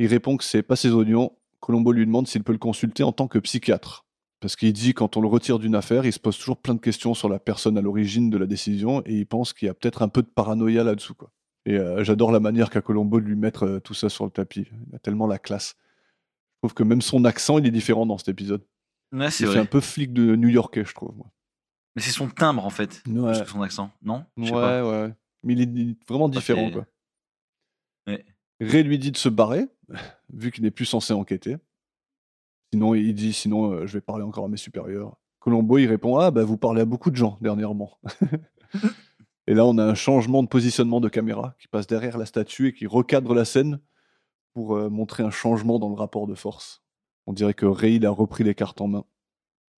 A: Il répond que c'est pas ses oignons. Colombo lui demande s'il peut le consulter en tant que psychiatre. Parce qu'il dit quand on le retire d'une affaire, il se pose toujours plein de questions sur la personne à l'origine de la décision et il pense qu'il y a peut-être un peu de paranoïa là-dessous. Quoi. Et euh, j'adore la manière qu'a Colombo de lui mettre euh, tout ça sur le tapis. Il a tellement la classe. Je trouve que même son accent, il est différent dans cet épisode.
B: Ouais, c'est
A: Il fait
B: vrai.
A: un peu flic de new-yorkais, je trouve. Moi.
B: Mais c'est son timbre en fait, plus
A: Ouais,
B: que son accent, non Je
A: ouais,
B: sais pas.
A: ouais. Mais il est, il est vraiment
B: Ça
A: différent.
B: fait-
A: Quoi.
B: Ouais.
A: Ray lui dit de se barrer, vu qu'il n'est plus censé enquêter. Sinon, il dit Sinon, euh, je vais parler encore à mes supérieurs. Colombo, il répond Ah, bah, vous parlez à beaucoup de gens dernièrement. et là, on a un changement de positionnement de caméra qui passe derrière la statue et qui recadre la scène pour euh, montrer un changement dans le rapport de force. On dirait que Ray, il a repris les cartes en main.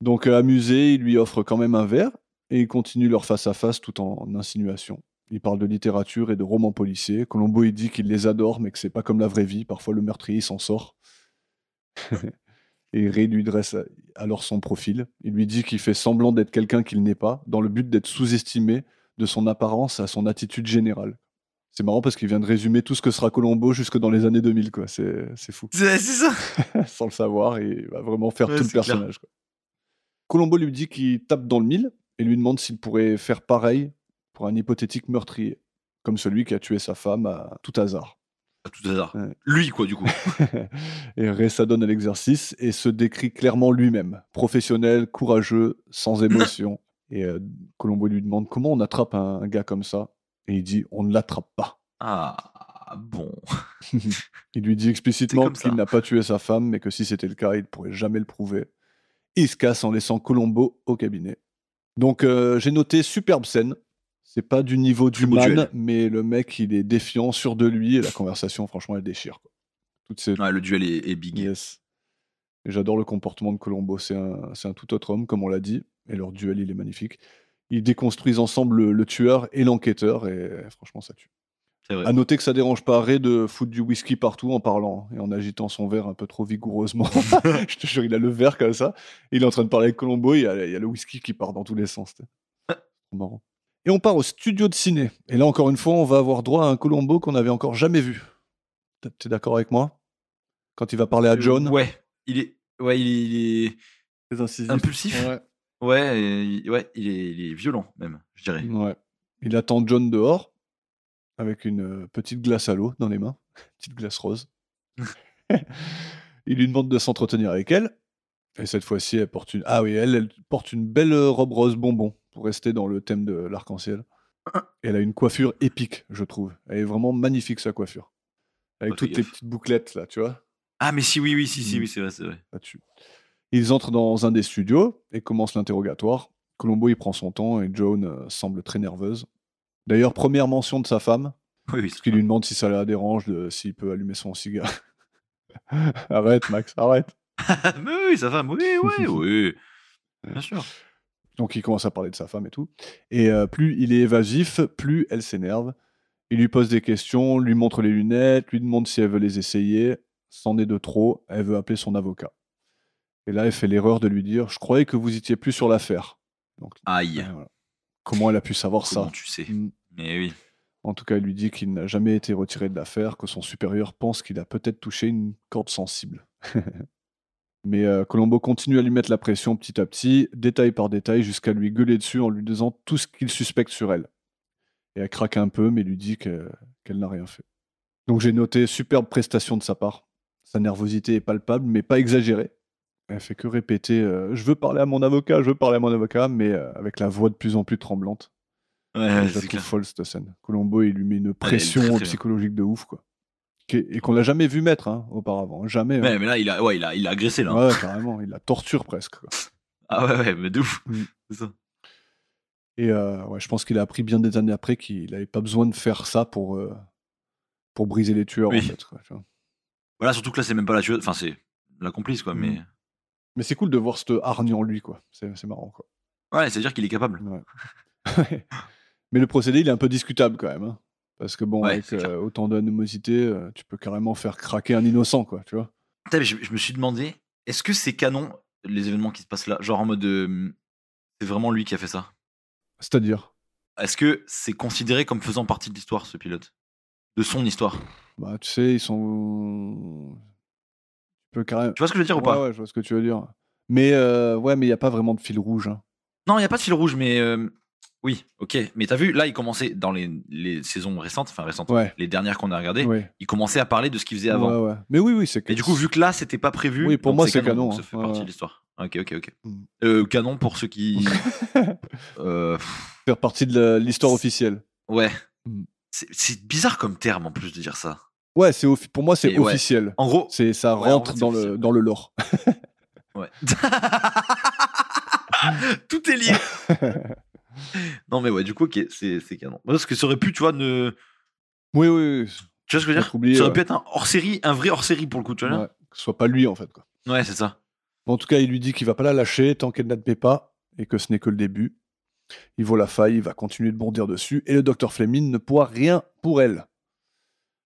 A: Donc, euh, amusé, il lui offre quand même un verre et ils continuent leur face-à-face tout en insinuation. Il parle de littérature et de romans policiers. Colombo, il dit qu'il les adore, mais que c'est pas comme la vraie vie. Parfois, le meurtrier il s'en sort. et Ray lui dresse alors son profil. Il lui dit qu'il fait semblant d'être quelqu'un qu'il n'est pas, dans le but d'être sous-estimé de son apparence à son attitude générale. C'est marrant parce qu'il vient de résumer tout ce que sera Colombo jusque dans les années 2000. quoi. C'est c'est fou
B: C'est c'est ça
A: sans le savoir et il va vraiment faire
B: Ouais,
A: tout le
B: c'est clair.
A: personnage. quoi. Colombo lui dit qu'il tape dans le mille et lui demande s'il pourrait faire pareil pour un hypothétique meurtrier, comme celui qui a tué sa femme à tout hasard.
B: À tout hasard.
A: Ouais.
B: Lui quoi, du coup.
A: Et Ray s'adonne à l'exercice et se décrit clairement lui-même, professionnel, courageux, sans émotion. et euh, Colombo lui demande comment on attrape un, un gars comme ça. Et il dit on ne l'attrape pas.
B: Ah bon.
A: Il lui dit explicitement
B: comme ça.
A: qu'il n'a pas tué sa femme, mais que si c'était le cas, il ne pourrait jamais le prouver. Et il se casse en laissant Colombo au cabinet. Donc euh, j'ai noté superbe scène. C'est pas du niveau du
B: Très beau
A: man,
B: duel.
A: mais le mec il est défiant, sûr de lui, et la conversation franchement elle déchire. quoi. Toutes ces
B: Ouais, le duel est, est big.
A: yes. Et J'adore le comportement de Colombo, c'est un, c'est un tout autre homme comme on l'a dit, et leur duel il est magnifique. Ils déconstruisent ensemble le, le tueur et l'enquêteur, et franchement ça tue.
B: C'est vrai.
A: À noter que ça dérange pas Ray de foutre du whisky partout en parlant et en agitant son verre un peu trop vigoureusement. Je te jure, il a le verre comme ça. Il est en train de parler avec Colombo, il y a, il y a le whisky qui part dans tous les sens. t'sais. C'est marrant. Et on part au studio de ciné. Et là, encore une fois, on va avoir droit à un Colombo qu'on n'avait encore jamais vu. T'es- T'es d'accord avec moi Quand il va parler à
B: Euh,
A: John,
B: Ouais, il est, ouais, il est, il
A: très
B: est impulsif.
A: Ouais.
B: Ouais, et il, ouais, il est, il est violent même, je dirais.
A: Ouais. Il attend John dehors avec une euh, petite glace à l'eau dans les mains, petite glace rose. il lui demande de s'entretenir avec elle. Et cette fois-ci, elle porte une ah oui, elle, elle porte une belle euh, robe rose bonbon pour rester dans le thème de l'arc-en-ciel. Et elle a une coiffure épique, je trouve. Elle est vraiment magnifique sa coiffure, avec
B: Pas fait
A: toutes les
B: gaffe.
A: petites bouclettes là, tu vois
B: Ah mais si, oui, oui, si, si,
A: Mm.
B: oui, c'est vrai, c'est vrai.
A: là-dessus. Ils entrent dans un des studios et commencent l'interrogatoire. Colombo il prend son temps et Joan euh, semble très nerveuse. D'ailleurs, première mention de sa femme,
B: Oui, oui,
A: parce
B: c'est
A: qu'il lui demande si ça la dérange, de- s'il peut allumer son cigare. arrête, Max, arrête.
B: ça. Mais oui, sa femme, oui, oui, oui. Bien sûr.
A: Donc il commence à parler de sa femme et tout. Et euh, plus il est évasif, plus elle s'énerve. Il lui pose des questions, lui montre les lunettes, lui demande si elle veut les essayer. C'en est de trop, elle veut appeler son avocat. Et là, elle fait l'erreur de lui dire Je croyais que vous étiez plus sur l'affaire. Donc,
B: Aïe.
A: euh, voilà. Comment elle a pu savoir
B: Comment
A: ça
B: tu sais
A: Mm.
B: Mais oui.
A: En tout cas, elle lui dit qu'il n'a jamais été retiré de l'affaire, que son supérieur pense qu'il a peut-être touché une corde sensible. Mais euh, Colombo continue à lui mettre la pression petit à petit, détail par détail, jusqu'à lui gueuler dessus en lui disant tout ce qu'il suspecte sur elle. Et elle craque un peu, mais lui dit que- qu'elle n'a rien fait. Donc j'ai noté superbe prestation de sa part. Sa nervosité est palpable, mais pas exagérée. Elle fait que répéter euh, Je veux parler à mon avocat, je veux parler à mon avocat, mais euh, avec la voix de plus en plus tremblante.
B: Ouais,
A: Je la
B: Euh, c'est
A: trouve
B: clair.
A: folle cette scène. Colombo, il lui met une pression
B: très, très bien.
A: psychologique de ouf, quoi. Qu'est- Et qu'on l'a jamais vu mettre hein, auparavant. hein, Jamais. hein.
B: Ouais, mais là, il a, ouais, il a, il a agressé, là.
A: Ouais, carrément. Il la torture presque. quoi.
B: Ah ouais, ouais, mais de ouf.
A: Mm.
B: C'est ça.
A: Et euh, ouais, je pense qu'il a appris bien des années après qu'il n'avait pas besoin de faire ça pour, euh, pour briser les tueurs,
B: Oui.
A: en fait. quoi, tu vois.
B: Voilà, surtout que là, c'est même pas la tueuse. Enfin, c'est la complice, quoi.
A: Mm.
B: Mais
A: Mais c'est cool de voir cette hargne en lui, quoi. C'est c'est marrant, quoi.
B: ouais, c'est-à-dire qu'il est capable.
A: Ouais. Mais le procédé, il est un peu discutable quand même. hein. Parce que bon,
B: Ouais,
A: avec
B: c'est clair.
A: euh, autant d'animosité, euh, tu peux carrément faire craquer un innocent, quoi, tu vois.
B: Putain, mais je, je me suis demandé, est-ce que c'est canon, les événements qui se passent là Genre en mode. euh, c'est vraiment lui qui a fait ça
A: C'est-à-dire,
B: Est-ce que c'est considéré comme faisant partie de l'histoire, ce pilote De son histoire
A: bah, tu sais, ils sont. Tu peux carrément.
B: Tu vois ce que je veux dire ou
A: Ouais,
B: pas
A: ouais, je vois ce que tu veux dire. Mais euh, ouais, mais il n'y a pas vraiment de fil rouge. hein.
B: Non, il n'y a pas de fil rouge, mais. euh, oui, ok. Mais t'as vu, là, il commençait dans les, les saisons récentes, enfin récentes,
A: Ouais.
B: les dernières qu'on a regardées,
A: ouais.
B: il commençait à parler de ce qu'il faisait avant.
A: Ouais, ouais. Mais oui, oui, c'est que-
B: Et du coup, vu que là, c'était pas prévu.
A: Oui, pour
B: donc
A: moi, c'est canon,
B: donc
A: hein.
B: Ça fait
A: Ouais,
B: partie
A: ouais.
B: de l'histoire. Ah, Ok, ok, ok.
A: Mm.
B: Euh, canon pour ceux qui. Euh, pff,
A: faire partie de la- l'histoire officielle.
B: ouais.
A: Mm.
B: C'est- C'est bizarre comme terme en plus de dire ça.
A: Ouais, c'est offi- pour moi, c'est
B: Et ouais.
A: officiel.
B: En gros.
A: C'est ça
B: Ouais, en
A: rentre
B: fait, c'est
A: dans le
B: officiel.
A: dans le lore.
B: Ouais. Tout est lié. non, mais ouais, du coup, ok, c'est c'est canon. Parce que ça aurait pu, tu vois, ne.
A: oui, oui, oui.
B: Tu vois ce que je veux
A: Être
B: dire
A: oublié,
B: Ça aurait
A: ouais.
B: pu être un hors série, un vrai hors série pour le coup, tu vois.
A: Ouais, Que ce soit pas lui en fait. Quoi.
B: Ouais, c'est ça.
A: En tout cas, il lui dit qu'il va pas la lâcher tant qu'elle n'admet pas et que ce n'est que le début. Il voit la faille, il va continuer de bondir dessus et le docteur Fleming ne pourra rien pour elle.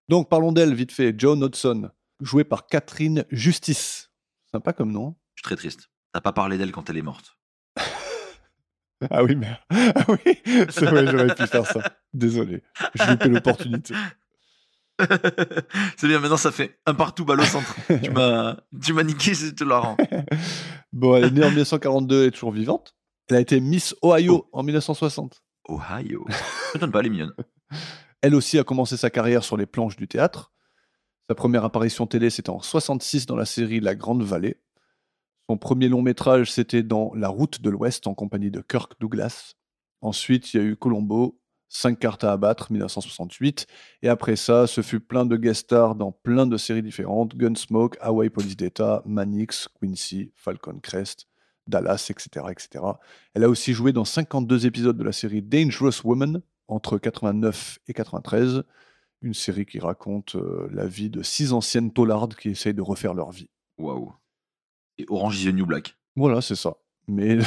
A: Donc parlons d'elle vite fait. Joan Hodgson, jouée par Catherine Justice. Sympa comme nom.
B: Je suis très triste. T'as pas parlé d'elle quand elle est morte.
A: hein. Ah oui, mais ah oui, c'est vrai, j'aurais pu faire ça. Désolé, j'ai loupé l'opportunité.
B: c'est bien, maintenant ça fait un partout balle au centre. tu m'as tu m'as niqué, je te la rends.
A: Bon, elle est née en 1942 et est toujours vivante. Elle a été Miss Ohio en 1960.
B: Ohio. Je donne pas, elle est mignonne.
A: Elle aussi a commencé sa carrière sur les planches du théâtre. Sa première apparition télé, c'était en 66 dans la série La Grande Vallée. Son premier long métrage, c'était dans La Route de l'Ouest en compagnie de Kirk Douglas. Ensuite, il y a eu Colombo, 5 cartes à abattre, 1968. Et après ça, ce fut plein de guest stars dans plein de séries différentes Gunsmoke, Hawaii Police d'État, Manix, Quincy, Falcon Crest, Dallas, etc., etc. Elle a aussi joué dans 52 épisodes de la série Dangerous Woman entre 89 et 93, une série qui raconte euh, la vie de six anciennes taulardes qui essayent de refaire leur vie.
B: Waouh. Et Orange is the New Black.
A: Voilà, c'est ça. Mais,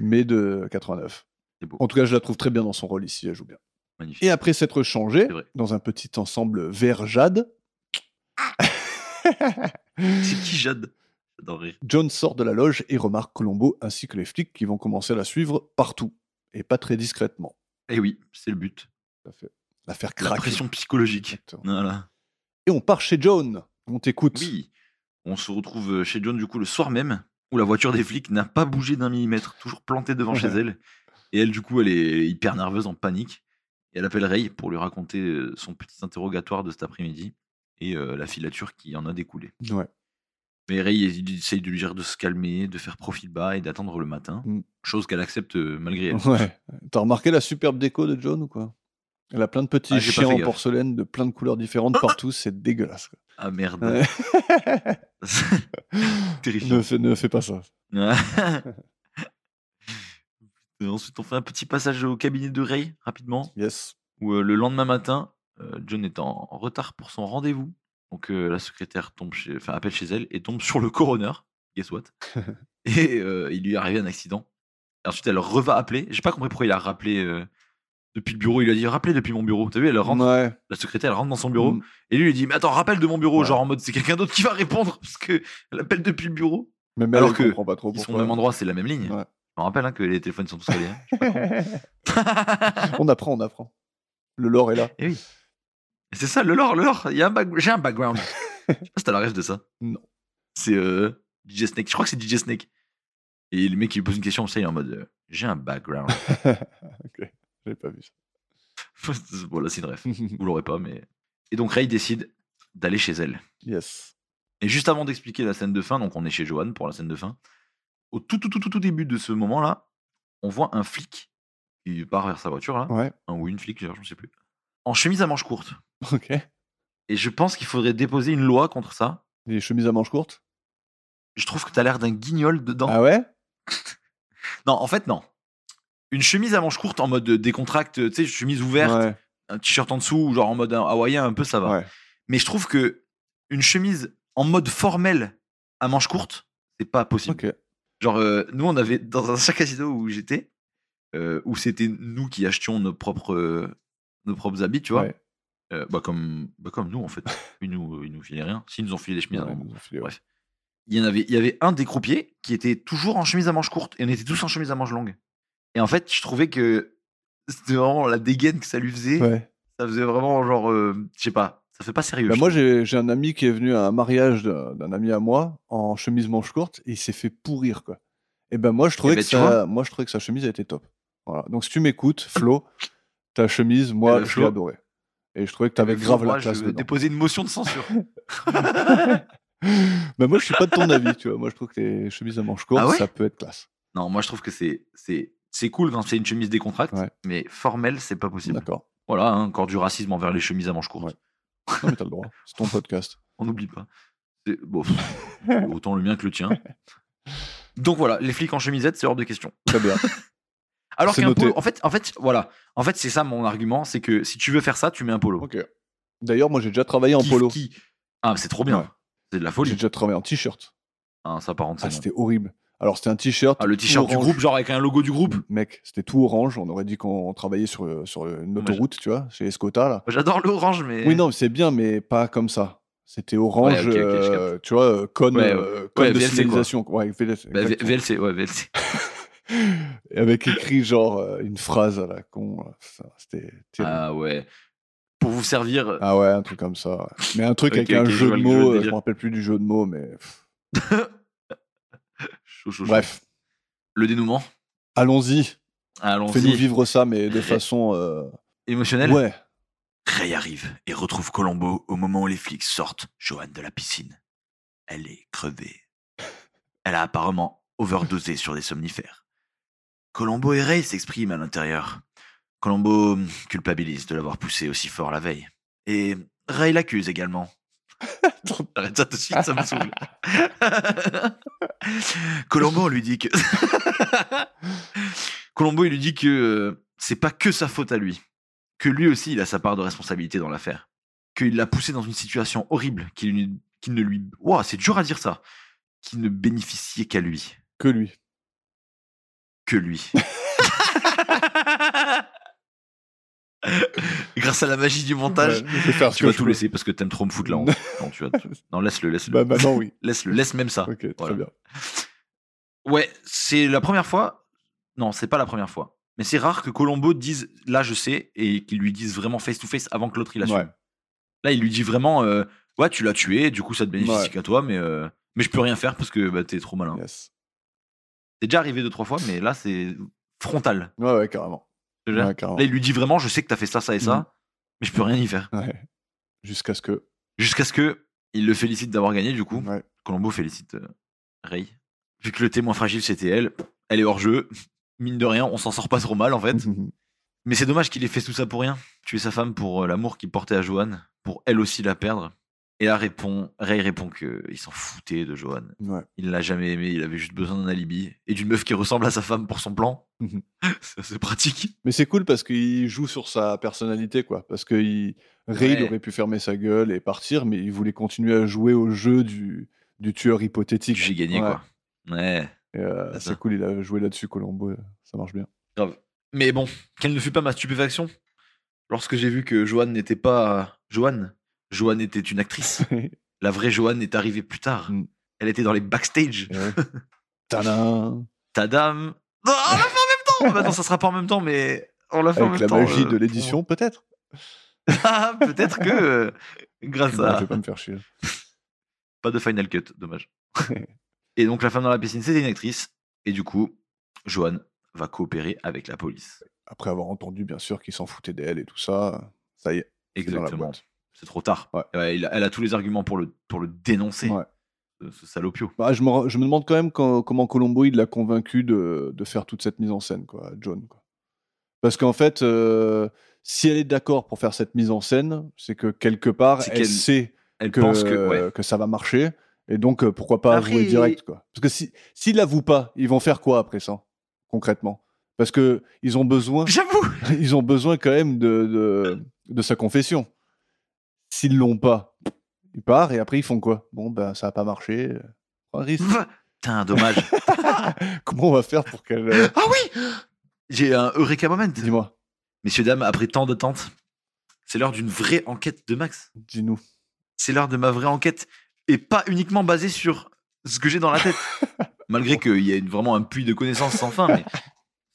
A: mais de 89.
B: C'est beau.
A: En tout cas, je la trouve très bien dans son rôle ici, elle joue bien.
B: Magnifique.
A: Et après s'être changée
B: C'est vrai.
A: dans un petit ensemble vert jade,
B: C'est qui Jade J'adore rire.
A: John sort de la loge et remarque Colombo ainsi que les flics qui vont commencer à la suivre partout, et pas très discrètement.
B: Eh oui, c'est le but.
A: Ça fait la faire
B: La
A: craquer.
B: pression psychologique.
A: Exactement.
B: Voilà.
A: Et on part chez John. On t'écoute.
B: Oui. On se retrouve euh, chez John du coup le soir même, où la voiture des flics n'a pas bougé d'un millimètre, toujours plantée devant chez elle. Et elle du coup, elle est hyper nerveuse, en panique. Et elle appelle Ray pour lui raconter euh, son petit interrogatoire de cet après-midi et euh, la filature qui en a découlé.
A: Ouais.
B: Mais Ray il essaye de lui dire de se calmer, de faire profil bas et d'attendre le matin,
A: Mm.
B: chose qu'elle accepte euh, malgré elle.
A: Ouais. T'as remarqué la superbe déco de John ou quoi Elle a plein de petits
B: Ah, j'ai pas
A: chiens
B: fait
A: en
B: gaffe.
A: porcelaine de plein de couleurs différentes partout, c'est dégueulasse. quoi.
B: Ah merde.
A: Ouais.
B: Terrifiant.
A: ne, fais, ne fais pas ça.
B: Euh, Ensuite, on fait un petit passage au cabinet de Ray rapidement,
A: Yes.
B: où euh, le lendemain matin, euh, John est en retard pour son rendez-vous. Donc euh, la secrétaire tombe chez, enfin, appelle chez elle et tombe sur le coroner. Guess what Et euh, il lui est arrivé un accident. Ensuite, elle reva appeler. J'ai pas compris pourquoi il a rappelé euh, depuis le bureau. Il lui a dit rappelez depuis mon bureau. T'as vu, elle rentre,
A: Ouais.
B: la secrétaire elle rentre dans son bureau.
A: Mm.
B: Et lui, il dit, mais attends, rappelle de mon bureau,
A: Ouais.
B: genre en mode, c'est quelqu'un d'autre qui va répondre, parce que l'appel depuis le bureau.
A: Même
B: Alors
A: elle,
B: que
A: elle comprend pas trop
B: Ils sont au
A: pourquoi.
B: même endroit, c'est la même ligne.
A: Ouais.
B: Je me rappelle hein, que les téléphones sont tous collés. hein.
A: on apprend, on apprend. Le lore est là.
B: Eh oui. C'est ça, le lore, le lore. Il y a un back- J'ai un background. Je sais pas si t'as la rêve de ça.
A: Non.
B: C'est euh, DJ Snake. Je crois que c'est DJ Snake. Et le mec, il lui pose une question, ça, il est en mode euh, J'ai un background.
A: J'ai pas vu ça.
B: voilà, c'est une rêve. Vous l'aurez pas, mais. Et donc, Ray décide d'aller chez elle.
A: yes.
B: Et juste avant d'expliquer la scène de fin, donc on est chez Johan pour la scène de fin. Au tout, tout, tout, tout, tout début de ce moment-là, on voit un flic qui part vers sa voiture, là.
A: Ouais.
B: Un ou une flic, je ne sais plus. En chemise à manches courtes.
A: Ok.
B: Et je pense qu'il faudrait déposer une loi contre ça.
A: Les chemises à manches courtes.
B: Je trouve que t'as l'air d'un guignol dedans.
A: Ah ouais
B: Non, en fait, non. Une chemise à manches courtes en mode euh, décontracte, tu sais, chemise ouverte,
A: Ouais.
B: un t-shirt en dessous, genre en mode euh, hawaïen, un peu, ça va.
A: ouais.
B: Mais je trouve que une chemise en mode formel à manches courtes, c'est pas possible.
A: Ok.
B: Genre, euh, nous, on avait, dans un sac casino où j'étais, euh, où c'était nous qui achetions nos propres, euh, nos propres habits, tu vois.
A: Ouais.
B: Euh, bah, comme, bah, comme nous, en fait. Ils nous, ils nous filaient rien. S'ils nous ont filé des chemises, à un
A: Ouais,
B: moment.
A: ils nous ont filé, ouais.
B: Bref. il y en avait, il y avait un des croupiers qui était toujours en chemise à manches courtes et on était tous en chemise à manches longues. Et en fait, je trouvais que c'était vraiment la dégaine que ça lui faisait.
A: Ouais.
B: Ça faisait vraiment genre, euh, je sais pas, ça fait pas sérieux.
A: Bah,
B: je
A: moi, j'ai j'ai un ami qui est venu à un mariage d'un d'un ami à moi en chemise manche courte et il s'est fait pourrir quoi. Et ben moi, je trouvais
B: ben,
A: que
B: tu
A: ça, moi, je trouvais que sa chemise elle était top. Voilà. Donc si tu m'écoutes, Flo, ta chemise, moi,
B: Eh ben,
A: je
B: Flo.
A: l'ai adorée. Et je trouvais que t'avais
B: trouve.
A: grave
B: Moi,
A: la classe
B: Je
A: dedans.
B: déposer une motion de censure.
A: bah moi, je suis pas de ton avis, tu vois. Moi, je trouve que les chemises à manches courtes,
B: Ah ouais
A: ça peut être classe.
B: non, moi je trouve que c'est, c'est, c'est cool quand c'est une chemise décontracte,
A: Ouais.
B: mais formelle, c'est pas possible.
A: D'accord.
B: Voilà, hein, encore du racisme envers les chemises à manches courtes.
A: Ouais. Non, mais t'as le droit. C'est ton podcast.
B: On n'oublie pas. C'est- Bon, pff, autant le mien que le tien. Donc voilà, les flics en chemisette, c'est hors de question.
A: Très bien.
B: Alors
A: C'est
B: qu'un
A: noté.
B: polo, en fait, en fait, voilà, en fait, c'est ça mon argument, c'est que si tu veux faire ça, tu mets un polo.
A: Ok. D'ailleurs, moi, j'ai déjà travaillé en
B: Qui-
A: polo.
B: qui- Ah, c'est trop bien.
A: Ouais.
B: C'est de la
A: J'ai
B: folie.
A: déjà travaillé en t-shirt.
B: Ah, ça par contre,
A: Ah,
B: c'est bon.
A: c'était horrible. Alors, c'était un t-shirt.
B: Ah, le t-shirt du
A: orange.
B: groupe, genre avec un logo du groupe.
A: Mec, c'était tout orange. On aurait dit qu'on travaillait sur, euh, sur une
B: Moi,
A: autoroute, tu vois, chez Escota, là.
B: J'adore l'orange, mais
A: Oui, non, c'est bien, mais pas comme ça. C'était orange,
B: Ouais, ok, ok, je
A: euh, tu vois, euh, cône,
B: Ouais,
A: euh,
B: ouais.
A: cône
B: Ouais,
A: de
B: VLC, quoi.
A: signalisation. Ouais, VLC,
B: Bah, V-
A: exactement.
B: VLC, ouais, VLC.
A: Et Avec écrit, genre, euh, une phrase à la con. là. Ça, C'était terrible.
B: Ah ouais. Pour vous servir,
A: Ah ouais, un truc comme ça. ouais. Mais un truc
B: Ok,
A: avec
B: ok,
A: un
B: je
A: jeu
B: vois
A: de
B: le- je vois le
A: mots, euh, je
B: délire.
A: me rappelle plus du jeu de mots, mais pff,
B: chaud, chaud, chaud.
A: bref,
B: le dénouement.
A: allons-y, fais-nous
B: Allons-y.
A: vivre ça, mais de façon... euh,
B: Émotionnel.
A: Ouais,
B: Ray arrive et retrouve Colombo au moment où les flics sortent Johan de la piscine. Elle est crevée. Elle a apparemment overdosé sur des somnifères. Colombo et Ray s'expriment à l'intérieur. Colombo hum, culpabilise de l'avoir poussé aussi fort la veille. Et Ray l'accuse également. Arrête ça tout de suite, ça me saoule. Colombo lui dit que. Colombo, il lui dit que euh, c'est pas que sa faute à lui que lui aussi il a sa part de responsabilité dans l'affaire, qu'il l'a poussé dans une situation horrible qui, lui- qui ne lui, Ouah, c'est dur à dire ça, qui ne bénéficiait qu'à lui,
A: que lui.
B: que lui. Grâce à la magie du montage,
A: Ouais, je vais faire ce
B: tu
A: que
B: vas
A: je
B: tout
A: peux.
B: laisser parce que t'aimes trop me foutre la honte. Non, tu vas tout- non laisse-le, laisse-le,
A: Bah maintenant, oui.
B: laisse-le, laisse même ça.
A: Ok, très
B: Ah, Voilà.
A: bien.
B: Ouais, c'est la première fois. Non, c'est pas la première fois. Mais c'est rare que Colombo dise là je sais et qu'il lui dise vraiment face to face avant que l'autre il assume.
A: Ouais.
B: Là, il lui dit vraiment euh, Ouais, tu l'as tué, du coup, ça te bénéficie
A: Ouais.
B: qu'à toi, mais, euh, mais je peux rien faire parce que bah, t'es trop malin.
A: Yes.
B: C'est déjà arrivé deux, trois fois, mais là, c'est frontal.
A: Ouais, ouais, carrément.
B: tu vois.
A: Ouais, carrément.
B: Là, il lui dit vraiment Je sais que t'as fait ça, ça et ça,
A: Mhm.
B: mais je peux rien y faire.
A: Ouais. Jusqu'à ce que...
B: Jusqu'à ce que il le félicite d'avoir gagné, du coup.
A: Ouais.
B: Colombo félicite euh, Ray. Vu que le témoin fragile, c'était elle, elle est hors jeu. Mine de rien, on s'en sort pas trop mal en fait.
A: Mm.
B: Mais c'est dommage qu'il ait fait tout ça pour rien. Tuer sa femme pour euh, l'amour qu'il portait à Johan, pour elle aussi la perdre. Et là, répond, Ray répond qu'il s'en foutait de Johan.
A: ouais.
B: Il l'a jamais aimé, il avait juste besoin d'un alibi et d'une meuf qui ressemble à sa femme pour son plan.
A: Mhm.
B: Ça, c'est pratique.
A: Mais c'est cool parce qu'il joue sur sa personnalité, quoi. Parce que il... Ray, il
B: Ouais.
A: aurait pu fermer sa gueule et partir, mais il voulait continuer à jouer au jeu du, du tueur hypothétique.
B: J'ai gagné
A: Ouais.
B: quoi. Ouais.
A: Et, euh,
B: C'est ça.
A: c'est cool, il a joué là-dessus, Colombo. euh, Ça marche bien.
B: Mais bon, quelle ne fut pas ma stupéfaction lorsque j'ai vu que Johan n'était pas Johan. Johan était une actrice. La vraie Johan est arrivée plus tard.
A: Mm.
B: Elle était dans les backstage.
A: Eh ouais. Tadam
B: Tadam Non, on l'a fait en même temps Bah Non, ça sera pas en même temps, mais on l'a fait en
A: Avec la
B: même temps.
A: magie
B: euh,
A: de l'édition, peut-être.
B: pour- Ah, Peut-être que, euh, grâce
A: Non,
B: à.
A: Bah, Je vais pas me faire chier.
B: Pas de Final Cut, dommage. et donc, la femme dans la piscine, c'était une actrice. Et du coup, Johan va coopérer avec la police.
A: Après avoir entendu, bien sûr, qu'ils s'en foutaient d'elle et tout ça, ça y est. c'est dans la
B: Exactement.
A: boîte.
B: C'est trop tard.
A: Ouais.
B: Ouais, il a- elle a tous les arguments pour le, pour le dénoncer,
A: Ouais.
B: ce- ce salopio.
A: Bah, je, me, ra- je me demande quand même quand- comment Colombo il l'a convaincu de, de faire toute cette mise en scène, quoi, à John. quoi. Parce qu'en fait, euh, si elle est d'accord pour faire cette mise en scène, c'est que quelque part,
B: C'est
A: elle,
B: qu'elle
A: sait
B: Elle
A: que,
B: pense que. ouais.
A: que ça va marcher. Et donc, euh, pourquoi pas
B: Après,
A: avouer
B: il-
A: direct quoi. Parce que s'ils si, s'ils l'avouent pas, ils vont faire quoi après ça, concrètement Parce que ils ont besoin,
B: J'avoue
A: ils ont besoin quand même de, de, de sa confession. S'ils l'ont pas, ils partent et après ils font quoi Bon, ben ça a pas marché. euh, un risque.
B: Putain, dommage.
A: Comment on va faire pour qu'elle. euh,
B: ah oui J'ai un Eureka Moment.
A: Dis-moi,
B: Messieurs, dames, après tant d'attentes, c'est l'heure d'une vraie enquête de Max.
A: dis-nous.
B: C'est l'heure de ma vraie enquête et pas uniquement basée sur ce que j'ai dans la tête. Malgré qu'il y a une- vraiment un puits de connaissances sans fin, mais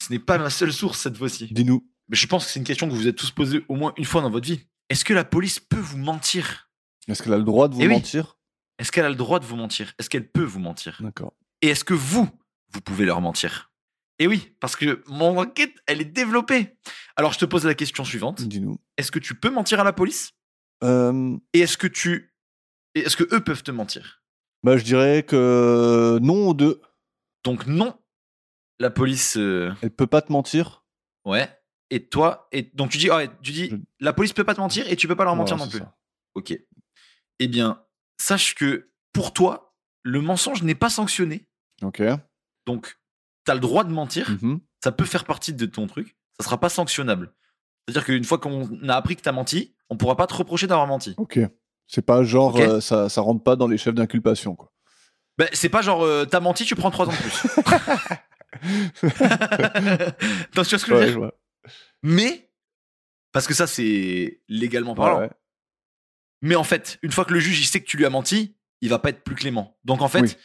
B: ce n'est pas ma seule source cette fois-ci.
A: Dis-nous.
B: Mais je pense que c'est une question que vous vous êtes tous posée au moins une fois dans votre vie. Est-ce que la police peut vous mentir
A: Est-ce qu'elle a le droit de vous
B: Eh oui.
A: mentir
B: Est-ce qu'elle a le droit de vous mentir Est-ce qu'elle peut vous mentir
A: D'accord.
B: Et est-ce que vous, vous pouvez leur mentir Eh oui, parce que mon enquête, elle est développée. Alors je te pose la question suivante.
A: Dis-nous.
B: Est-ce que tu peux mentir à la police
A: Euh,
B: Et est-ce que tu... et Est-ce que eux peuvent te mentir
A: bah, je dirais que euh, non aux deux.
B: Donc non, la police, euh,
A: Elle peut pas te mentir.
B: ouais. Et toi, et donc tu dis, ouais, tu dis,
A: Je-
B: la police peut pas te mentir et tu peux pas leur mentir
A: Voilà,
B: non
A: Mmh. c'est ça.
B: plus. Ok. Eh bien, sache que pour toi, le mensonge n'est pas sanctionné.
A: Ok.
B: Donc, t'as le droit de mentir.
A: Mhm.
B: Ça peut faire partie de ton truc. Ça sera pas sanctionnable. C'est-à-dire qu'une fois qu'on a appris que t'as menti, on pourra pas te reprocher d'avoir menti.
A: Ok. C'est pas genre,
B: Ok.
A: euh, ça, ça rentre pas dans les chefs d'inculpation, quoi.
B: Ben, c'est pas genre, euh, t'as menti, tu prends trois ans de plus. non, tu vois ce que je veux dire
A: vois.
B: Mais, parce que ça, c'est légalement parlant.
A: Ouais, ouais.
B: Mais en fait, une fois que le juge il sait que tu lui as menti, il va pas être plus clément. Donc en fait,
A: Oui.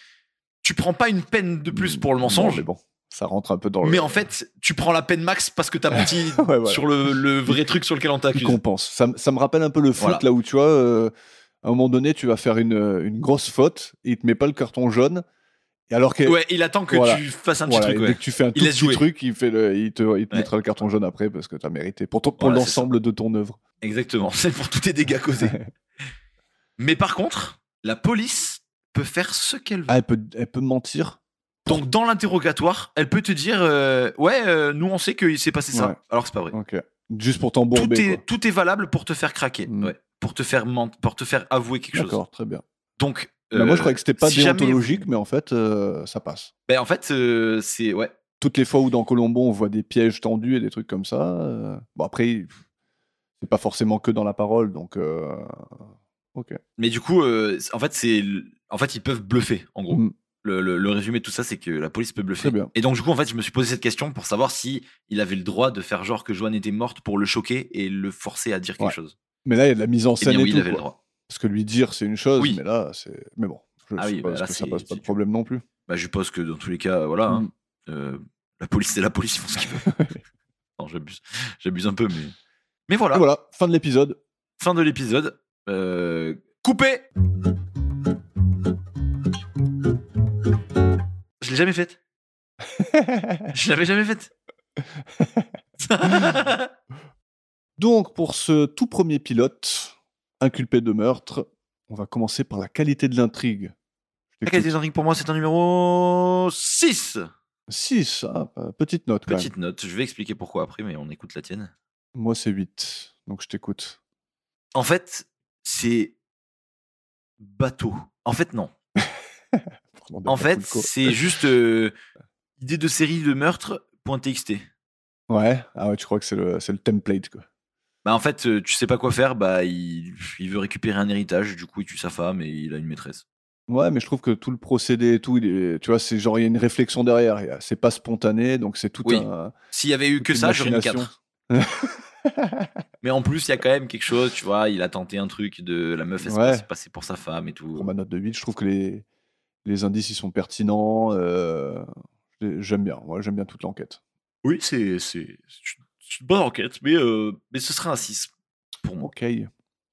B: tu prends pas une peine de plus pour le
A: Non,
B: mensonge,
A: mais bon, ça rentre un peu dans
B: mais,
A: le.
B: en fait, tu prends la peine max parce que t'as menti
A: Ouais, voilà.
B: sur le, le vrai truc sur lequel on
A: Il
B: t'accuse.
A: compense. Ça, me- ça me rappelle un peu le foot,
B: Voilà.
A: là où tu vois, euh, à un moment donné, tu vas faire une, euh, une grosse faute, et il te met pas le carton jaune, et alors que.
B: Ouais, il attend que
A: Voilà.
B: tu fasses un petit
A: voilà, et
B: truc. ouais.
A: dès que tu fais un tout
B: laisse
A: petit
B: jouer.
A: truc, il, fait le- il te, il te
B: Ouais.
A: mettra le carton jaune après parce que tu as mérité. Pour, ton- pour
B: Voilà, c'est
A: l'ensemble de ton œuvre.
B: Exactement, c'est pour tous tes dégâts causés. mais par contre, la police peut faire ce qu'elle veut.
A: Ah, elle peut, elle peut mentir
B: Donc dans l'interrogatoire, elle peut te dire euh, ouais, euh, nous on sait qu'il s'est passé ça,
A: Ouais.
B: alors que c'est pas vrai.
A: Ok. Juste pour
B: Tout
A: t'embourber.
B: est, tout est valable pour te faire craquer,
A: ben, Mm.
B: ouais. pour te faire ment- pour te faire avouer
A: quoi.
B: quelque chose.
A: D'accord, très bien.
B: Donc,
A: Bah, moi, je
B: euh,
A: croyais que c'était pas
B: si jamais
A: déontologique,
B: vous-
A: mais en fait, euh, ça passe.
B: ben, en fait, euh, c'est ouais.
A: toutes les fois où dans Colombo on voit des pièges tendus et des trucs comme ça. euh, Bon après, pff, c'est pas forcément que dans la parole, donc euh,
B: Mais du coup, euh, c'est- en fait, c'est l- en fait, ils peuvent bluffer. En gros,
A: Mm.
B: le, le- le résumé de tout ça, c'est que la police peut bluffer.
A: Très bien.
B: Et donc, du coup, en fait, je me suis posé cette question pour savoir si il avait le droit de faire genre que Joanne était morte pour le choquer et le forcer à dire quelque
A: Ouais.
B: chose.
A: mais là il y a de la mise en
B: Eh
A: scène
B: bien,
A: et,
B: oui, il
A: tout.
B: avait le
A: quoi.
B: droit.
A: Parce que lui dire c'est une chose,
B: Oui.
A: mais là c'est. Mais bon, je
B: Ah oui,
A: suppose
B: bah là,
A: que ça
B: c'est-
A: passe pas de
B: c'est-
A: problème non plus.
B: Bah, je suppose que dans tous les cas, voilà, hein,
A: Mm.
B: euh, la police, c'est la police, ils font ce qu'ils veulent. non, j'abuse, j'abuse un peu, mais mais voilà.
A: Et voilà, fin de l'épisode.
B: Fin de l'épisode. Euh, coupé. Je l'ai jamais faite. Je l'avais jamais faite.
A: donc pour ce tout premier pilote inculpé de meurtre, on va commencer par la qualité de l'intrigue.
B: La qualité de Henrik, pour moi, c'est un numéro 6.
A: 6, hein, petite note quand même.
B: Petite note, je vais expliquer pourquoi après, mais on écoute la tienne.
A: Moi c'est 8, donc je t'écoute.
B: En fait, c'est bateau. En fait, non.
A: Vraiment,
B: En
A: des
B: fait,
A: Acapulco.
B: c'est juste euh, idée de série de meurtre.txt.
A: Ouais, ah ouais, tu crois que c'est le, c'est le template quoi.
B: Bah en fait, euh, tu sais pas quoi faire, bah il, il veut récupérer un héritage, du coup il tue sa femme et il a une maîtresse.
A: Ouais, mais je trouve que tout le procédé et tout, il est, tu vois, c'est genre, il y a une réflexion derrière. il y a- C'est pas spontané, donc c'est tout
B: Oui,
A: un.
B: S'il y avait eu
A: toute
B: que
A: une
B: ça, j'aurais mis
A: machination.
B: 4. Mais en plus, il y a quand même quelque chose, tu vois, il a tenté un truc de la meuf, elle s'est
A: Ouais.
B: passée- passée pour sa femme et tout.
A: Pour ma note de 8, je trouve que les, les indices, ils sont pertinents. euh, j'ai- j'aime bien, moi, j'aime bien toute l'enquête.
B: Oui, c'est c'est- c'est une bonne enquête, mais, euh, mais ce serait un 6 pour moi.
A: Ok.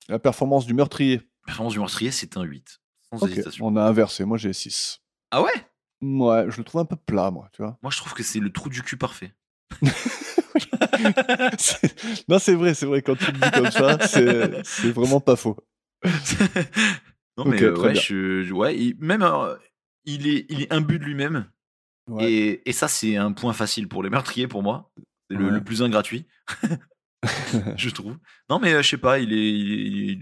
A: La performance du meurtrier.
B: Performance du meurtrier, c'est un 8. Sans
A: Ok,
B: hésitation.
A: On a inversé, moi j'ai 6.
B: Ah ouais
A: Ouais, je le trouve un peu plat, moi, tu vois.
B: Moi, je trouve que c'est le trou du cul parfait.
A: C'est- non, c'est vrai, c'est vrai, quand tu le dis comme ça, c'est c'est vraiment pas faux.
B: non,
A: Ok,
B: mais euh,
A: très
B: ouais,
A: bien.
B: je- je- ouais, il- même euh, il, est, il est imbu de lui-même.
A: Ouais.
B: Et, et ça, c'est un point facile pour les meurtriers, pour moi. C'est le,
A: Ouais.
B: le plus ingratuit, je trouve. Non, mais euh, je sais pas, il est, il, est-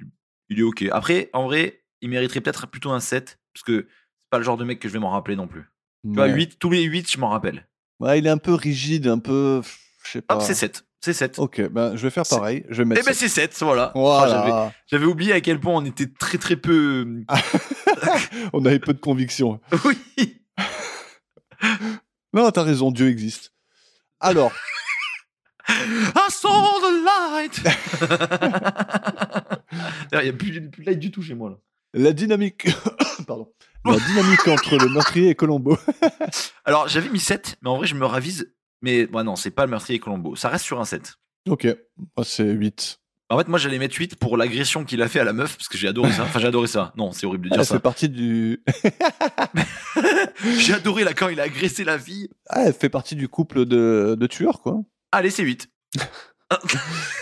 B: il est OK. Après, en vrai, il mériterait peut-être plutôt un 7, parce que c'est pas le genre de mec que je vais m'en rappeler non plus. Tu vois,
A: Ouais.
B: 8, tous les 8, je m'en rappelle.
A: Ouais, il est un peu rigide, un peu. Je sais pas.
B: Hop, Ah, c'est 7. C'est 7.
A: Ok, ben je vais faire
B: C'est-
A: pareil. Je vais
B: Eh
A: mettre.
B: ben
A: sept.
B: Oh, c'est 7, voilà. Ah. Oh, j'avais-
A: voilà.
B: J'avais oublié à quel point on était très très peu. euh,
A: On avait peu de conviction.
B: Oui.
A: Non, t'as raison, Dieu existe. Alors,
B: I saw the light. D'ailleurs, Il n'y a plus, plus de light du tout chez moi là.
A: la dynamique. Pardon. La dynamique entre le meurtrier et Colombo.
B: Alors j'avais mis 7, mais en vrai je me ravise. Mais bah non, c'est pas le meurtrier et Colombo. Ça reste sur un 7.
A: Ok, moi c'est 8.
B: En fait, moi j'allais mettre 8 pour l'agression qu'il a fait à la meuf, parce que j'ai adoré ça. Enfin, j'ai adoré ça. Non, c'est horrible de dire
A: Elle fait
B: ça.
A: partie du.
B: J'ai adoré là quand il a agressé la fille.
A: Ah, elle fait partie du couple de, de tueurs, quoi.
B: Allez, c'est 8.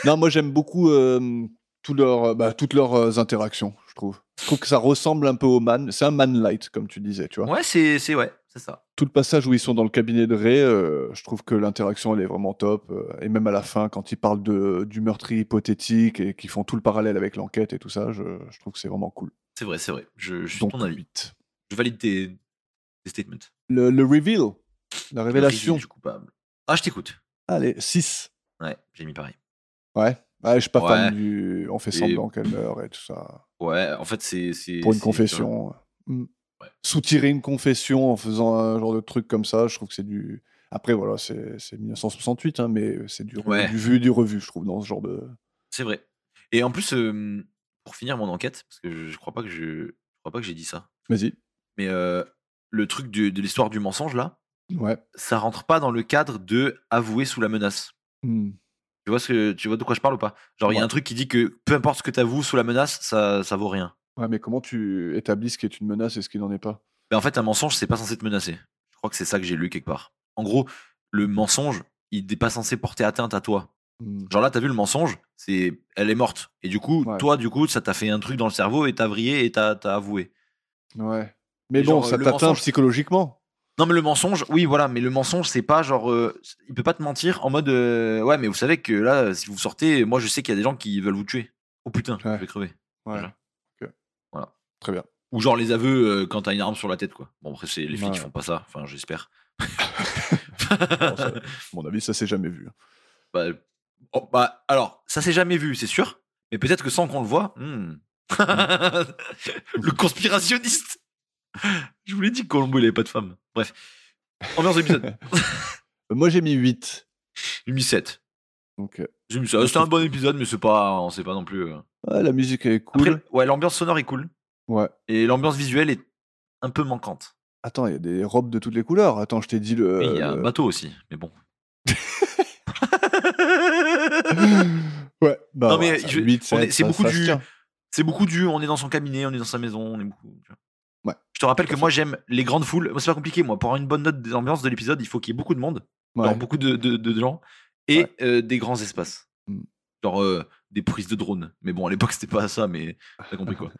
A: Non, moi j'aime beaucoup euh, tout leur, bah, toutes leurs euh, interactions, je trouve. Je trouve que ça ressemble un peu au man. C'est un man light, comme tu disais, tu vois.
B: Ouais, c'est c'est- ouais, c'est ça.
A: Tout le passage où ils sont dans le cabinet de Ray, euh, je trouve que l'interaction elle est vraiment top. euh, et même à la fin, quand ils parlent de, du meurtrier hypothétique et qu'ils font tout le parallèle avec l'enquête et tout ça, je, je trouve que c'est vraiment cool.
B: C'est vrai, c'est vrai. Je, je suis
A: Donc
B: ton avis.
A: 8.
B: Je valide tes, tes statements.
A: Le, le reveal, la révélation.
B: Révélé du coupable. Ah, je t'écoute.
A: Allez, 6.
B: Ouais, j'ai mis pareil.
A: Ouais. Ouais, je suis pas
B: Ouais.
A: fan du. On fait
B: Et-
A: semblant qu'elle meurt et tout ça.
B: Ouais, en fait, c'est. c'est-
A: pour une
B: c'est-
A: confession. Mm.
B: Ouais.
A: Soutirer une confession en faisant un genre de truc comme ça, je trouve que c'est du. Après, voilà, c'est c'est 1968, hein, mais c'est du, re-
B: Ouais.
A: du vu et du revu, je trouve, dans ce genre de.
B: C'est vrai. Et en plus, euh, pour finir mon enquête, parce que je, je crois pas que je, je crois pas que j'ai dit ça,
A: Vas-y.
B: mais euh, le truc du- de l'histoire du mensonge là,
A: Ouais.
B: ça rentre pas dans le cadre de avouer sous la menace.
A: Mm.
B: Tu vois ce que tu vois de quoi je parle ou pas Genre il y a
A: Ouais.
B: un truc qui dit que peu importe ce que t'avoues sous la menace, ça ça vaut rien.
A: Ouais, mais comment tu établis ce qui est une menace et ce qui n'en est pas
B: Ben, en fait, un mensonge, c'est pas censé te menacer. Je crois que c'est ça que j'ai lu quelque part. En gros, le mensonge, il n'est pas censé porter atteinte à toi.
A: Mm.
B: Genre là, t'as vu le mensonge, c'est elle est morte. Et du coup,
A: Ouais.
B: toi, du coup, ça t'a fait un truc dans le cerveau et t'as vrillé et t'as t'as avoué.
A: Ouais. Mais
B: Et
A: bon,
B: genre,
A: ça
B: le
A: t'atteint
B: mensonge-
A: psychologiquement.
B: Non, mais le mensonge, oui, voilà, mais le mensonge, c'est pas genre. euh, il peut pas te mentir en mode. euh, ouais, mais vous savez que là, euh, si vous sortez, moi, je sais qu'il y a des gens qui veulent vous tuer. Oh putain,
A: Ouais.
B: je vais crever.
A: Ouais.
B: Voilà.
A: Ok.
B: Voilà.
A: Très bien.
B: Ou genre les aveux euh, quand t'as une arme sur la tête, quoi. Bon, après, c'est les flics
A: Ouais.
B: qui font pas ça, enfin, j'espère.
A: Bon, ça- à mon avis, ça s'est jamais vu. hein.
B: Bah, oh, bah, alors, ça s'est jamais vu, c'est sûr. Mais peut-être que sans qu'on le voit. hmm. le conspirationniste. Je vous l'ai dit que Colombo, il avait pas de femme. Bref. Ambiance épisode.
A: Euh, Moi, j'ai mis 8.
B: J'ai mis 7.
A: Donc, euh,
B: J'ai mis ça. C'était un bon épisode, mais c'est pas, on sait pas non plus. euh.
A: ouais, la musique elle est
B: Après,
A: cool.
B: ouais, l'ambiance sonore est cool.
A: Ouais.
B: Et l'ambiance visuelle est un peu manquante.
A: Attends, il y a des robes de toutes les couleurs. Attends, je t'ai dit le. euh,
B: Et il y a un
A: le-
B: bateau aussi, mais bon.
A: ouais, bah,
B: Non, mais
A: ouais, ça,
B: je-
A: huit,
B: on est-
A: sept,
B: c'est
A: ça-
B: beaucoup
A: ça se
B: du-
A: tient.
B: c'est beaucoup du on est dans son cabinet, on est dans sa maison, on est beaucoup. tu vois.
A: Ouais.
B: Je te rappelle que moi j'aime les grandes foules. Moi, c'est pas compliqué, moi. Pour avoir une bonne note des ambiances de l'épisode, il faut qu'il y ait beaucoup de monde,
A: Ouais.
B: genre beaucoup de, de- de gens, et
A: Ouais.
B: euh, des grands espaces.
A: Mm.
B: Genre euh, des prises de drones. Mais bon, à l'époque, c'était pas ça, mais t'as compris quoi.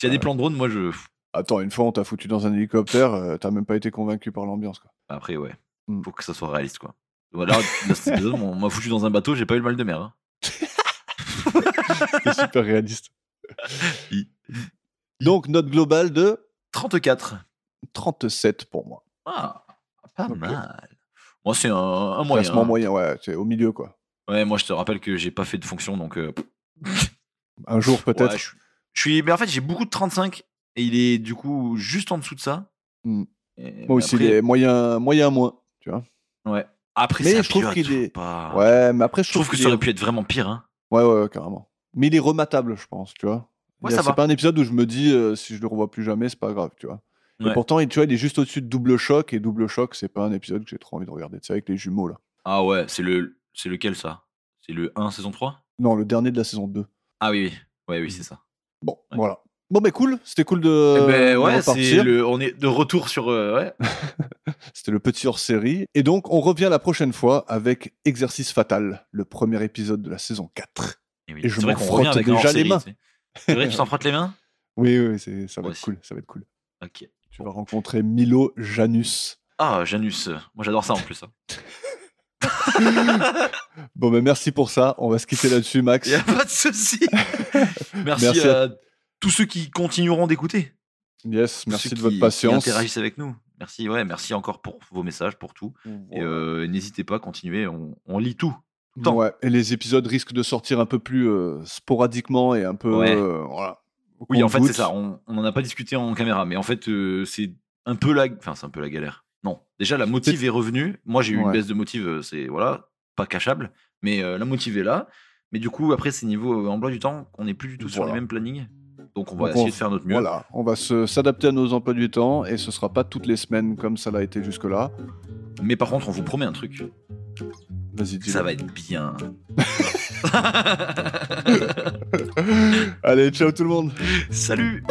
B: S'il y a des
A: Ouais.
B: plans de drones, moi je.
A: Attends, une fois on t'a foutu dans un hélicoptère, euh, t'as même pas été convaincu par l'ambiance. quoi.
B: Après, ouais.
A: Mm.
B: Faut que ça soit réaliste, quoi. Voilà, dans cet épisode, on m'a foutu dans un bateau, j'ai pas eu le mal de mer. hein.
A: C'est super réaliste.
B: I.
A: Donc, note globale de
B: 34.
A: 37 pour moi.
B: Ah, pas
A: Ok.
B: mal. Moi, c'est un, un
A: euh,
B: moyen. hein.
A: Classement moyen, ouais, c'est au milieu quoi.
B: Ouais, moi, je te rappelle que j'ai pas fait de fonction, donc. euh,
A: Un jour peut-être.
B: ouais, je, suis- je suis. Mais en fait, j'ai beaucoup de 35, et il est du coup juste en dessous de ça.
A: Mm.
B: Et- mais
A: moi aussi,
B: après-
A: il est moyen, moyen moins. Tu vois.
B: Après,
A: mais
B: ça
A: je trouve
B: piote
A: qu'il est-
B: pas.
A: Ouais, mais après je
B: Ah Je trouve
A: trouve
B: que
A: qu'il
B: ça
A: est-
B: aurait pu être vraiment pire. hein.
A: Ouais, ouais, ouais, carrément. Mais il est rematable, je pense, tu vois. Il
B: Ouais,
A: y a-
B: ça va.
A: c'est pas un épisode où je me dis euh, si je le revois plus jamais, c'est pas grave, tu vois. Et
B: Ouais.
A: pourtant, il- tu vois, il est juste au-dessus de Double Choc, et Double Choc, c'est pas un épisode que j'ai trop envie de regarder, tu sais, avec les jumeaux, là.
B: Ah ouais, c'est le c'est lequel ça C'est le 1 saison 3
A: Non, le dernier de la saison 2.
B: Ah oui, oui, ouais, oui,
A: Mmh.
B: c'est ça.
A: Bon,
B: Ouais.
A: voilà. Bon, bah cool, c'était cool de,
B: Eh ben
A: de
B: ouais, c'est
A: Euh, repartir.
B: le, on est de retour sur. euh, ouais.
A: C'était le petit hors-série. Et donc, on revient la prochaine fois avec Exercice Fatal, le premier épisode de la saison 4.
B: Eh oui,
A: Et je
B: c'est vrai
A: m'en
B: qu'on revient
A: frotte
B: avec un
A: déjà les
B: hors-série,
A: mains.
B: tu sais. C'est vrai, tu t'en frottes les mains
A: Oui, oui, c'est- ça va
B: Moi
A: être
B: aussi.
A: cool, ça va être cool.
B: Ok.
A: Tu vas rencontrer Milo Janus.
B: Ah, Janus, euh, moi j'adore ça en plus. hein.
A: Bon, ben merci pour ça. On va se quitter là-dessus, Max.
B: Y a pas de souci. Merci,
A: Merci
B: à tous ceux qui continueront d'écouter.
A: Yes,
B: tous
A: merci
B: ceux
A: de
B: qui-
A: votre patience.
B: Qui interagissent avec nous. Merci, ouais, merci encore pour vos messages, pour tout. Et euh, n'hésitez pas, continuez, on, on lit tout. temps.
A: Ouais, et les épisodes risquent de sortir un peu plus euh, sporadiquement et un peu.
B: Ouais.
A: euh, voilà, au
B: Oui, en fait,
A: compte-gouttes.
B: c'est ça. On n'en a pas discuté en caméra, mais en fait, euh, c'est un peu la, enfin, c'est un peu la galère. Non, déjà la motive est revenue. Moi, j'ai eu
A: Ouais.
B: une baisse de motive. euh, C'est voilà, pas cachable, mais euh, la motive est là. Mais du coup, après, c'est niveau euh, emploi du temps qu'on n'est plus du tout sur les
A: Voilà.
B: mêmes plannings. Donc, on va
A: Donc, on-
B: essayer de faire notre mieux.
A: Voilà, on va se- s'adapter à nos emplois du temps et ce sera pas toutes les semaines comme ça l'a été jusque-là.
B: Mais par contre, on vous promet un truc.
A: Vas-y, dis
B: Ça va être bien.
A: Allez, ciao tout le monde
B: Salut